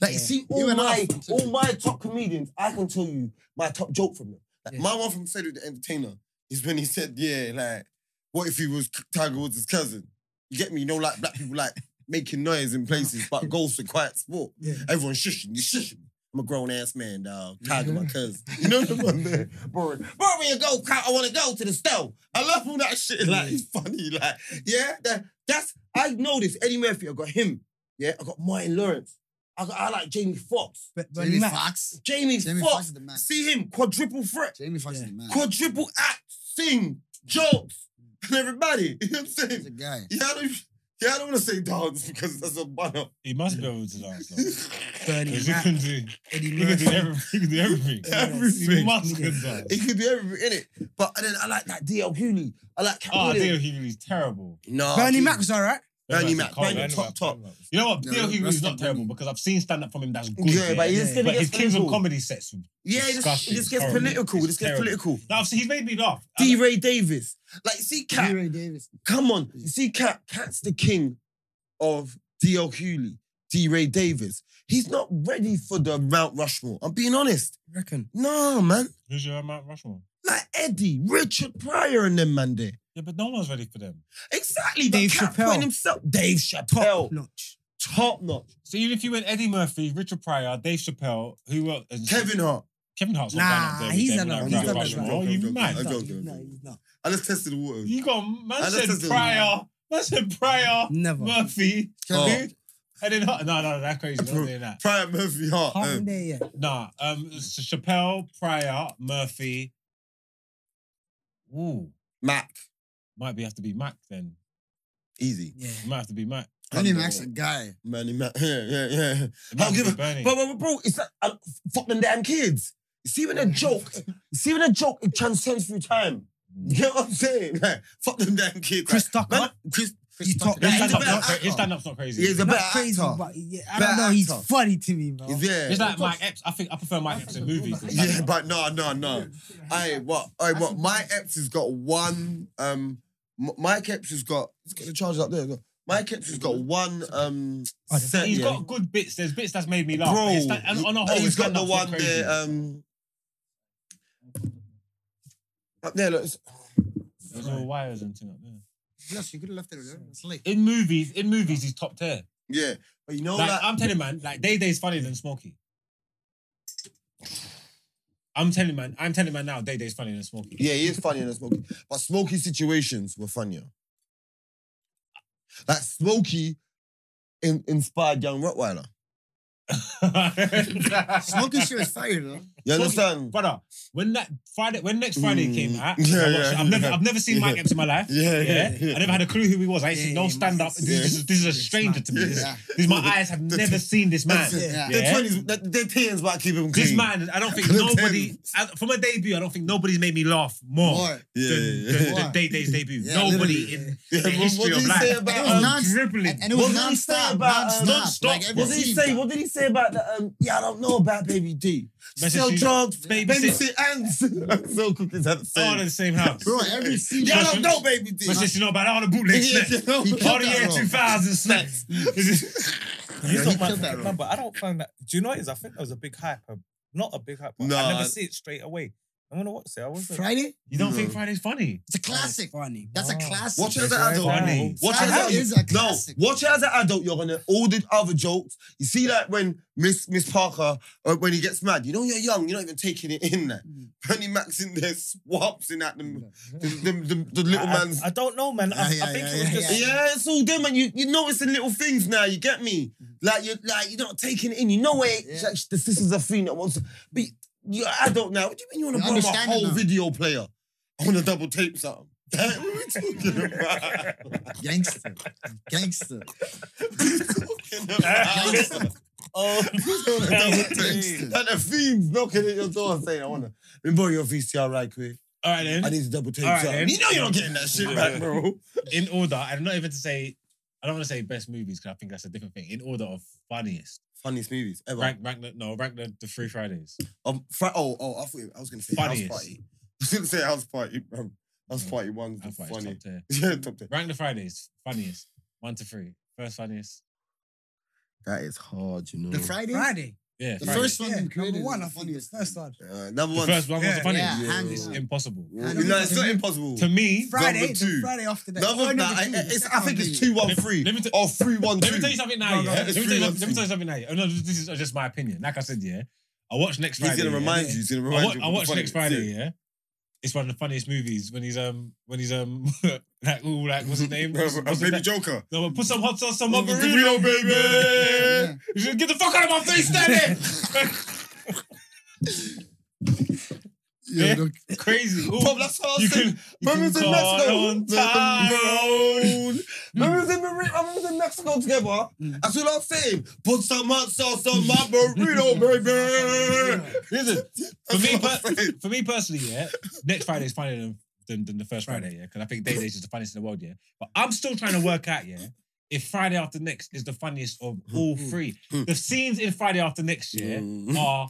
Like you Yeah. see You all and my I- all my top comedians, I can tell you my top joke from them. Like Yeah. my one from Cedric the Entertainer is when he said, Yeah, like, what if he was Tiger Woods' cousin? You get me? You know, like black people like making noise in places, but golf's a quiet sport. Yeah. Everyone's shushing, you shushing. I'm a grown ass man, dog. Tiger, my cousin. You know the one there? Bro, bro, me a go kart. I want to go to the store. I love all that shit. Like, it's funny. Like, yeah, that, that's, I know this. Eddie Murphy, I got him. Yeah, I got Martin Lawrence. I, got, I like Jamie Foxx. But, but Jamie Matt, Fox. Jamie, Jamie Fox Foxx. is the man. See him, quadruple threat, Jamie Fox is Yeah. the man. quadruple act, sing, jokes, and everybody. You know what I'm He's a saying? guy. Yeah, I don't, yeah, I don't want to say dance because that's a banner. He must be able to dance though. Bernie Because he Mac, can do, Eddie he can do Murphy. everything. He can do everything. He Everything. must can dance. It could be everything in it. But and then I like that DL Hewley. I like Oh, Capone. Dale Hughley's terrible. no, Bernie dude. Mac was alright. Bernie Mac. That's cold. Bernie top top. You know what? No, Dale no, Hughley's that's not not terrible Bernie. because I've seen stand up from him that's good. Yeah, but he yeah. just gets But his Kings of political. Comedy sets. Yeah, this, disgussion this is gets horrible. political. It's This gets terrible. political. No, I've seen, he's made me laugh. D. Ray Davis. Like, see, Cat. Ray Davis. Come on. You see, Cat. Cat's the king of DL Hewley. D. Ray Davis. He's not ready for the Mount Rushmore. I'm being honest. You reckon? No, man. Who's your Mount Rushmore? Like Eddie, Richard Pryor, and them man there. Yeah, but no one's ready for them. Exactly. Dave Dave Cat Chappelle. Chappelle. Himself. Dave Top Chappelle. notch. Top notch. So even if you went Eddie Murphy, Richard Pryor, Dave Chappelle, who else? Kevin Hart. Kevin Hart's not going up Nah, there. he's with them, another. I'm like, He's not Mount joking, another. I'm Rushmore. joking, Oh, you I'm mad? joking, I'm joking, I'm No, joking. he's not. I just tested the water. You got man just said doesn't- Pryor, man said Pryor, Never. Murphy, Oh. and then Hart. No, no, that's crazy. Not doing that. Pryor Murphy Hart. Hard in um, there, yeah. Nah, um, it's Chappelle, Pryor, Murphy. Ooh, Mac. might be have to be Mac then. Easy. Yeah. It might have to be Mac. Bernie Mac's a guy. Manny Mac. Yeah, yeah, yeah. It might I'll have to give be Bernie. Bro, bro, bro, bro, it's like, uh, fuck them damn kids. You See when a joke, you see when a joke, it transcends through time. You get what I'm saying? Like, fuck them damn kids. Chris like, Tucker. man, Chris, You talk. Tucker. His he's a stand-up's better not, cra- actor. his stand-up's not crazy. he's a better Not crazy, actor. but yeah, I Better don't know. He's actor. funny to me, bro. He's- yeah. it's like Mike Epps. I think I prefer Mike Epps in movies. than yeah, stand-up. but no, no, no. I what? I what? My Epps has got one. Um, M- Mike Epps has got. Let's get the charges up there. look. Mike Epps has got one. Um, Oh, set. He's yeah. got good bits. There's bits that's made me laugh. bro. His stand- and on a whole, he's his got the stand-up's one not crazy. there. Um, up there. Look, it's- There's all wires and thing up there. Yes, you could have left it there. It's late. In movies, in movies, he's top tier. yeah, but you know Like, that. I'm telling you, man, like Day Day's funnier than Smokey. I'm telling you, man, I'm telling you, man now, Day Day's funnier than Smokey. Yeah, he is funnier than Smokey, but Smokey situations were funnier. Like Smokey in- inspired young Rottweiler. Smoking shit is fire, though. You Smokey- understand? Brother, when that Friday, when next Friday Mm. came out, Yeah, I watched yeah, it. I've never, yeah. I've never seen Mike Yeah. Epps in my life. Yeah, Yeah, I never had a clue who he was. I ain't Yeah, seen yeah, no man, stand up. it's- This, is this is a it's stranger mad. to me. This, Yeah. this- my eyes have never seen this man. That's it. Yeah. Their Yeah. twenties, their tens might keep him clean. This man, I don't think Look at nobody him. I- from a debut. I don't think nobody's made me laugh more, More. yeah, than, yeah, than- yeah. than Day Day's debut. Yeah, nobody literally. in Yeah, the what- history what of did he life. say about, It um, was dribbling. And, and it was What did he say non-stop, about, uh, non-stop. Non-stop. Like, every What did he scene. say? What did he say about the um? Yeah, I don't know about Baby D. Message Sell you- drugs, babysit. baby sit, and sell cookies at the all in same. the same house. Bro, every scene. Yeah, I don't Message- know, baby D. But since you know about all the bootleg Yeah, snacks, yeah, yeah. all the year 2000 snacks. You Yeah, talk he about killed that no, role. but I don't find that. Do you know what it is? I think there was a big hype. um, Not a big hype. But Nah. I never see it straight away. I'm gonna watch it. I wasn't. Friday? you don't No. Oh, think Friday's funny? It's a classic. Funny. That's a bro. classic. Watch it as an Friday. adult. Funny. Watch it Friday as is an a adult. No, classic. watch it as an adult. You're gonna all the other jokes. You see, like when Miss Miss Parker uh, when he gets mad. You know you're young. You're not even taking it in. There, Mm. Bernie Mac's in there swapsing at them, the, the, the, the I, little I- man's I don't know, man. I, Yeah, I yeah, think yeah, it was yeah, just. Yeah, it's all them, and you you notice the little things now. You get me? Like you like you're not taking it in. You know it. Mm. Yeah. Like, this is a thing that wants. But you're an adult now. What do you mean you want You to borrow my understand it whole now. video player? I want to double tape something. That what we talking about? Gangster. Gangster. Talking about- Gangster. Oh, Gangster. and the fiends knocking at your door and saying, I want to. Let me borrow your VCR right quick. All right then. I need to double tape All right, something. then. You know you're not getting that shit back, bro. in order, I'm not even to say, I don't want to say best movies because I think that's a different thing. In order of funniest, Funniest movies ever. rank, rank, the, no, rank the, the Three Fridays. Um, fr- oh, oh, I thought I was going to say house Funniest. party. I was going to say house party. bro. house No, party one's the That's why it's funny. top tier. Yeah, top ten. Rank the Fridays, funniest one to three. First funniest, That is hard, you know. The Friday. Friday. yeah. The Fridays. first one Yeah, you number created. is one, I the think. funniest. First one. Uh, number the one. first one was the Yeah, funniest. yeah, hands It's down. impossible. Yeah, Number no, it's not two. impossible. To me, Friday, Number the two. Friday after that. Number Oh, nah, number I, two, the it's, second I think one it's being- two one three Let me t- or three one Let me two. tell you something now, yeah. Let me it's tell you, three let me tell you one two. something now. yeah. Oh, no, this is just my opinion. Like I said, yeah. I watched next He's Friday. gonna yeah. remind you. He's gonna I, remind wa- you. I of the watched next funniest. Friday. Yeah, it's one of the funniest movies when he's um when he's um like all like what's his name? What's- Bro, what's his Baby name? Joker. No, but put some hot sauce on my Burrito, burrito, baby. baby. You should Get the fuck out of my face, Daddy. Yeah, Yeah. look, Crazy. Ooh, Bro, that's what I you was saying. can, you Remember can was in call on time. Mm. Mexico. Remember was in Mar- I was in Mexico together. That's what I'm saying. Put some hot sauce on my burrito, baby. Listen, for That's me, what I'm per- saying. for me personally, yeah, next Friday is funnier than, than, than the first Friday, yeah, because I think Day Days is the funniest in the world, yeah. But I'm still trying to work out, yeah, if Friday After Next is the funniest of all three. The scenes in Friday After Next, yeah, Mm. are,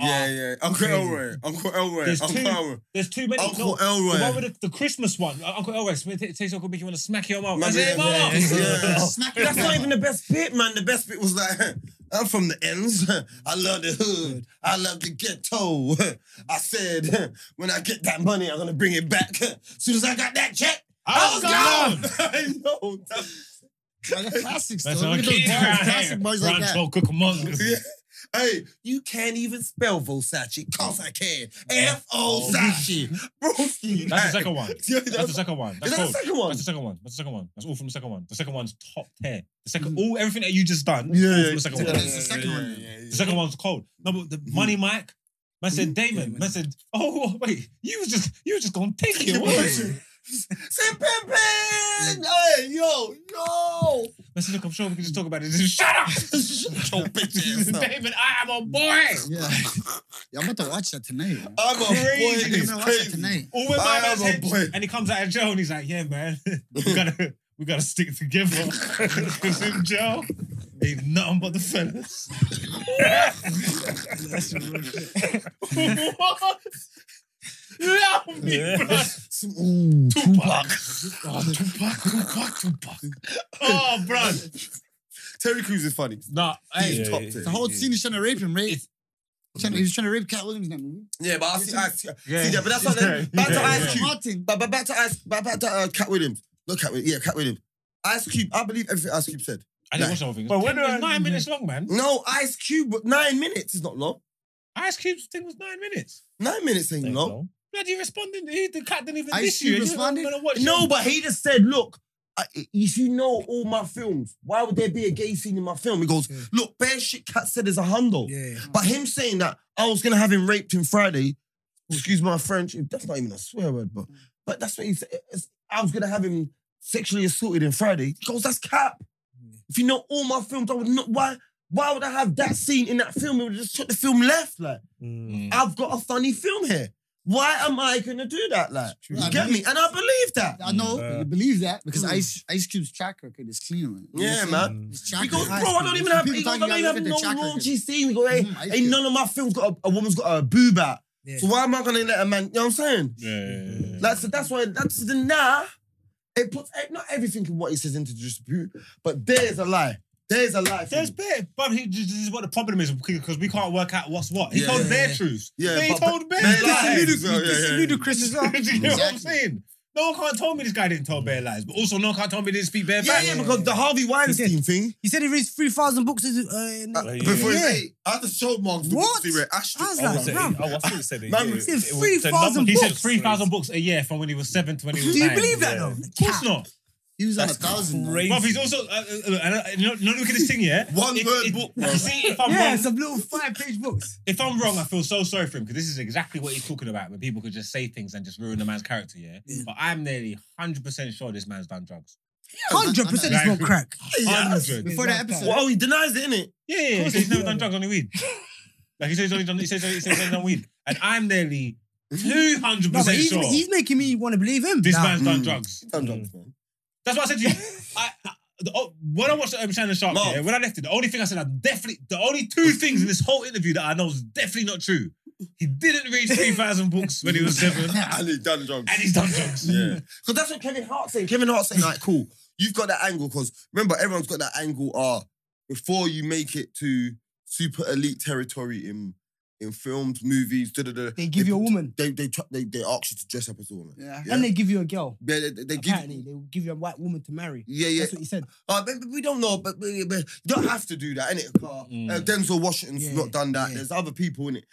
Yeah, are- yeah. Uncle Crazy. Elroy. Uncle Elroy. There's Uncle two- Elroy. there's too many. Uncle no, the one Elroy. with the, the Christmas one, uh, Uncle Elroy, it takes Uncle Mickey, you want to smack your mum. Man, That's it, yeah, mama. yeah, yeah. smack That's your not mama. even the best bit, man. The best bit was like, I'm from the ends. I love the hood. I love the ghetto. I said, when I get that money, I'm gonna bring it back. Soon as I got that check, I was gone. I know. Like the classics, though. That's Look our at those kid bars, right here. classic bars like Ranch that. or Cucamonga. Yeah. Hey, you can't even spell Versace. Cause I can. F Oh, O Sachi. Broski. That's the second one. Yeah, That's the second one. Is That's that cold. the second one? That's the second one. That's the second one. That's all from the second one. The second one's top tier. The second, all everything that you just done. Mm-hmm. Yeah, all yeah, from the second yeah, one. yeah, That's the yeah, second yeah, one. yeah, yeah. The second one's cold. No, but Mm-hmm. the money, Mike. Man said, Damon. Man said, oh wait, you was just you was just gonna take it. Yeah. weren't you? Say pimpin'! Hey, yo, yo! Man said, look, I'm sure we can just talk about it. He said, Shut up, Shut your bitch ass up. Damon. I am a boy. Yeah. yeah, I'm about to watch that tonight. man. I'm a boy. I'm Crazy. It's gonna watch that crazy. tonight. All with my I man's am a head. boy. And he comes out of jail and he's like, yeah, man, we gotta we gotta stick together. Cause in jail, ain't nothing but the fellas. what? Love me, bro. Some, ooh, Tupac. Oh, Tupac, Tupac, Tupac. Oh, bro. Terry Crews is funny. Nah, hey. He's top tier. The whole scene is trying to rape him, right? It's- Trying to- he was trying to rape Cat Williams in that movie. Yeah, but I see, I see, Yeah. see that. But that's not that. Back to Yeah, Ice Cube. Martin. But, but back to Ice, but back to uh, Cat Williams. Not Cat Williams. Yeah, Cat Williams. Ice Cube. I believe everything Ice Cube said. I didn't watch the whole thing. It But was when ten- it was do I- nine minutes long, man. No, Ice Cube. but Nine minutes is not long. Ice Cube's thing was nine minutes. Nine minutes ain't long. Bloody responding. He, the cat didn't even Ice diss Cube you. and you're not responded? gonna watch No, him. but he just said, look, I, if you know all my films, why would there be a gay scene in my film? He goes, Yeah. look, Bear Shit Cat said is a hundo. Yeah. But him saying that "Oh, I was gonna have him raped in Friday, excuse my French, that's not even a swear word, but but that's what he said. It's- I was gonna have him sexually assaulted in Friday. He goes, that's cap. Mm. If you know all my films, I would not why why would I have that scene in that film? It would just took the film left. Like, Mm. I've got a funny film here. Why am I gonna do that? Like, true. you get me? And I believe that. I know Uh, Mm. you believe that because Mm. Ice Ice Cube's track record is clean, man. You know what Yeah, I'm man. saying? His track He goes, bro, record- I don't even have, he People goes, I talking don't about even look at have no the raunchy track scene. He goes, hey, record. Mm, Ice ain't Cube. none of my films got a, a woman's got a boob out. Yeah. So why am I gonna let a man, you know what I'm saying? Yeah, yeah, yeah, yeah. Like, so that's why, that's the nah. It puts eh, not everything in what he says into dispute, but there's a lie. There's a lie. for There's me. bear, but he, this is what the problem is because we can't work out what's what. He Yeah, told yeah, their yeah. truth. Yeah, they but- told bear Bear lies. lies. Yeah, yeah, yeah. ludicrous as well. Do you know what I'm Exactly. saying? No one can't tell me this guy didn't tell bear lies, but also no one can't tell me he didn't speak bear Yeah, facts. yeah, because the Harvey Weinstein thing. He said he reads 3,000 books. as- Uh, in- uh, yeah. Before Yeah. he, I had to show Mark the What? book he read. I should- I was I like, was saying, Ram, oh, I was saying Man, we it. said It was- 3,000 the number- He said books. three thousand books a year from when he was seven to when he was do you nine. believe that yeah. though? Of course not. He was That's at a thousand. man. crazy. But he's also, uh, uh, uh, and, uh, you know, you know, look at this thing, yeah? One If- word if- book, you see, if I'm Yeah, wrong, some little five-page books. if I'm wrong, I feel so sorry for him because this is exactly what he's talking about when people could just say things and just ruin the man's character, yeah? But I'm nearly 100% sure this man's done drugs. Hundred percent, it's not crack. Yes. 100. Before It's the not crack. episode. Well, oh, he denies it, innit? Yeah, yeah, yeah. course So he's he never did. done drugs, only weed. like he says, he's only done, he says, he says he's only done weed, and I'm nearly two hundred No, but percent he's, sure he's making me want to believe him. this Nah. man's done Mm. drugs. He's done drugs, man. That's what I said to you. I, I, the, oh, when I watched um, Shannon Sharp, Mark. yeah, when I left it, the only thing I said, I definitely, the only two things in this whole interview that I know is definitely not true. He didn't read three thousand books when he was seven, and and he's done drugs. he's done drugs. Yeah. Because that's what Kevin Hart saying. Kevin Hart saying, like, cool, you've got that angle. Because remember, everyone's got that angle. Uh, before you make it to super elite territory in in films, movies, da da da. They give you a woman. They they try- they, they ask you to dress up as a woman. Yeah. Yeah. And they give you a girl. Yeah, they, they- they give. Apparently, they will give you a white woman to marry. Yeah, yeah. That's what he said. Uh, but, but we don't know, but, but, but you don't have to do that, innit? Uh, Mm. uh, Denzel Washington's Yeah, not done that. yeah. There's other people in it.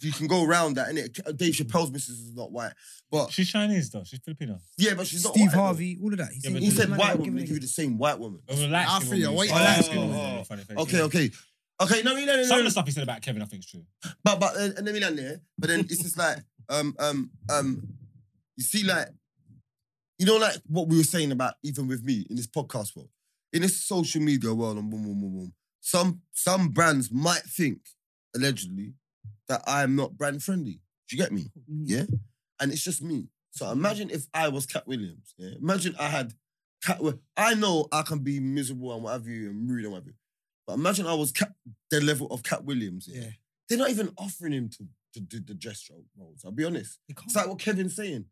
You can go around that, innit? Uh, Dave Chappelle's missus is not white, but She's Chinese though. She's Filipino. yeah, but she's not. Steve white, though. Harvey, all of that. He Yeah, but He Does said man, white they'll woman, they give give you it the same white woman. A relaxed Alfred, woman, yeah, wait, she's oh, relaxed woman, oh, yeah, funny face, Okay, yeah. okay, okay. No, no, no, no. Some no. of the stuff he said about Kevin, I think is true. But but uh, and let me land there. But then it's just like um um um, you see like, you know like what we were saying about even with me in this podcast world, in this social media world and boom boom boom boom. Some some brands might think allegedly that I am not brand friendly. Do you get me? Yeah, and it's just me. So Mm-hmm. imagine if I was Cat Williams. Yeah, imagine I had Cat. Wi- I know I can be miserable and what have you and rude and what have you. But imagine I was Cat, the level of Cat Williams. yeah Yeah. they're not even offering him to, to do the gesture roles. I'll be honest. Oh. They can't. It's like what Kevin's saying.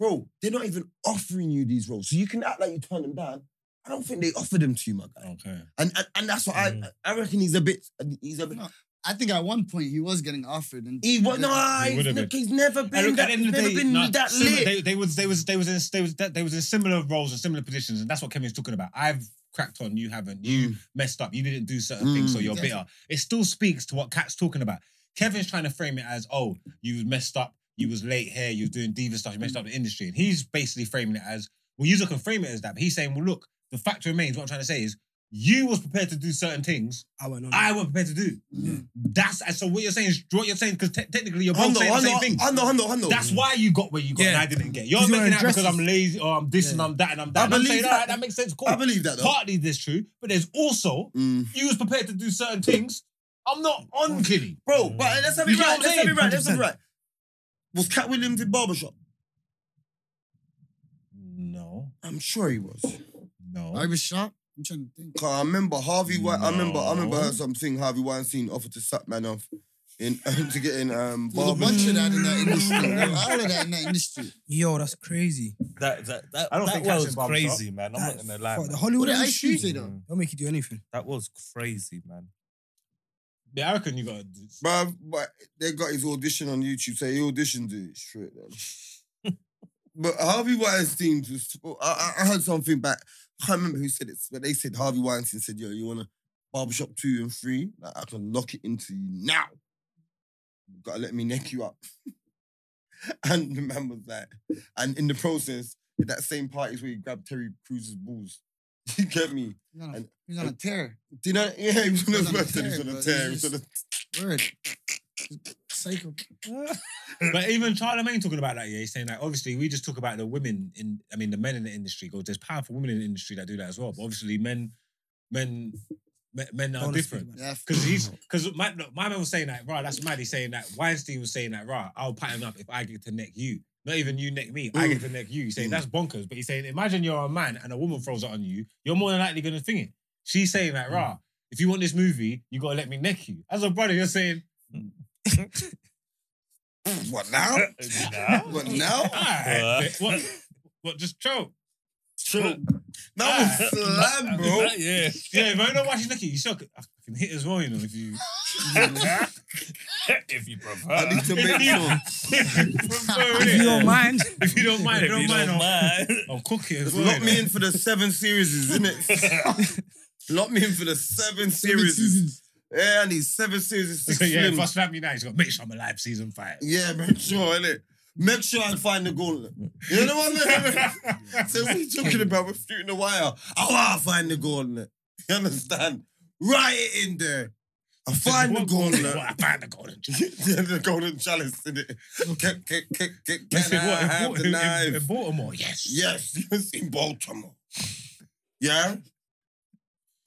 Bro, they're not even offering you these roles. So you can act like you turn them down. I don't think they offered them to you, my guy. Okay. And and, and that's what Mm. I I reckon he's a bit he's a bit No. I think at one point he was getting offered, and he was no He he's, would've ne- he's never been And look, that, at the he's end of the never day, been nah, that similar- lit. They, they was they was they was in they was that they was in similar roles and similar positions, and that's what Kevin's talking about. I've cracked on, you haven't. You messed up. You didn't do certain things, so Mm. you're Yeah. bitter. It still speaks to what Kat's talking about. Kevin's trying to frame it as, oh, you messed up. You was late here. You was doing diva stuff. You messed up the industry, and he's basically framing it as, well, you can frame it as that. But he's saying, well, look, the fact remains. What I'm trying to say is, you was prepared to do certain things. I went on. I wasn't prepared to do. Mm. That's and so. What you're saying is what you're saying because te- technically you're both Hundo, saying the same Hundo, thing. Hundo, Hundo, Hundo. That's why you got where you got Yeah. and I didn't get. You're Because you making were that because addresses. I'm lazy or I'm this and Yeah. I'm that and I'm I that. And I'm believe saying, that. all right, that makes sense. Cool. I believe that though. Partly this true, but there's also Mm. you was prepared to do certain things. I'm not on Killy. Bro, but let's have You it get right. what I'm Let's have it saying? right. Let's have it right. Was Cat Williams in barbershop? No, I'm sure he was. no. barber shop. I'm trying to think. Cause I remember Harvey. Wi- I remember. I remember No. her something Harvey Weinstein offered to suck man off in to get in um There's a barber. bunch of that in mm. that industry. There's all of that in that industry. Yo, that's crazy. That that that, I don't that think that's was in Barbershop. crazy, man. I'm not That- gonna lie. fuck, man. Mm, The Hollywood What did Ice Cube industry. say though? They'll make you do anything. That was crazy, man. Yeah, I reckon you got. Bruv, but they got his audition on YouTube, so he auditioned it straight then. but Harvey Weinstein was. I, I I heard something back. I can't remember who said it, but they said Harvey Weinstein said, "Yo, you wanna barbershop two and three? Like, I can lock it into you now. You gotta let me neck you up." and the man was like, and in the process, that same party is where he grabbed Terry Cruz's balls. You get me? He's on a, And- he's on a tear. Do you know? Yeah, he was on He was on a the tear. He was on tear, a bro. He tear. He was on a Word. Psycho. But even Charlemagne talking about that, yeah, he's saying like obviously we just talk about the women in, I mean the men in the industry. Because there's powerful women in the industry that do that as well. But obviously men, men, men, men Don't are wanna speak different. about it. Yeah. Because he's because my look, my man was saying that, right? That's mad. He's saying that Weinstein was saying that, right? I'll pattern up if I get to neck you. Not even you neck me. I get to neck you. He's saying Mm. that's bonkers. But he's saying, imagine you're a man and a woman throws it on you. You're more than likely going to think it. She's saying that, right? If you want this movie, you gotta let me neck you. As a brother, you're saying, What now? What now? all right, what, what, just choke. Chill. ah, That was slam, bro. yeah. Yeah, but you know why she's necking you. She'll I can hit as well, you know, if you. if you prefer. I need to make sure. If you don't mind, If you don't mind, if you don't mind, I'll, I'll cook it as well. Lock you me know. in for the seven series, isn't it? Lock me in for the seven series. Series. Yeah, I need seven series. So, yeah, if I yeah, slap you now, he's got to make sure I'm alive season five. yeah, make sure, innit? Make sure I find the gauntlet. You know what I mean? so what are you talking about? We're shooting the wire. I want to find the gauntlet. You understand? Write it in there. I find the What gauntlet? gauntlet. I find the golden yeah, the golden chalice in it. Can, can, can, can, You can said I have what? In Bal- the in- in- knife? In Baltimore, yes. Yes, he was in Baltimore. Yeah?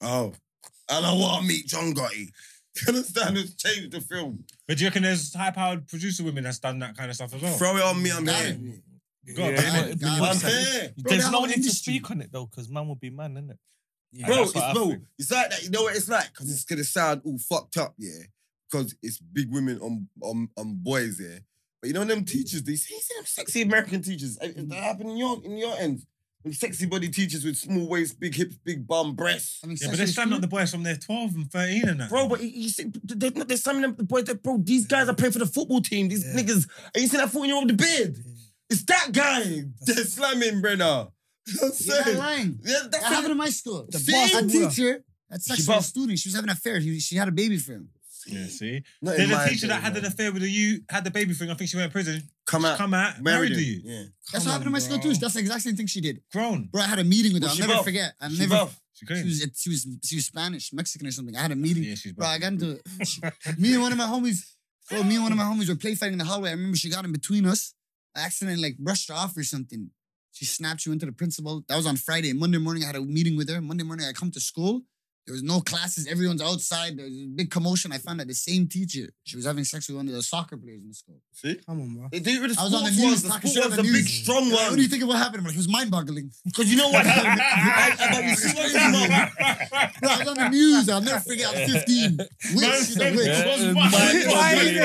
Oh. And I want to meet John Gotti. You understand? It's changed the film. But do you reckon there's high-powered producer women that's done that kind of stuff as well? Throw it on me, I'm Gotta here. be. God, Yeah. man. Gotta- gotta I'm be. here. There's that no whole need to industry- speak on it though, because man will be man, isn't it? Bro, That's it's, what I bro think. it's like that. You know what it's like? Because it's going to sound all fucked up, yeah? Because it's big women on, on, on boys, yeah? But you know them teachers, they say, see them sexy American teachers. Eh, That happen in your, in your end. Them sexy body teachers with small waist, big hips, big bum, breasts. I mean, Yeah, but they're slamming up the boys from their 12 and 13 and that. Bro, but you see, there's, there's some of them, boys that, bro, these guys are playing for the football team. These niggas, and you see that 14 year old with the beard? It's that guy. They're slamming, Brenner. You know what I'm You're not saying? lying. Yeah, That that's happened it. in my school. The See? boss A Bruh. teacher had sex She with a buff- student. She was having an affair. He, she had a baby for him. Yeah, see? Not in There's a my teacher that day, had man. an affair with a you, had the baby thing. I think she went in prison. Come She's out. Come out, Married married him. you. Yeah. That's what Come happened in my on, school bro. too. That's the exact same thing she did. Grown. Bro, I had a meeting with her. Was I'll she never buff? forget. I'll She never. buff. She clean. She was, she was she was Spanish, Mexican, or something. I had a meeting. yeah, she's Bro, I black. got into me and one of my homies. Bro, me and one of my homies were play fighting in the hallway. I remember she got in between us. I accidentally like brushed her off or something. She snapped. She went to the principal. That was on Friday. Monday morning, I had a meeting with her. Monday morning, I come to school. There was no classes. Everyone's outside. There was a big commotion. I found out the same teacher. She was having sex with one of the soccer players in the school. See? Come on, bro. They do it with the I was on the sports news ones. The talking sport shit on ones, the the big, news. strong Like, what do you ones. think of what happened? I'm like, it was mind boggling. Because you know what? I, I, but you see what it is, man? I was on the news. I'll never forget. I was 15. Witch, she's a witch. Me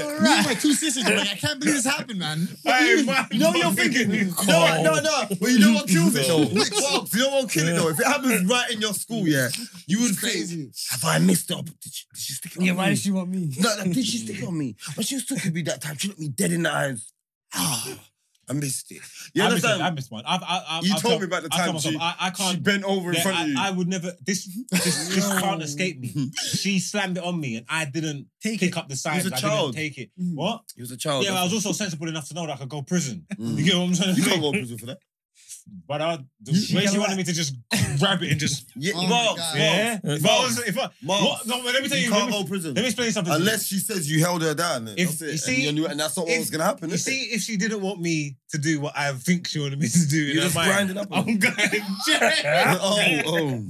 and my two sisters were like, I can't believe this happened, man. You know what you're thinking? You know what? No, no. But you know what kills it, though? Fuck, You know what kills it, though? If it happens right in your school, yeah, you would think, Crazy. have I missed the opportunity? Did she, did she stick it on Yeah, me? why does she want me? No, no, did she stick it on me? But she was talking to me that time. She looked me dead in the eyes. Ah, I missed it. You I missed, it. understand? I missed one. I've, I, I, you I've told done- me about the I told time she, myself, I, I can't. she bent over in yeah, front I, of you. I would never. This this, this can't escape me. She slammed it on me, and I didn't Take pick up the signs. a I child. Mm-hmm. didn't take it. What? he was a child. yeah, I was also sensible enough to know that I could go prison. Oh, Mm. You get what I'm saying? you can't go to prison for that. But I, the You- you way she can wanted lie. me to just grab it and just Yeah, Oh my Um, Mark, God. yeah. If I was, if I, Mark, what, no, but let me tell you. can't Let me, go to prison. let me explain something. to you. Unless she says you held her down. then If- that's it. you And see- you knew- and that's not what if- was going to happen. You is it? see, if she didn't want me to do what I think she wanted me to do, You're in her just mind, grinding up on I'm going to jail. oh, oh. No,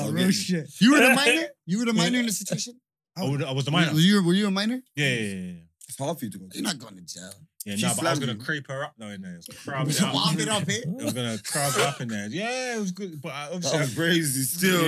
Okay. real shit. You were the minor? You were the minor in the situation? I, would- I was the minor. Were you, were you a minor? Yeah, yeah, yeah. yeah. It's hard for you to go. You're not going to jail. Yeah, She no, but I was slammed gonna you. creep her up though in there. It was crowd it up. Wop it up, eh? It was gonna crowd her up in there. Yeah, it was good. But I, obviously, That was crazy still.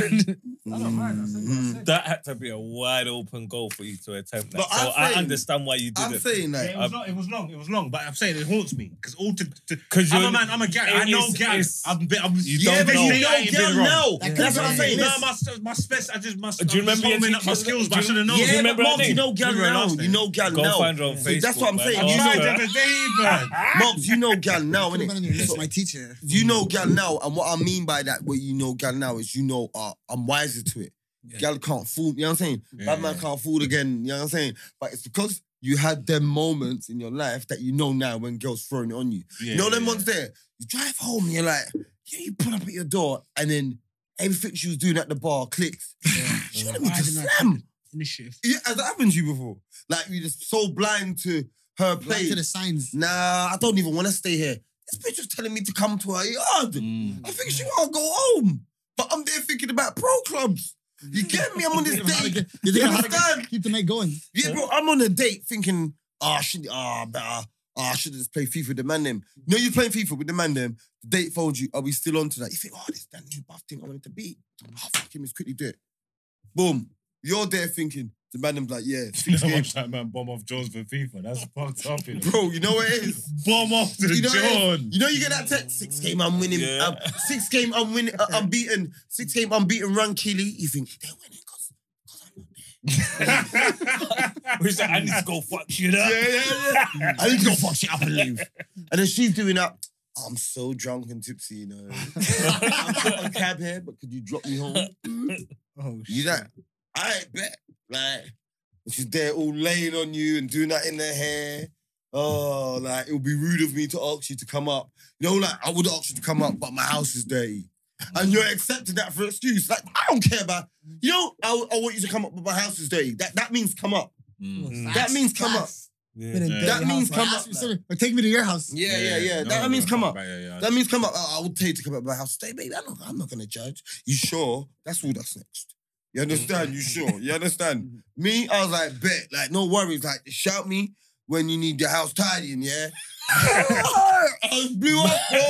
Mm-hmm. Mm. That had to be a wide open goal for you to attempt that. But so I'm I saying- understand why you did I'm it. saying Yeah, that. it, was long, it was long. It was long. But I'm saying it haunts me because all to, to Because I'm a man. I'm a guy. I it know is- guy. it's- I'm, bit- I'm You yeah, don't but know. you Say I know, ain't girl, been wrong. no. That That's what I'm could've saying. been No, This- my my spec. I just must. Uh, Do you I'm just remember your holding up my teacher? skills? But Do I you- should have known. yeah, Do you remember but her Mobs, you name? know gal Remember her now. last You name? know gal Go now. find her on See, that's Facebook, what I'm man. saying. Go You find know, her. Elijah the David. Mobs, you know gal now, Could have been on innit? your list, my teacher. You mm. know gal now, and what I mean by that, what you know gal now is you know uh, I'm wiser to it. Gal can't fool, you know what I'm saying? Bad man can't fool again, you know what I'm saying? But it's because you had them moments in your life that you know now when girls throwing it on you. you know them ones there. You drive home, you're like, yeah, you pull up at your door, and then everything she was doing at the bar clicks. She wanted me Why to didn't I slam. Initiative. Yeah, has that happened to you before? Like you're just so blind to her Back play. to the signs. Nah, I don't even want to stay here. This bitch was telling me to come to her yard. I think she want to go home, but I'm there thinking about pro clubs. You get me? I'm on this date. You You think I'm understand? keep the night going? Yeah, bro, I'm on a date thinking, ah, should ah, better, ah, I should just play FIFA with the man them. No, you're playing FIFA with the man them. The date phones you. Are we still on tonight? You think, oh, this that new buff thing I wanted to beat. Oh, fuck him, let's quickly do it. Boom. You're there thinking, the man them's like, yeah, six games. Watch that man bomb off Jones for FIFA. That's fucked up. You know? Bro, you know what it is? Bomb off to You the know what it is? John. You know you get that text. Six game I'm winning. Yeah. Um, six game I'm winning. Uh, unbeaten. Six game unbeaten. Run Keely. You think they're winning because I'm not Who's that? I need to go fuck shit up. yeah, yeah. I need to go fuck shit up and leave. And then she's doing that. I'm so drunk and tipsy, you know. I've got a cab here, but could you drop me home? Oh, You shit. that? I bet. Like, And she's there all laying on you and doing that in her hair. Oh, like it would be rude of me to ask you to come up. You know, like I would ask you to come up, but my house is dirty. And you're accepting that for excuse. Like, I don't care about, you know, I, I want you to come up, but my house is dirty. That that means come up. Mm. That means come up. Been in Yeah. dirty That means house, like, come up. Ask me something, Or take me to your house. Yeah, yeah, yeah. No, That no, means no, come up. back, Yeah, yeah. That means come up. I, I would tell you to come up to my house. Stay, baby. I don't, I'm not going to judge. You sure? That's all that's next. You understand? You sure? You understand? me, I was like, bet. Like, no worries. Like, shout me when you need your house tidying, yeah? I was blew up, bro.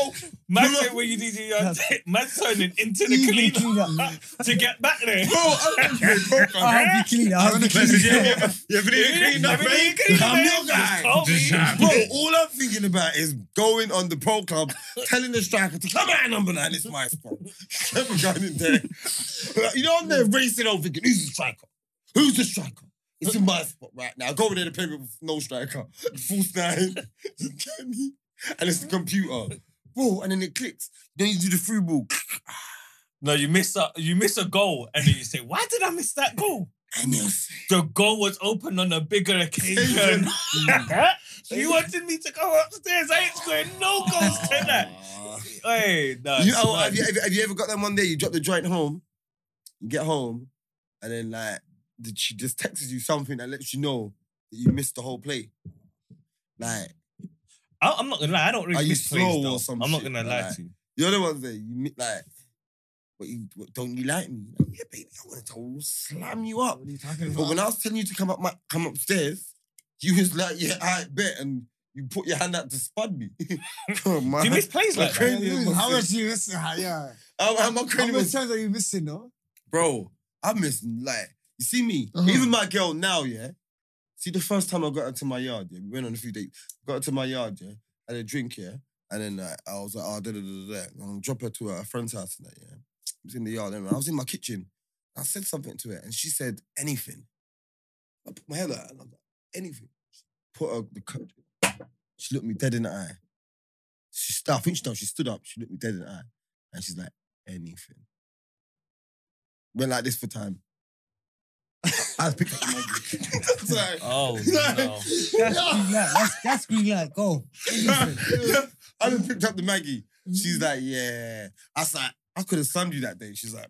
Man No, no. said when you did your man turning into the Even cleaner to get back there. Bro, I'm not I'll be clean. I'll be Listen, clean. yeah, yeah, yeah, if it ain't clean up, Everything mate. clean up, I'm mate. your guy. Just Just tell me. shut Bro, up. all I'm thinking about is going on the pro club, telling the striker to come out at number nine. It's my spot. Never going in there. Like, You know, I'm there racing over thinking, who's the striker? Who's the striker? It's in my spot right now. Go over there to play with no striker. False nine. You get me? And it's the computer. Bro, and then it clicks. Then you do the free ball. No, you miss a you miss a goal, and then you say, "Why did I miss that goal?" And you'll see. The goal was open on a bigger occasion. you wanted me to go upstairs. I ain't scoring no goals tonight. Ah. Hey, no. You, it's oh, mad. have, you, have, you, have you ever got that one day you drop the joint home, you get home, and then like the- she just texts you something that lets you know that you missed the whole play? Like I, am not gonna lie. I don't really. Are you miss plays, slow though. or some I'm not shit like gonna lie that? to you. the other ones that you mi- like, what you what, don't you like me? Like, yeah, baby, I wanted to slam you up. What are you talking But when I was telling you to come up my come upstairs, you was like, yeah, I bet, and you put your hand out to spud me. oh, man. Do you miss plays My like that? crazy was- How much you missing? How- Yeah. How, how my How cranium many was times are you missing, no? bro, I miss like you see me, Uh-huh. even my girl now, yeah. See the first time I got her to my yard, yeah, we went on a few dates, got her to my yard, yeah, had a drink, yeah, and then like, I was like, oh, da da da da, da. and I'll drop her to her friend's house tonight, yeah. I was in the yard, and I was in my kitchen. I said something to her, and she said anything. I put my head out, and I was like, anything. Put her the cut. She looked me dead in the eye. She stood. I think she, no, she stood up. She looked me dead in the eye, and she's like, anything went like this for time. I was picking up my Sorry. Oh no. That's green light. That's- That's green light. Go. I just picked up the Maggie. She's Mm-hmm. like, yeah. I was like, I could have sunned you that day. She's like,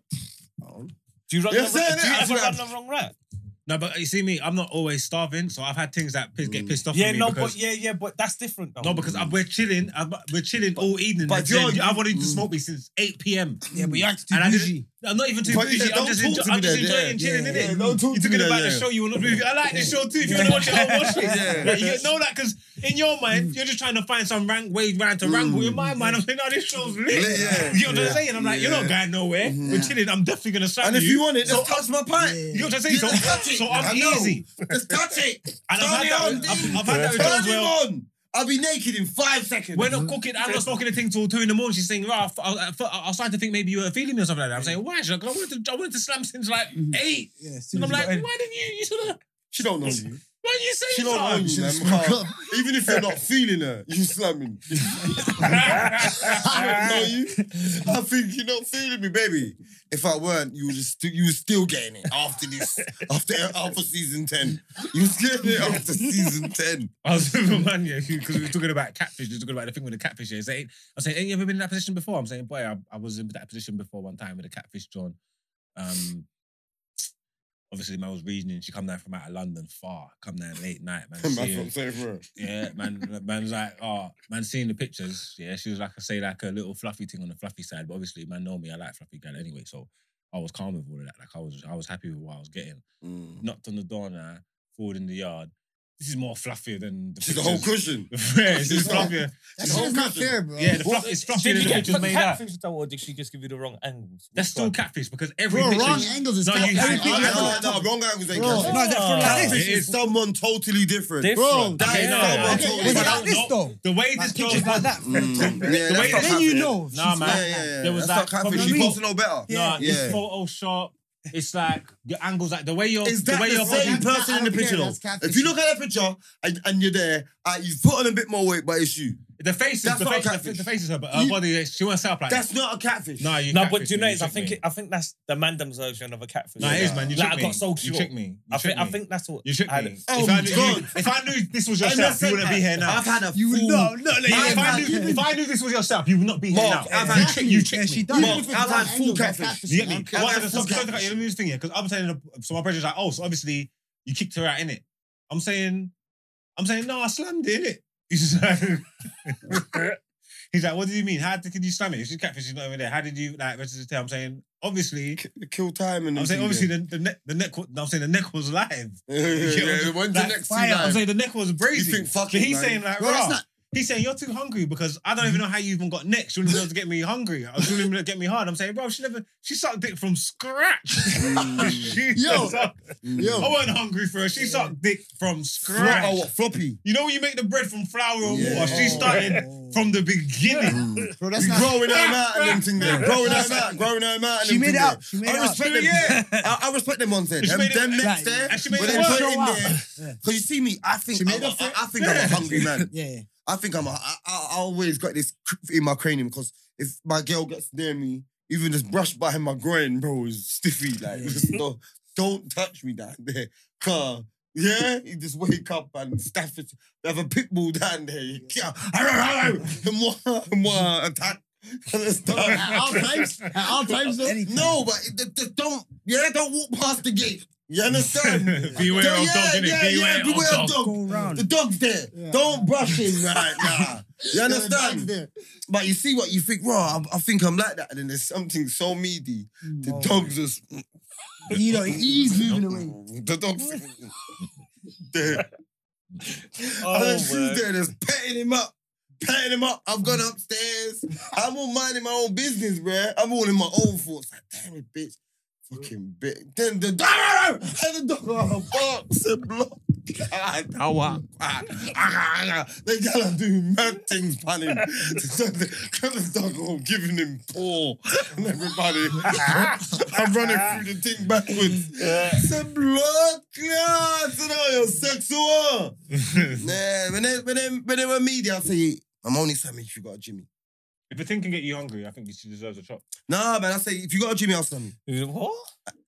oh. Do you run? Yeah, the, I'm do you saying it, ever that's what run the wrong route? No, but you see me, I'm not always starving, so I've had things that piss, get Mm. pissed off. Yeah, at me no, because, but yeah, yeah, but that's different. Though. no, because I'm, we're chilling. I'm, we're chilling all evening. but But you're, you're- I've wanted you to Mm. smoke me since 8 p.m. Yeah, but you act too And I didn't- bougie. I'm not even too But busy. yeah, I'm don't just, talk enjoy, to me I'm just then, enjoying yeah. chilling, innit? Yeah, yeah, don't talk to You're me talking then, about yeah. the show you want to review. I like the show too. If you Yeah. want to watch it, I'll watch it. Yeah. Mm. Like, you get- know that because in your mind, you're just trying to find some rank way round to rank. With in my mind, I'm saying, no, this show's lit. Lit, yeah. You know what Yeah. I'm saying? I'm like, you're not going nowhere. We're chilling. I'm definitely going to slap And if you want it, So just touch my pint. Yeah. You know what I'm saying? So, Touch it. so I I'm know. easy. Just touch it. And I've Turn had, it that, on, I've, D. I've had that with Turn Jones him well. on. I'll be naked in five seconds. We're Mm-hmm. not cooking. I'm not smoking a thing till two in the morning. She's saying, "Rah, I, I, I was starting to think maybe you were feeling me or something like that." I'm saying, "Why?" She's like, "'Cause "I wanted to, I wanted to slam since like eight. Yeah, as soon And I'm as like, Mm-hmm. you got in. "Why didn't you? You should have. She don't know you. Why didn't you say She don't know something?" you, man. because Even if you're not feeling her, you slamming. She don't know you. I think you're not feeling me, baby. If I weren't, you would just st- you were still getting it after this, after after season ten. You was getting it after season ten. I was with a man, yeah, because we were talking about catfish. We were talking about the thing with the catfish. Yeah, saying, I was saying, "Ain't you ever been in that position before?" I'm saying, "Boy, I, I was in that position before one time with a catfish, John." Um, obviously, man was reasoning. She come down from out of London, far, come down late night, man. That's see what her. I'm saying, bro. Yeah, man, man's like, oh, man, seeing the pictures. Yeah, she was like, I say, like a little fluffy thing on the fluffy side, but obviously, man, know me, I like fluffy gal anyway, so I was calm with all of that. Like, I was, I was happy with what I was getting. Mm. Knocked on the door now, forward in the yard. This is more fluffier than the She's a pictures. whole cushion. yeah, this is fluffier. That shit is not fair, bro. Yeah, the fluff, it's fluffier than Did you the get pictures made out. catfish though, or did she just give you the wrong angles? That's Which still one? catfish because every Bro, picture. wrong angles is No, tough. you- Every I- picture I- is No, tough. no, wrong angles ain't Bro, catfish. No, that's from like Catfish this. is someone totally different. Different. Bro, That Okay, is no, someone okay, totally It's But different. I like don't this know. though. The way Like this pictures girl's like that. Mm, yeah, The that's way that- Then not you happening. know. Nah, she's man. like Yeah, yeah, that. yeah. There was That's not like- catfish. for She me- posts no better. Yeah. Nah, it's Photoshop. It's like your angles, like the way you're, Is that the way the you're same body- person in the That's picture though? catfish. If you look at that picture and, and you're there, uh, you've put on a bit more weight, but it's you. The face is That's the not a face, the, catfish. the face is her, but her You- body. She won't set up like that. That's not a catfish. No, you No, catfish but do you me, know, it's, I tricked think me. it, I think that's the Mandem's version of a catfish. No, it is, man. You like, tricked I me. got so You short. tricked me. You I think, tricked I me. think that's what. You tricked I- me. Oh if, I my knew, God. if I knew this was And yourself, that's you it, wouldn't be man. here now. I've had a You full- no, no, no. I've if, I had- knew, if I knew this was yourself, you would not be here Mark, now. I've you had- tricked, you tricked she me. does. Mark, I've had full catfish. You get me? I've What's had the full sub- sub- catfish. you know this thing here? Because I'm saying, the- so my brother's like, oh, so obviously you kicked her out in it. I'm saying, I'm saying, no, I slammed it in it. He's like, he's like, what do you mean? How did, could you slam it? If she's catfish, she's not even there. How did you like register? to tell? I'm saying, obviously, Kill time and I'm saying, obviously the, the neck, the neck, wa- I'm saying the neck was live. yeah, when's the Like, next fire. I'm time? saying the neck was brazy. think fuck But it, he's man. saying like, Bro, "Rah." that's not. He's saying you're too hungry because I don't even know how you even got next. You wouldn't be able to get me hungry. I was wouldn't be able to get me hard. I'm saying, bro, she never she sucked dick from scratch. She Yo. sucked- I Mm. Yo, wasn't hungry for her. She sucked dick from scratch. oh, what, floppy. You know when you make the bread from flour and Yeah. Oh. water, Oh. she started from the beginning. Bro, that's not. Growing them out and them thing there. Growing them out, growing them out. and She them made thing it there. up. She made I it up. respect them. Yeah, I, I respect them ones there. She Them, made it- them next Right. there, And she made but it they work. put it in Show up. there. Yeah. Cause you see me, I think She I'm made a, it I, I think I'm a hungry man. Yeah, yeah. I think I'm. A, I, I I always got this cr- in my cranium because if my girl gets near me, even just brush by my groin, bro, is stiffy. Like, just no, don't touch me down there, car. Yeah, you just wake up and staff it. They have a pit bull down there. Yeah, more, more attack. At all times, at all times, though. Anything. No, but it- it- it don't. Yeah, don't walk past the gate. You understand? Beware yeah, of dog, yeah, innit? yeah, Beware yeah, of beware of dog. dog. Go round. Oh, The dog's there. Yeah. Don't brush him right now. You Yeah, understand? that's there. But you see what you think, raw. I, I think I'm like that, and then there's something so meaty. The Oh. dog just You know, he's moving away. the dog. there. Oh, and then she's there just patting him up, patting him up. I've gone upstairs. I'm all minding my own business, bruh. I'm all in my own thoughts. Like, damn it, bitch. Fucking bitch. Then the dog and the dog on a box and block. God, I want. They gotta do mad things, panning. Because the dog all giving him paw and everybody. I'm running through the thing backwards. Some blood clots and all your sexual. Nah, when they, when they, when they were media, I say, I'm only slamming if you got a Jimmy. If a thing can get you hungry, I think she deserves a chop. Nah, man, I say, if you got a Jimmy, I'll slam you. What?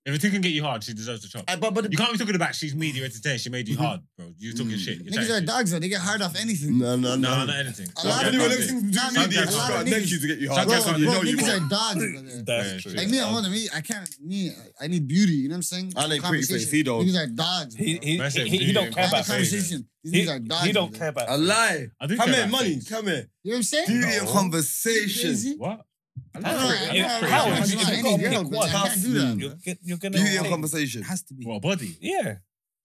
If a thing can get you hard, she deserves a chop. I- But, but, You can't be talking about she's media entertained. She made you hard, bro. You're talking Mm. shit. You're Niggas are chatting shit. dogs though. They get hard off anything. no, no, no. No, not anything. A lot of Anyone niggas- else can do Nah, media, niggas- a if you lot of got a neck, niggas- you to get you Bro, hard. bro, That's how you know you niggas want. are dogs. brother. Yeah, That's true. Like me, I want to meet. I can't me. I need beauty. You know what I'm saying? I like pretty Conversation. face, he don't. Niggas are dogs. He, bro. he, Man he, said he, do don't it, care Have man. the about That's crazy. conversation. These He, niggas are dogs. he don't brother. care about A lie. I do Come care here, about money. things. Come here. You know what I'm saying? Beauty and No. conversation. Crazy. What? I I love don't it. know, I I don't love know, it. I How? don't know, If I you've don't got know, I don't know, I can't do that. to pick one, you're, g- you're gonna Beauty and take- conversation. Has to be. Well, body. Yeah,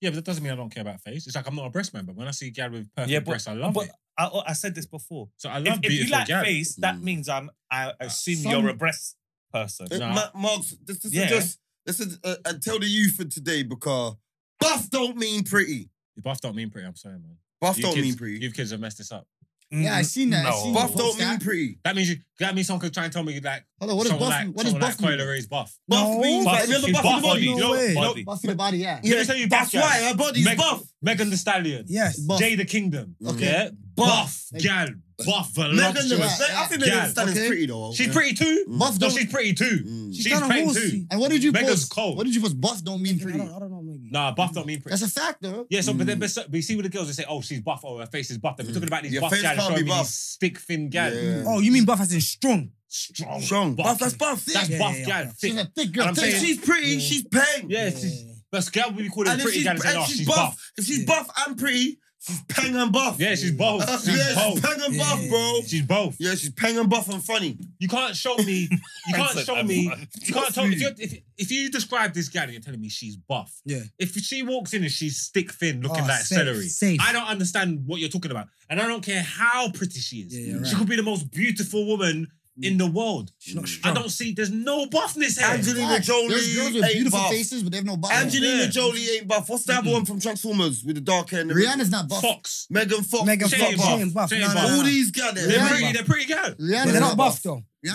Yeah, but that doesn't mean I don't care about face. It's like I'm not a breast man, but when I see Gary with perfect Yeah, but- breasts, I love but it. I, I said this before. So I If, love if you beautiful like Gary. face, that Mm. means I'm. I assume some- you're a breast person. Uh, Nah. Ma- Marks, this, this Yeah. is just this is uh, and tell the youth for today because buff don't mean pretty. Your buff don't mean pretty. I'm sorry, man. Buff You don't kids, mean pretty. You kids have messed this up. Yeah, I seen that. I No. seen Buff don't What's mean that? pretty. That means you. That means someone could try and tell me like Hold on, what is someone buff? like what is someone buff? like mean? Coiler is buff. Buff No. means Buff- remember she's buff, buff the body. body. you know? way. No, Body. Buff in the body, yeah. Let me tell you that's buff, why her body's Meg- buff. Megan the Stallion. Yes. Buff. Jay the Kingdom. Okay. Yeah. Buff. Like- Gal. Buff. Megan, the, Voluptuous. I think they Yeah. understand it's Okay. pretty though. She's pretty too. Mm. Buff No, don't. she's pretty too. Mm. She's kinda pretty horsey. too. And what did you Megan's post? cold. What did you post? Buff don't mean I pretty. don't, I don't know, maybe. Nah, buff don't mean pretty. That's a fact, though. Yeah, so but, then, Mm. but, so, but you see with the girls, they say, "Oh, she's buff. or her face is buff." They're Mm. talking about these Your buff face gals can't showing be me buff. these stick thin gals, Yeah. Oh, you mean buff as in strong? strong, Strong. Buff, that's buff. That's Yeah, buff yeah, gal, yeah. She's a thick. thick girl. And I'm So thick. if saying- she's pretty, Yeah. she's peng. Yeah, she's that's gal we call it And if pretty she's, gal. and And oh, she's she's buff. buff. if she's Yeah. buff and pretty, she's peng and buff. Yeah, she's both. Uh, She's yeah, she's both. peng and Yeah. buff, bro. She's both. Yeah, she's peng and buff and funny. You can't show me. You can't show me. You can't tell me if, you're- if, if you describe this gal, and you're telling me she's buff. Yeah. If she walks in and she's stick thin, looking Oh, like safe, celery, safe. I don't understand what you're talking about, and I don't care how pretty she is. Yeah, yeah, She right. could be the most beautiful woman in the world. She's not I strong. don't see. There's no buffness here. Angelina Fact. Jolie There's girls with ain't beautiful buff. faces, but they have no body. Angelina Yeah. Jolie ain't buff. What's that Mm-mm. one from Transformers with the dark hair? And the- Rihanna's not buff. Fox. Megan Fox. Megan She's Fox, not Shane buff. Buff. Shane Buff. Shane No, no, Buff. no. All these guys. They're Rihanna. pretty. They're pretty gal. Rihanna's They're Rihanna's not buff though. Rihanna's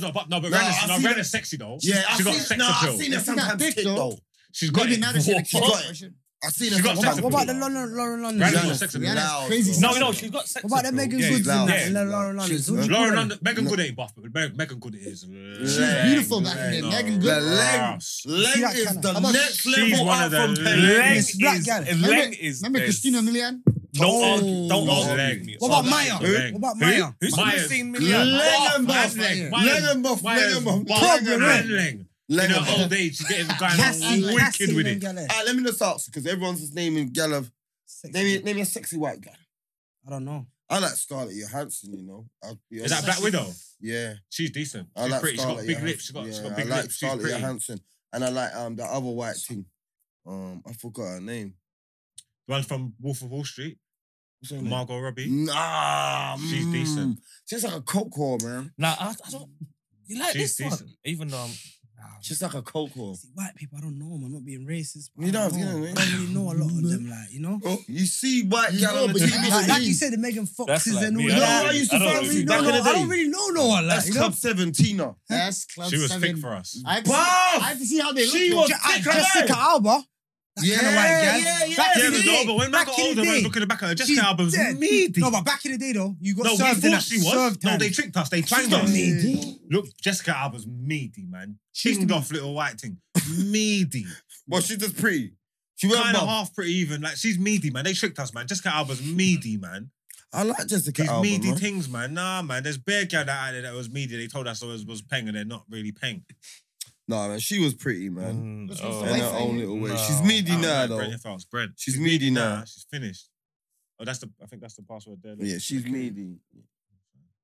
buff. not buff. No, but No, Rihanna's, I no, see Rihanna's that. sexy though. Yeah, she I've got seen, sex nah, I've appeal. seen it She got sometimes thick, thick though. though. She's got Maybe it. not as in a Whoa. kid Got it. version. I seen She her. got What sex with about, what about the people. London, Lauren London? Rihanna's Rihanna's- got sex with Rihanna's Loud, crazy. bro. sex. No, no, she's got sex. What about the appeal. Megan Yeah, Goods loud. and that? Yeah. La- la- la- la- She's- la- Lauren Lauren London, Megan No. Good ain't buff, but Meg- Megan Good is. She Leg, was beautiful back leg. then. No. Megan The Good. leg, Gross. leg She like is kinda- the How about- next She's level one up of the from leg- Pele. This black girl. Leg Remember, is. remember is- Christina Milian? Don't Oh. argue. Don't What argue. me. What about Argue. Maya? Leg. What about Maya? Who's Maya's- 16 million? Legenbuff, Maya's leg. leg. Legenbuff, Legenbuff, Maya's Legenbuff. leg. In her old age, she's getting going Cassie- Cassie wicked with it. Mengele. Alright, let me just ask because everyone's just naming Gallup. Sexy. Name me, name me a sexy white guy. I don't know. I like Scarlett Johansson, you know. I'll be Is that honest. Black Widow? Yeah, She's decent. I She's like pretty. She's Scarlett got big Johansson. lips. She's got, she's yeah, got I big like lips. She's Scarlett pretty. The Johansson, and I like um the other white thing. Um, I forgot her name. one from Wolf of Wall Street, What's her name? Margot Mm. Robbie. Nah, mm. She's decent. She's like a coke whore, man. Nah, I, I don't. You like Uh, She's this decent. one? Even though I'm. She's like a coke whore. See, white people, I don't know, man. I'm not being racist. but You I don't, you know. don't, I don't really know a lot of them, like, you know? Oh, you see white You gal know, on the but TV. you- Like, like you you said, the Megan Foxes like and all me. know that. what I used to I don't find really really know back in no- the I don't day? really know no one, like, That's you know? Club 17, no. That's Club She was thick Seven. for us. I have, to see, Buff! I have to see how they look. She though. was Ja- thick Jessica alive. Alba. That Yeah, kind of white gal. yeah, yeah. Back Yeah, in the but day, no, but when man back got in the older, man day, was looking back at her she's Jessica albums. dead. Meaty. No, but back in the day though, you got No, we served in thought that. she was. Served No, in they that. tricked us. They She's twanged not us. needy. Look, Jessica Alba's meaty, man. She used to Chinged off little white thing. Meaty. Well, she's just pretty. She went Kind of buff. half pretty even. Like, she's meaty, man. They tricked us, man. Jessica Alba's meaty, man. I like Jessica These Alba, meaty man. things, man. Nah, man. There's bare gal that out there that was meaty. They told us it was, was peng and they're not really peng. Nah, man, she was pretty, man. What's oh, the In her Wife, own eh? little way. No. She's meaty Oh, now, man, though. bread, If I was bread. She's meaty Nah, now. she's finished. Oh, that's the. I think that's the password there. look. Yeah, she's meaty.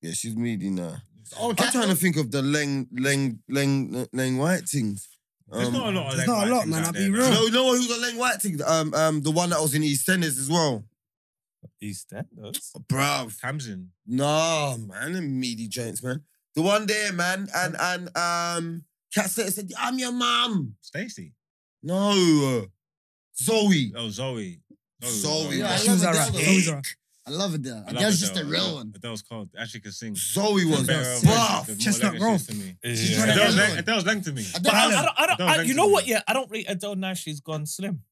Yeah, she's meaty now. Oh, I'm Cat- trying to think of the Leng, Leng, Leng, Leng White things. There's Um, not a lot of. there's leg not a white lot, things man, out I'll there, be man. real. No, no one who's a Leng White thing. Um, um, the one that was in EastEnders as well. EastEnders. Bruv. Tamsin. Nah, man, them meaty joints, man. The one there, man, and and um, Cat said, said, "I'm your mum." Stacy. No, Zoe. Oh, Zoe. Zoe. Yeah, I She love was it, alright. Adele. She was alright. I love Adele. I love Adele's just a Adele. real Adele- one. Zoe cold. Actually can sing. Zoe was Better Adele's voice, buff. the more legs Chestnut she Grove. is to me. She's Yeah. trying to Adele's Adele. leg- Adele's length to me. Adele- But I, I don't, I Don't don't, I, think you so, know what? man. Yeah, I don't rate Adele now. She's gone slim.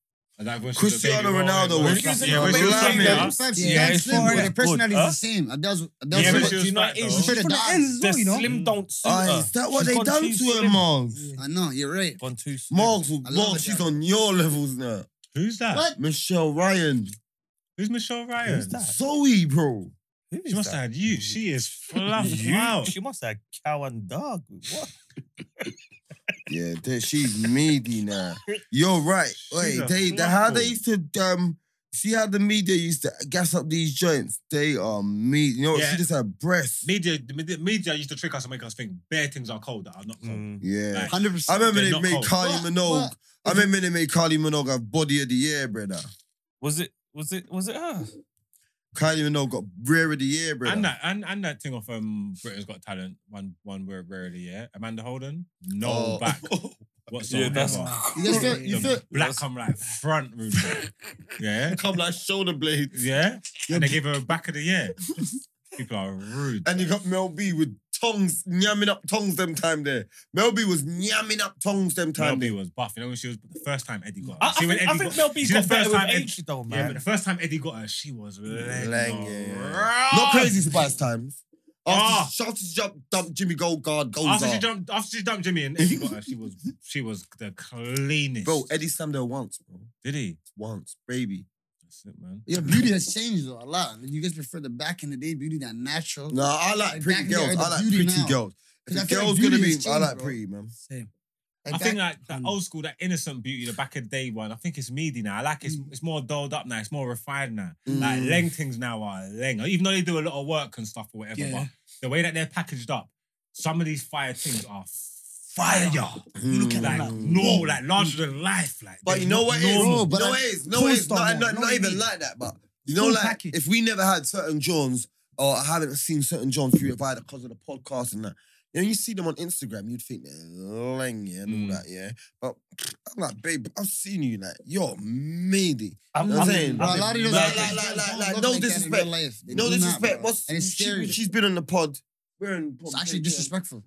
I like when she's a Cristiano baby rolling, Ronaldo rolling was stuff. fucking Yeah, when she was amazing. slim, Fam, yeah. Yeah, she's not it's slim, fine. but her personality is Good, the huh? same. Adele's, Adele's Yeah, yeah, but but she do was you know fat, what it though. is? She should've From the died. ends as The well, you know? slim don't suit Oh, her. is that what She's they gone done too to her, slim. Mars? Yeah. I know, you're right. Gone too slim. Mars, I love Mars, it, she's yeah. on your levels now. Who's that? What? Michelle Ryan, Who's Michelle Ryan? Who's that? Zoe, bro. Who She is must that? have had you. She is fluffed You? out. She must have cow and dog. What? Yeah, that she's meaty now. You're right. She's Wait, a they, the, how they used fluffle. to um see how the media used to gas up these joints. They are meat. You know, what? Yeah. she just had breasts. Media, the media, media used to trick us and make us think bare things are cold that are not cold. Mm. Yeah. Like, 100%. I remember they're they not made cold. Carly What? Minogue. What? I remember they made Carly Minogue have body of the year, brother. Was it? Was it? Was it? her? Carly Minogue got rare of the year, brother. And that and, and that thing of um Britain's Got Talent, one one word rarely, yeah. Amanda Holden, no Oh. back whatsoever. You guys feel, you The feel, black come like front room, yeah, come like shoulder blades. yeah. And they give her a back of the year. People are rude. And you got Mel B with tongs, nyamming up tongs them time there. Mel B was nyamming up tongs them Mel time B there. was buff. You know when she was the first time Eddie got her. I, I, See, when think, I Eddie think Mel B see, got better with time Ed- age, though, yeah, but man. the first time Eddie got her, she was laying Lang, yeah, yeah. around. Not crazy Spice times. Ah. After she- after she jumped, dumped Jimmy Goldguard, After she Goldar. jumped, after she dumped Jimmy and Eddie got her, she was she was the cleanest. Bro, Eddie slammed her once, bro. did he? Once, baby. That's it, man. your beauty has changed though, a lot. You guys prefer the back in the day beauty, that natural. No, I like Like, back pretty in the girls. day, I the like beauty pretty now. girls. If 'Cause I the feel like girl's gonna beauty be, has I changed, like bro. pretty, man. Same. Like I back- think like that um, old school, that innocent beauty, the back of day one. I think it's meaty now. I like it's it's more dolled up now. It's more refined now. Like Mm. Leng things now are Leng. Even though they do a lot of work and stuff or whatever, Yeah. but the way that they're packaged up, some of these fire things are fire. You look at Like Mm. no, like larger than life. Like But they're you know not what it is? normal. No, but you know I- what it is? No, Full it is. star, Not, man. not, No, not it even is. like that, but you know, Full like package. if we never had certain Johns or I haven't seen certain Johns through it by because of the podcast and that. You know, you see them on Instagram, you'd think they're lang, yeah, and Mm. all that, yeah. But I'm like, babe, I've seen you, like, you're meaty. I'm, You know what I'm saying? Bro, a lot of those Like, girls like, like, don't like, look no that in disrespect. real life. They No do not, disrespect. bro. What's and it's she- scary. she's been on the pod. We're in pod. it's actually disrespectful.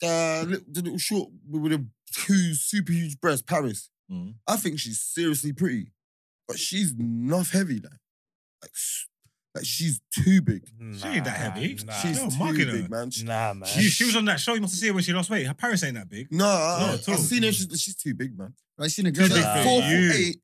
the, little- the little short with the two super huge breasts, Paris. Mhm. I think she's seriously pretty. but she's not heavy like, like, s- like she's too big. She ain't that heavy. Nah, she's No, too mugging her. big, man. She- nah man. She, she was on that show. You must have seen her when she lost weight. Her parents ain't that big. no, I, at I, all. have seen her. She's, she's too big, man. I seen a girl She's big like for that. four you. foot eight.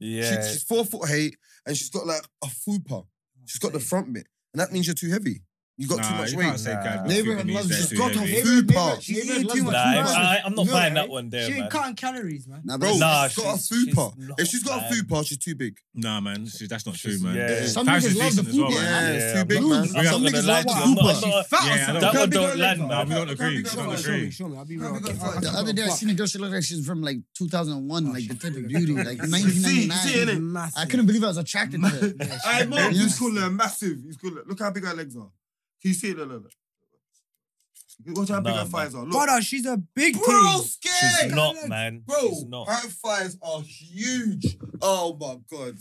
yeah. She, she's four foot eight, and she's got like a fupa. She's got the front bit, and that means you're too heavy. You got too Nah, much you weight. can't say Nah. guys got Neighborhood food loves they're just too got to heavy. feed Neighborhood- Food part. She's Neighborhood eating too loves much nah, Nah, I, am not No, buying eh? that one there, she man. ain't cutting calories, man. Nah, but Bro, it's- Nah, she's got a she's- she's fupa. not, If she's got man. a fupa, she's too big. Nah, man, she, that's not true, She's- man. yeah. Some Some Paris niggas is love decent the as well, food, man. Yeah, yeah, it's too I'm big, Dude, man. some I'm not Some gonna niggas lie love to fupa. you, I'm not- Fupa. I'm not- fat. Yeah, I don't- that Can't one be don't done land. like Nah, man. we don't agree. Can't We be don't done agree. Show me, I'll be Can't real. be done I like can't- The that. I other day I can't- seen a girl, she looked like she's from like 2001, like the type of beauty, like You see, you see, 1999. innit? Massive. I couldn't believe I was attracted to her. Hey, Mark, Yeah. he's calling her massive. He's calling her. Look how big her legs are. Can you see it? Look, look, look. Watch how big Nah, her man. thighs are. Look. Brother, she's a big Bro, thing. scared. She's not, man. Bro, She's not. her thighs are huge. Oh my god.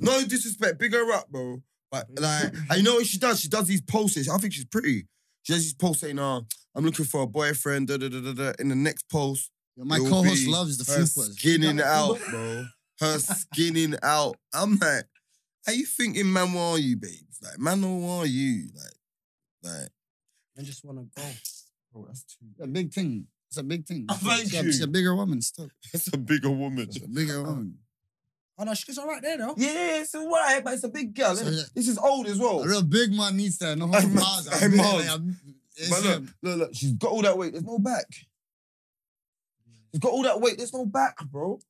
No disrespect, big her up, bro. But Mm. like, and you know what she does? She does these posts. I think she's pretty. She does these posts saying, "Ah, I'm looking for a boyfriend." Da, da, da, da, da. In the next post, My It'll co-host be loves the her fupas. skinning out, bro. Her skinning out. I'm like, how you thinking, man? What are you, babes? Like, man, who are you? Like, like, I just want to go. bro, that's too. A big thing. It's a big thing. Oh, thank she's, a, you. she's a bigger woman still. That's a bigger woman. She's a bigger woman. Oh, no, she's all right there, though. Yeah, yeah, it's alright, but it's a big girl. So, yeah. This is old as well. A real big man needs that. No Hey, homo man. bars. Hey, I'm- Mars. I'm- it's But a- look, look, look, she's got all that weight. There's no back. She's got all that weight. There's no back, bro.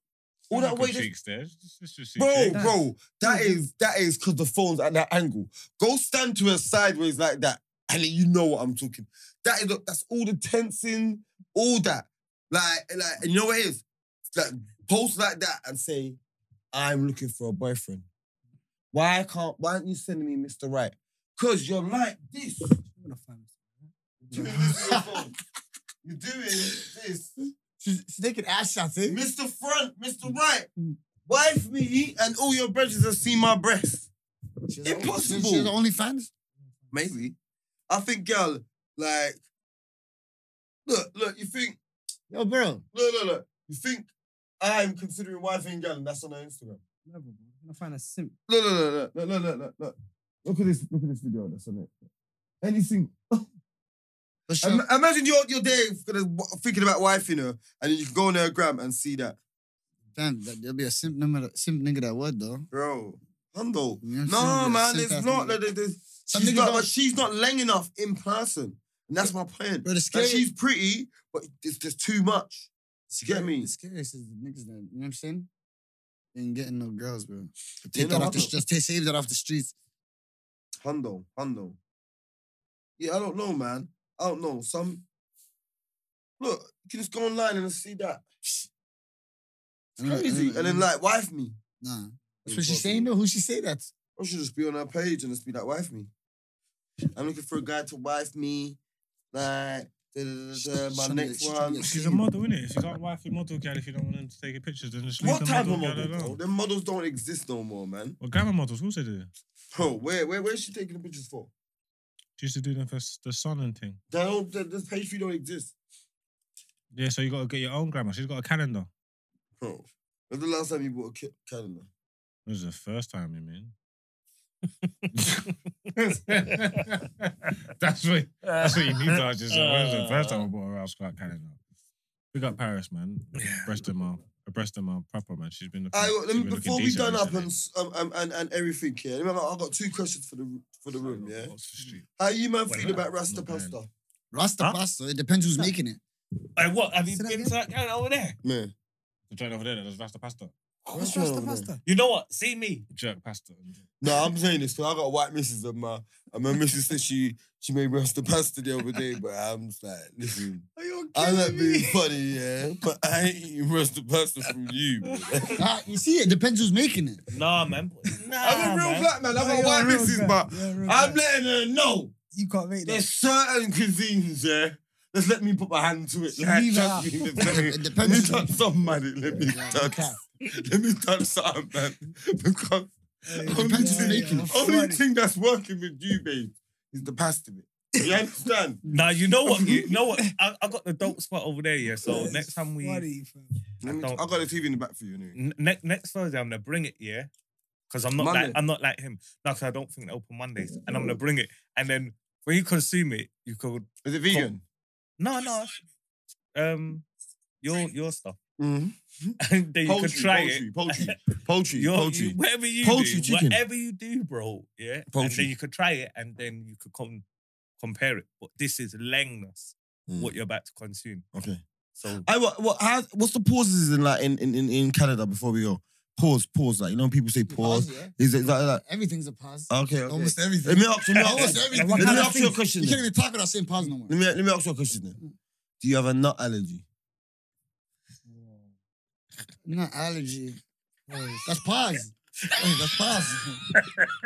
All that Good weight. there's- cheeks there. It's just- it's just Bro, cheeks. bro, that is that is because the phone's at that angle. Go stand to her sideways like that, and then you know what I'm talking. That is that's all the tensing, all that. Like, like, and you know what it is? It's Like, post like that and say, "I'm looking for a boyfriend." Why can't? Why aren't you sending me Mr. Right? Cause you're like this. I'm gonna find this. You're doing this with your phone. You're doing this. She's, she's taking ass shots, eh? Mr. Front, Mr. Right, wife me and all your brothers have seen my breasts. She's the- Impossible. She's, she's the only fans. Maybe. I think, girl, like, look, look, you think, Yo, bro. look, look, look, you think I'm considering wife and girl and that's on her Instagram. Never, bro. I'm gonna find a simp. Look, look, look, look, look, look, look, look. Look at this, look at this video that's on it. Anything. But she, Im- imagine you're, you're there thinking about wife in her, and then you can go on her gram and see that. damn, that, there'll be a simp, number, simp nigga that would, though. Bro, Hundo. You know what No, I'm saying? man, Simp it's ass not. nigga. Like, there's, Some she's niggas not, don't- but she's not lang enough in person. And that's my point. Bro, the Like, scary- she's pretty, but it's just too much. You get me? The scariest is the niggas that, you know what I'm saying? Ain't getting no girls, bro. You Take know that off the, what? just take, save that off the streets. Hundo, Hundo. Yeah, I don't know, man. I don't know. Some. Look, you can just go online and see that. I don't- I Crazy. don't- And then, like, wife me. Nah. Uh, That's what she's saying, though. Who she say that? Or should just be on her page and just be like, wife me. I'm looking for a guy to wife me. Like, da, da, da, da, She's trying my to next get- she's trying one. to get She's a seen. model, innit? She's like wifey model gal. If you don't want them to take pictures, then just leave What the type model of gal model? Bro? alone. Them models don't exist no more, man. Well, glamour models, who's they do? Bro, where where where's she taking the pictures for? She used to do them for s- the sun and thing. They don't. the- This page view don't exist, Yeah, so you got to get your own glamour. She's got a calendar. bro. When's the last time you bought a ca- calendar? This is the first time, you mean? that's what that's what you need to ask yourself. When was the first Uh, time I bought a Ralph Scott calendar? We got Paris, man. Breast them up. Breast them up proper, man. She's been looking, I, she's let me, been looking before we decent done up and, recently. s- um, um, and and everything here, remember I got two questions for the for the room. Yeah, Oxford Street. how you man Well, feel about not Rasta bad. pasta? Rasta Huh? pasta. It depends who's making it. Hey, what? Have you Say that been to that again? guy over there? Man, The joint over there that does Rasta pasta. Oh, What's wrong Rasta with Pasta? You know what? See me. Jerk pasta. no, I'm saying this because I got white missus and my and my missus said she she made Rasta pasta the other day, but I'm just like, listen, Are you I'm not being funny, yeah, but I ain't eating Rasta pasta from you. bro. Ah, you see, it depends who's making it. Nah, man. Nah, I'm a real man. black man. I'm a white missus, but I'm letting her know You can't make there's this. certain cuisines, yeah. Just let me put my hand to it. Like, Leave trust it me, out. let me, It let me depends. touch somebody. Let me Yeah, touch. cap. Let me touch something, man. Because Hey, only, depends who's thing, making only thing that's working with you, babe, is the pasta bit. You understand? Now you know what you know what I, I got the dope spot over there, yeah. So next time we Funny, fam. I, mean, I don't- Mm. got the TV in the back for you. Anyway. N- ne- next Thursday, I'm gonna bring it, yeah, because I'm not Monday. like I'm not like him. No, 'cause I don't think they open Mondays, and I'm gonna bring it. And then when you consume it, you could Is it vegan? no, no, um, your your stuff, Mm-hmm. and then you Poultry, could try poultry, it. poultry, poultry, Your, poultry. you, whatever you Poultry do, chicken. whatever you do, bro, yeah, and Poultry. then you could try it, and then you could come compare it. But this is langness, Mm. what you're about to consume. Okay. So I what, what how, what's the pauses in like in, in, in- in Canada before we go? Pause, pause. Like you know, when people say pause. Pause, yeah. Is it like Everything's a pause. that? Okay, okay. Almost Let everything. me ask you. Let me Almost ask, everything. let me Kind of ask you a things. question. You Then. can't even talk without saying pause no more. Let me let me ask you a question then. Do you have a nut allergy? Not allergy. Oh, That's pause. Hey, that's pause.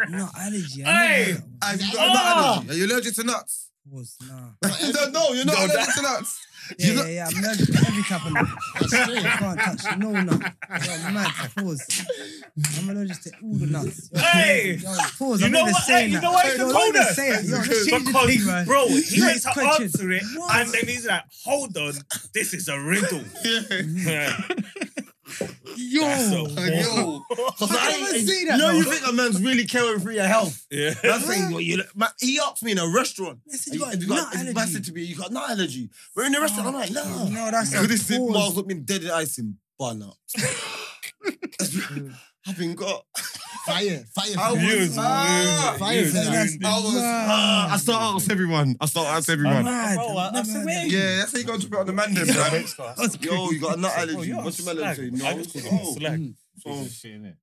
No allergy. Hey! I know that Have you got a Ah! nut allergy? Are you allergic to nuts? was nah. no, no, you're not No, allergic to nuts. Yeah, You know- yeah, yeah. I'm allergic to every type of nut. That's I straight. can't touch no nut. Yo, mad. Pause. I'm allergic to all the nuts. Yo, Hey! Yo, pause. You I'm know not even what- hey, saying you that. know why it's Yo, the don't even coldest? say that. Yo, just change the Because, thing, man. Bro, he went Next to question. answer it, What? and then he's like, "Hold on, this is a riddle." Yo. That's a Yo. ball. I I- can't even see that. You know, though. you think a man's really caring for your health. Yeah. That's saying what you. man, He asked me in a restaurant. I said You you got, got you a got, nut it's man said allergy. to me, you got nut allergy. We're in the restaurant. I'm like, nah. No, that's a Because this is Miles pause. looked me dead in the eyes and bun up. I've been got. Fire. Fire. I was, You was ah, wounded. I Fire You for was that. wounded. was. ah, I start ask everyone. I start ask everyone. Mad. Bro, I- I Never said, had where that. you- yeah, that's how you got to put on the man then, Yeah. bro. Yo, you got a nut Bro, allergy. Oh, you're What's your on melon slag. say? I No. just called him Oh, slag. so shit, innit?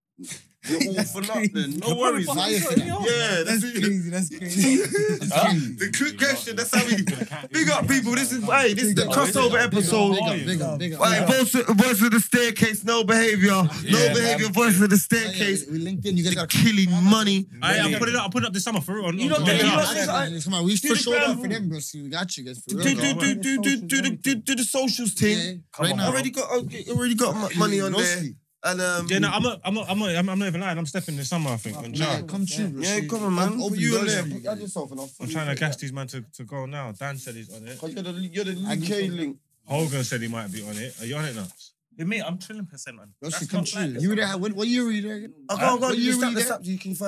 You're all for nothing. No You're worries. probably Fire for behind that. me. Yeah, That's that's it. crazy. That's crazy. The quick question, that's how we. Big up, people. This is, hey, this is the Big up, crossover episode. Big up, big up, big up. All right, voice, voice of the staircase, no behavior. No Yeah, behavior, voice of the Yeah, yeah, staircase. We linked in. You guys The got to killing money. I, Yeah. I'll put it up. I'll put it up this summer for real. You don't I'll get- put it you up. don't- Come on, we still the showed up ground for them, bro. We got you guys for Do, real. do, bro. do, do, do, do, do, do, do the socials Yeah, thing. Right now. Already got okay, already got mo- money on No there. sleep. And um Yeah, no, I'm not. I'm not. I'm not. I'm, I'm not even lying. I'm stepping this summer. I think on Yeah, Jar. come true, bro. yeah, See, come on, man. open you on doors there. for you Add guys. yourself and I'll I'm trying to gas these man to, to go now. Dan said he's on it. Cause you're the you're the I can UK follow. link. Hogan said he might be on it. Are you on it, nuts? With me, I'm trilling percent, man. Bro, see, That's come not true. like this. You were there. What, what year were you there? again? I can't go What you year were start you the there? stop you can find